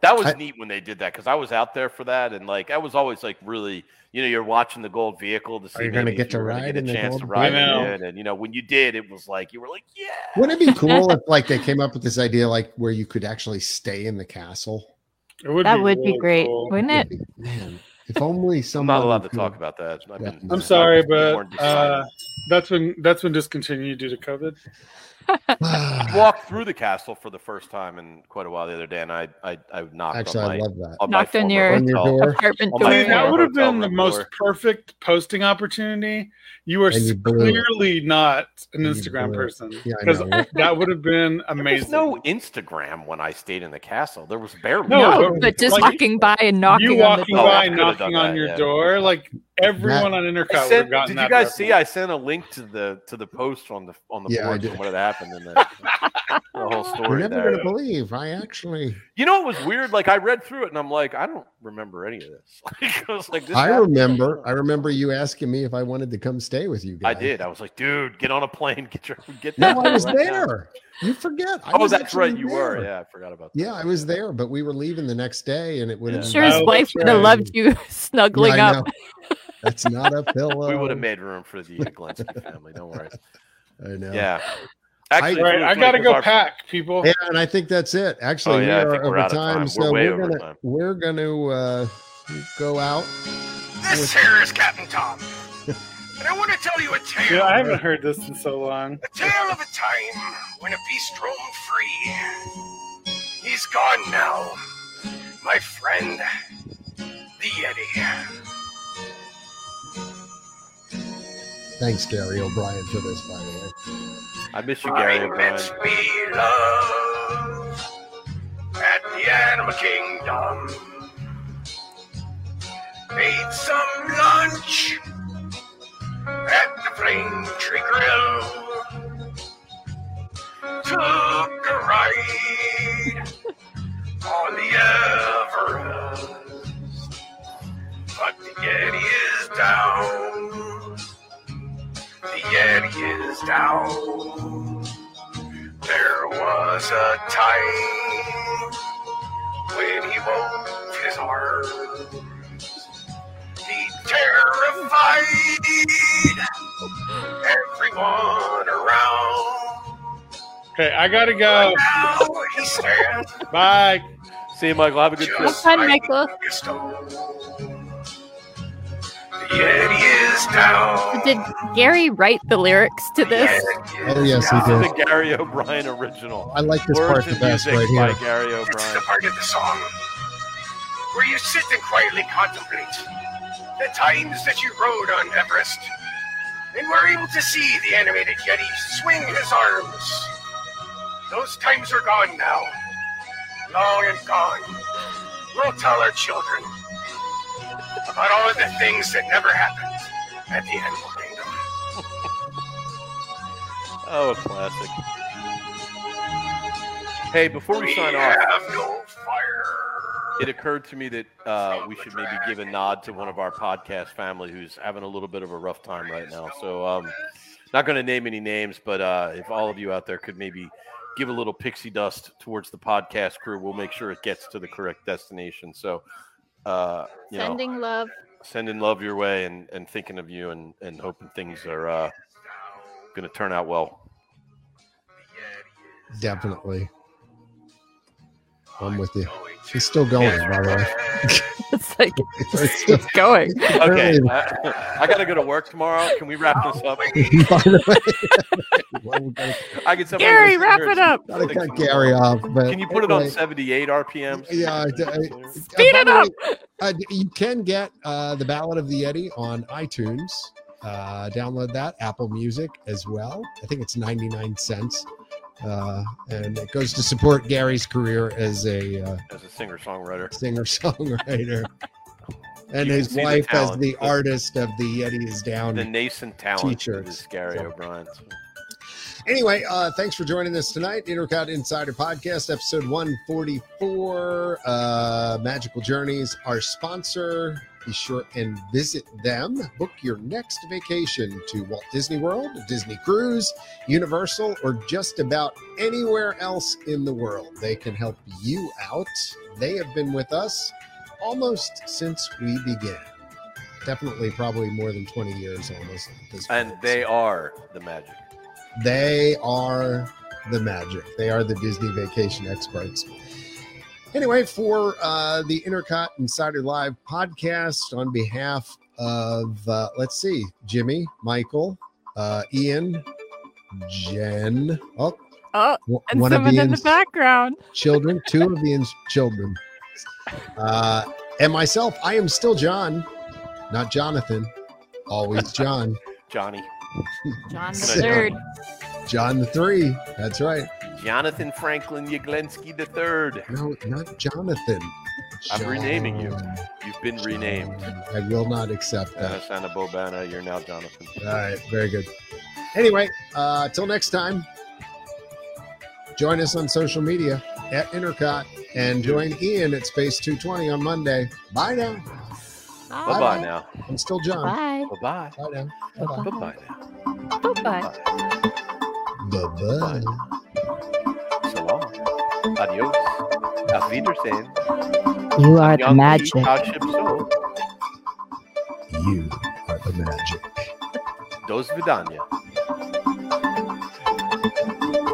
That was I- neat when they did that because I was out there for that, and like I was always like really, you know, you're watching the gold vehicle to you see maybe gonna if get you to were ride get in a the chance to gold ride vehicle? I know. in it, and you know when you did, it was like you were like, yeah, Wouldn't it be cool if like they came up with this idea like where you could actually stay in the castle? it would That would really be great, cool. wouldn't it? Man, if only I'm someone not allowed to could- talk about that. I've Yeah. been- I'm sorry, I've been but warned to uh, silence. That's when that's when discontinued due to COVID. Walked through the castle for the first time in quite a while the other day, and I I, I knocked Actually, on my, I love that. on my Knocked on former your- On your hotel. door. apartment Oh door. my See, that God. would have been Hotel the room most door. perfect posting opportunity. You are And you s- blew it. clearly not an And you Instagram blew it. person Yeah, I because know. that would have been There was amazing. no Instagram when I stayed in the castle. There was barely No, No, but- but just like- walking by and knocking you on the walking door. Oh, I by, could've done knocking on that, your yeah. door, like everyone on I Intercut would sent, have gotten did that. you guys reference. see? I sent a link to the to the post on the on the Yeah, I board did. from what had happened and the, the You're whole story. never there. going to believe I actually. You know, it was weird. Like I read through it, and I'm like, I don't remember any of this. Like, I was like, this I happened? remember. I remember you asking me if I wanted to come stay with you I guys. did. I was like, dude, get on a plane, get your, get. No, down I here was right now." there. You forget. I Oh, was that's right, actually you were. there. Yeah, I forgot about. that. Yeah, I was there, but we were leaving the next day, and it would Yeah. have. sure his Oh, wife that's would have right. loved you snuggling Yeah, I up. know. That's not a pillow. We would have made room for the Glensky family. Don't worry. I know. Yeah. I- All right, I like, gotta it go was our- pack, people. Yeah, and I think that's it. Actually, Oh, yeah, I we think are we're over out of time, time. We're so way we're over gonna time. we're gonna uh, go out. This here is Captain Tom. And I want to tell you a tale. Yeah, I haven't heard this in so long. A tale of a time when a beast roamed free. He's gone now. My friend, the Yeti. Thanks, Gary O'Brien, for this. By the way, I miss you, Gary. I O'Brien. met me love at the Animal Kingdom. Ate some lunch at the Flame Tree Grill. Took a ride on the Everest, but the Yeti is down. The Yeti is down. There was a time when he wove his arms. He terrified everyone around. Okay, I gotta go. Now he stands Bye. See you, Michael. Have a good trip. just Have fun, like Michael. a stone. The Yeti is down. Did Gary write the lyrics to this? Oh, yes, he did. The Gary O'Brien original. I like this part Words the and best music right by here. Gary It's the O'Brien. part of the song where you sit and quietly contemplate the times that you rode on Everest and were able to see the animated Yeti swing his arms. Those times are gone now, long and gone. We'll tell our children about all of the things that never happened at the Animal Kingdom. Oh, a classic. Hey, before we We sign off, have no fire. it occurred to me that uh, we should maybe give a nod to one of our podcast family who's having a little bit of a rough time right now. So, um, not going to name any names, but uh, if all of you out there could maybe give a little pixie dust towards the podcast crew, we'll make sure it gets to the correct destination. So, uh, you know, Sending love. sending love your way and, and thinking of you and, and hoping things are uh, going to turn out well. Definitely, I'm with you. He's still going, by the way. It's like It's still- going. Okay, Apparently- I, I got to go to work tomorrow. Can we wrap this up? by the way. well, we gotta, I get somebody Gary, listening wrap here it up. gotta Thanks. cut Gary off. But Can you put it on anyway, 78 RPMs? Yeah, I- I- Speed by it the up. way, uh, d- you can get uh, the Ballad of the Yeti on iTunes. Uh, download that Apple Music as well. I think it's 99 cents, uh, and it goes to support Gary's career as a uh, As a singer songwriter, singer songwriter, and You his can see the wife as talent, the but- artist of the Yeti is down. the nascent talent Um, T-shirts. is Gary So- O'Brien. Anyway, uh, thanks for joining us tonight. Intercot Insider Podcast, episode 144. Uh, Magical Journeys, our sponsor. Be sure and visit them. Book your next vacation to Walt Disney World, Disney Cruise, Universal, or just about anywhere else in the world. They can help you out. They have been with us almost since we began. Definitely, probably more than 20 years almost. at this And point. they are the magic. They are the magic. They are the Disney vacation experts. Anyway, for uh, the Intercot Insider Live podcast, on behalf of, uh, let's see, Jimmy, Michael, uh, Ian, Jen. Oh, Oh, one and one of someone in the Ian's background. children, two of Ian's children. Uh, and myself, I am still John, not Jonathan. Always John. Johnny. John the Sick. third. John the three. That's right. Jonathan Franklin Yaglensky the third. No, not Jonathan. I'm renaming you. John. You've been renamed. I will not accept that. Uh, Santa Bobana, you're now Jonathan. All right, very good. Anyway, uh, till next time, join us on social media at Intercot and join Ian at Space 220 on Monday. Bye now. Bye Bye-bye. bye now. I'm still John. Bye. Bye bye. Bye now. Bye bye now. Bye bye. Bye bye. So long. Adios. Auf Wiedersehen. You are the Young magic. Township Soul. You are the magic. Dos Vidania.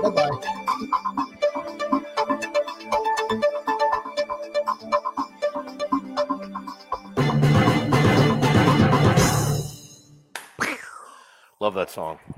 Bye bye. Love that song.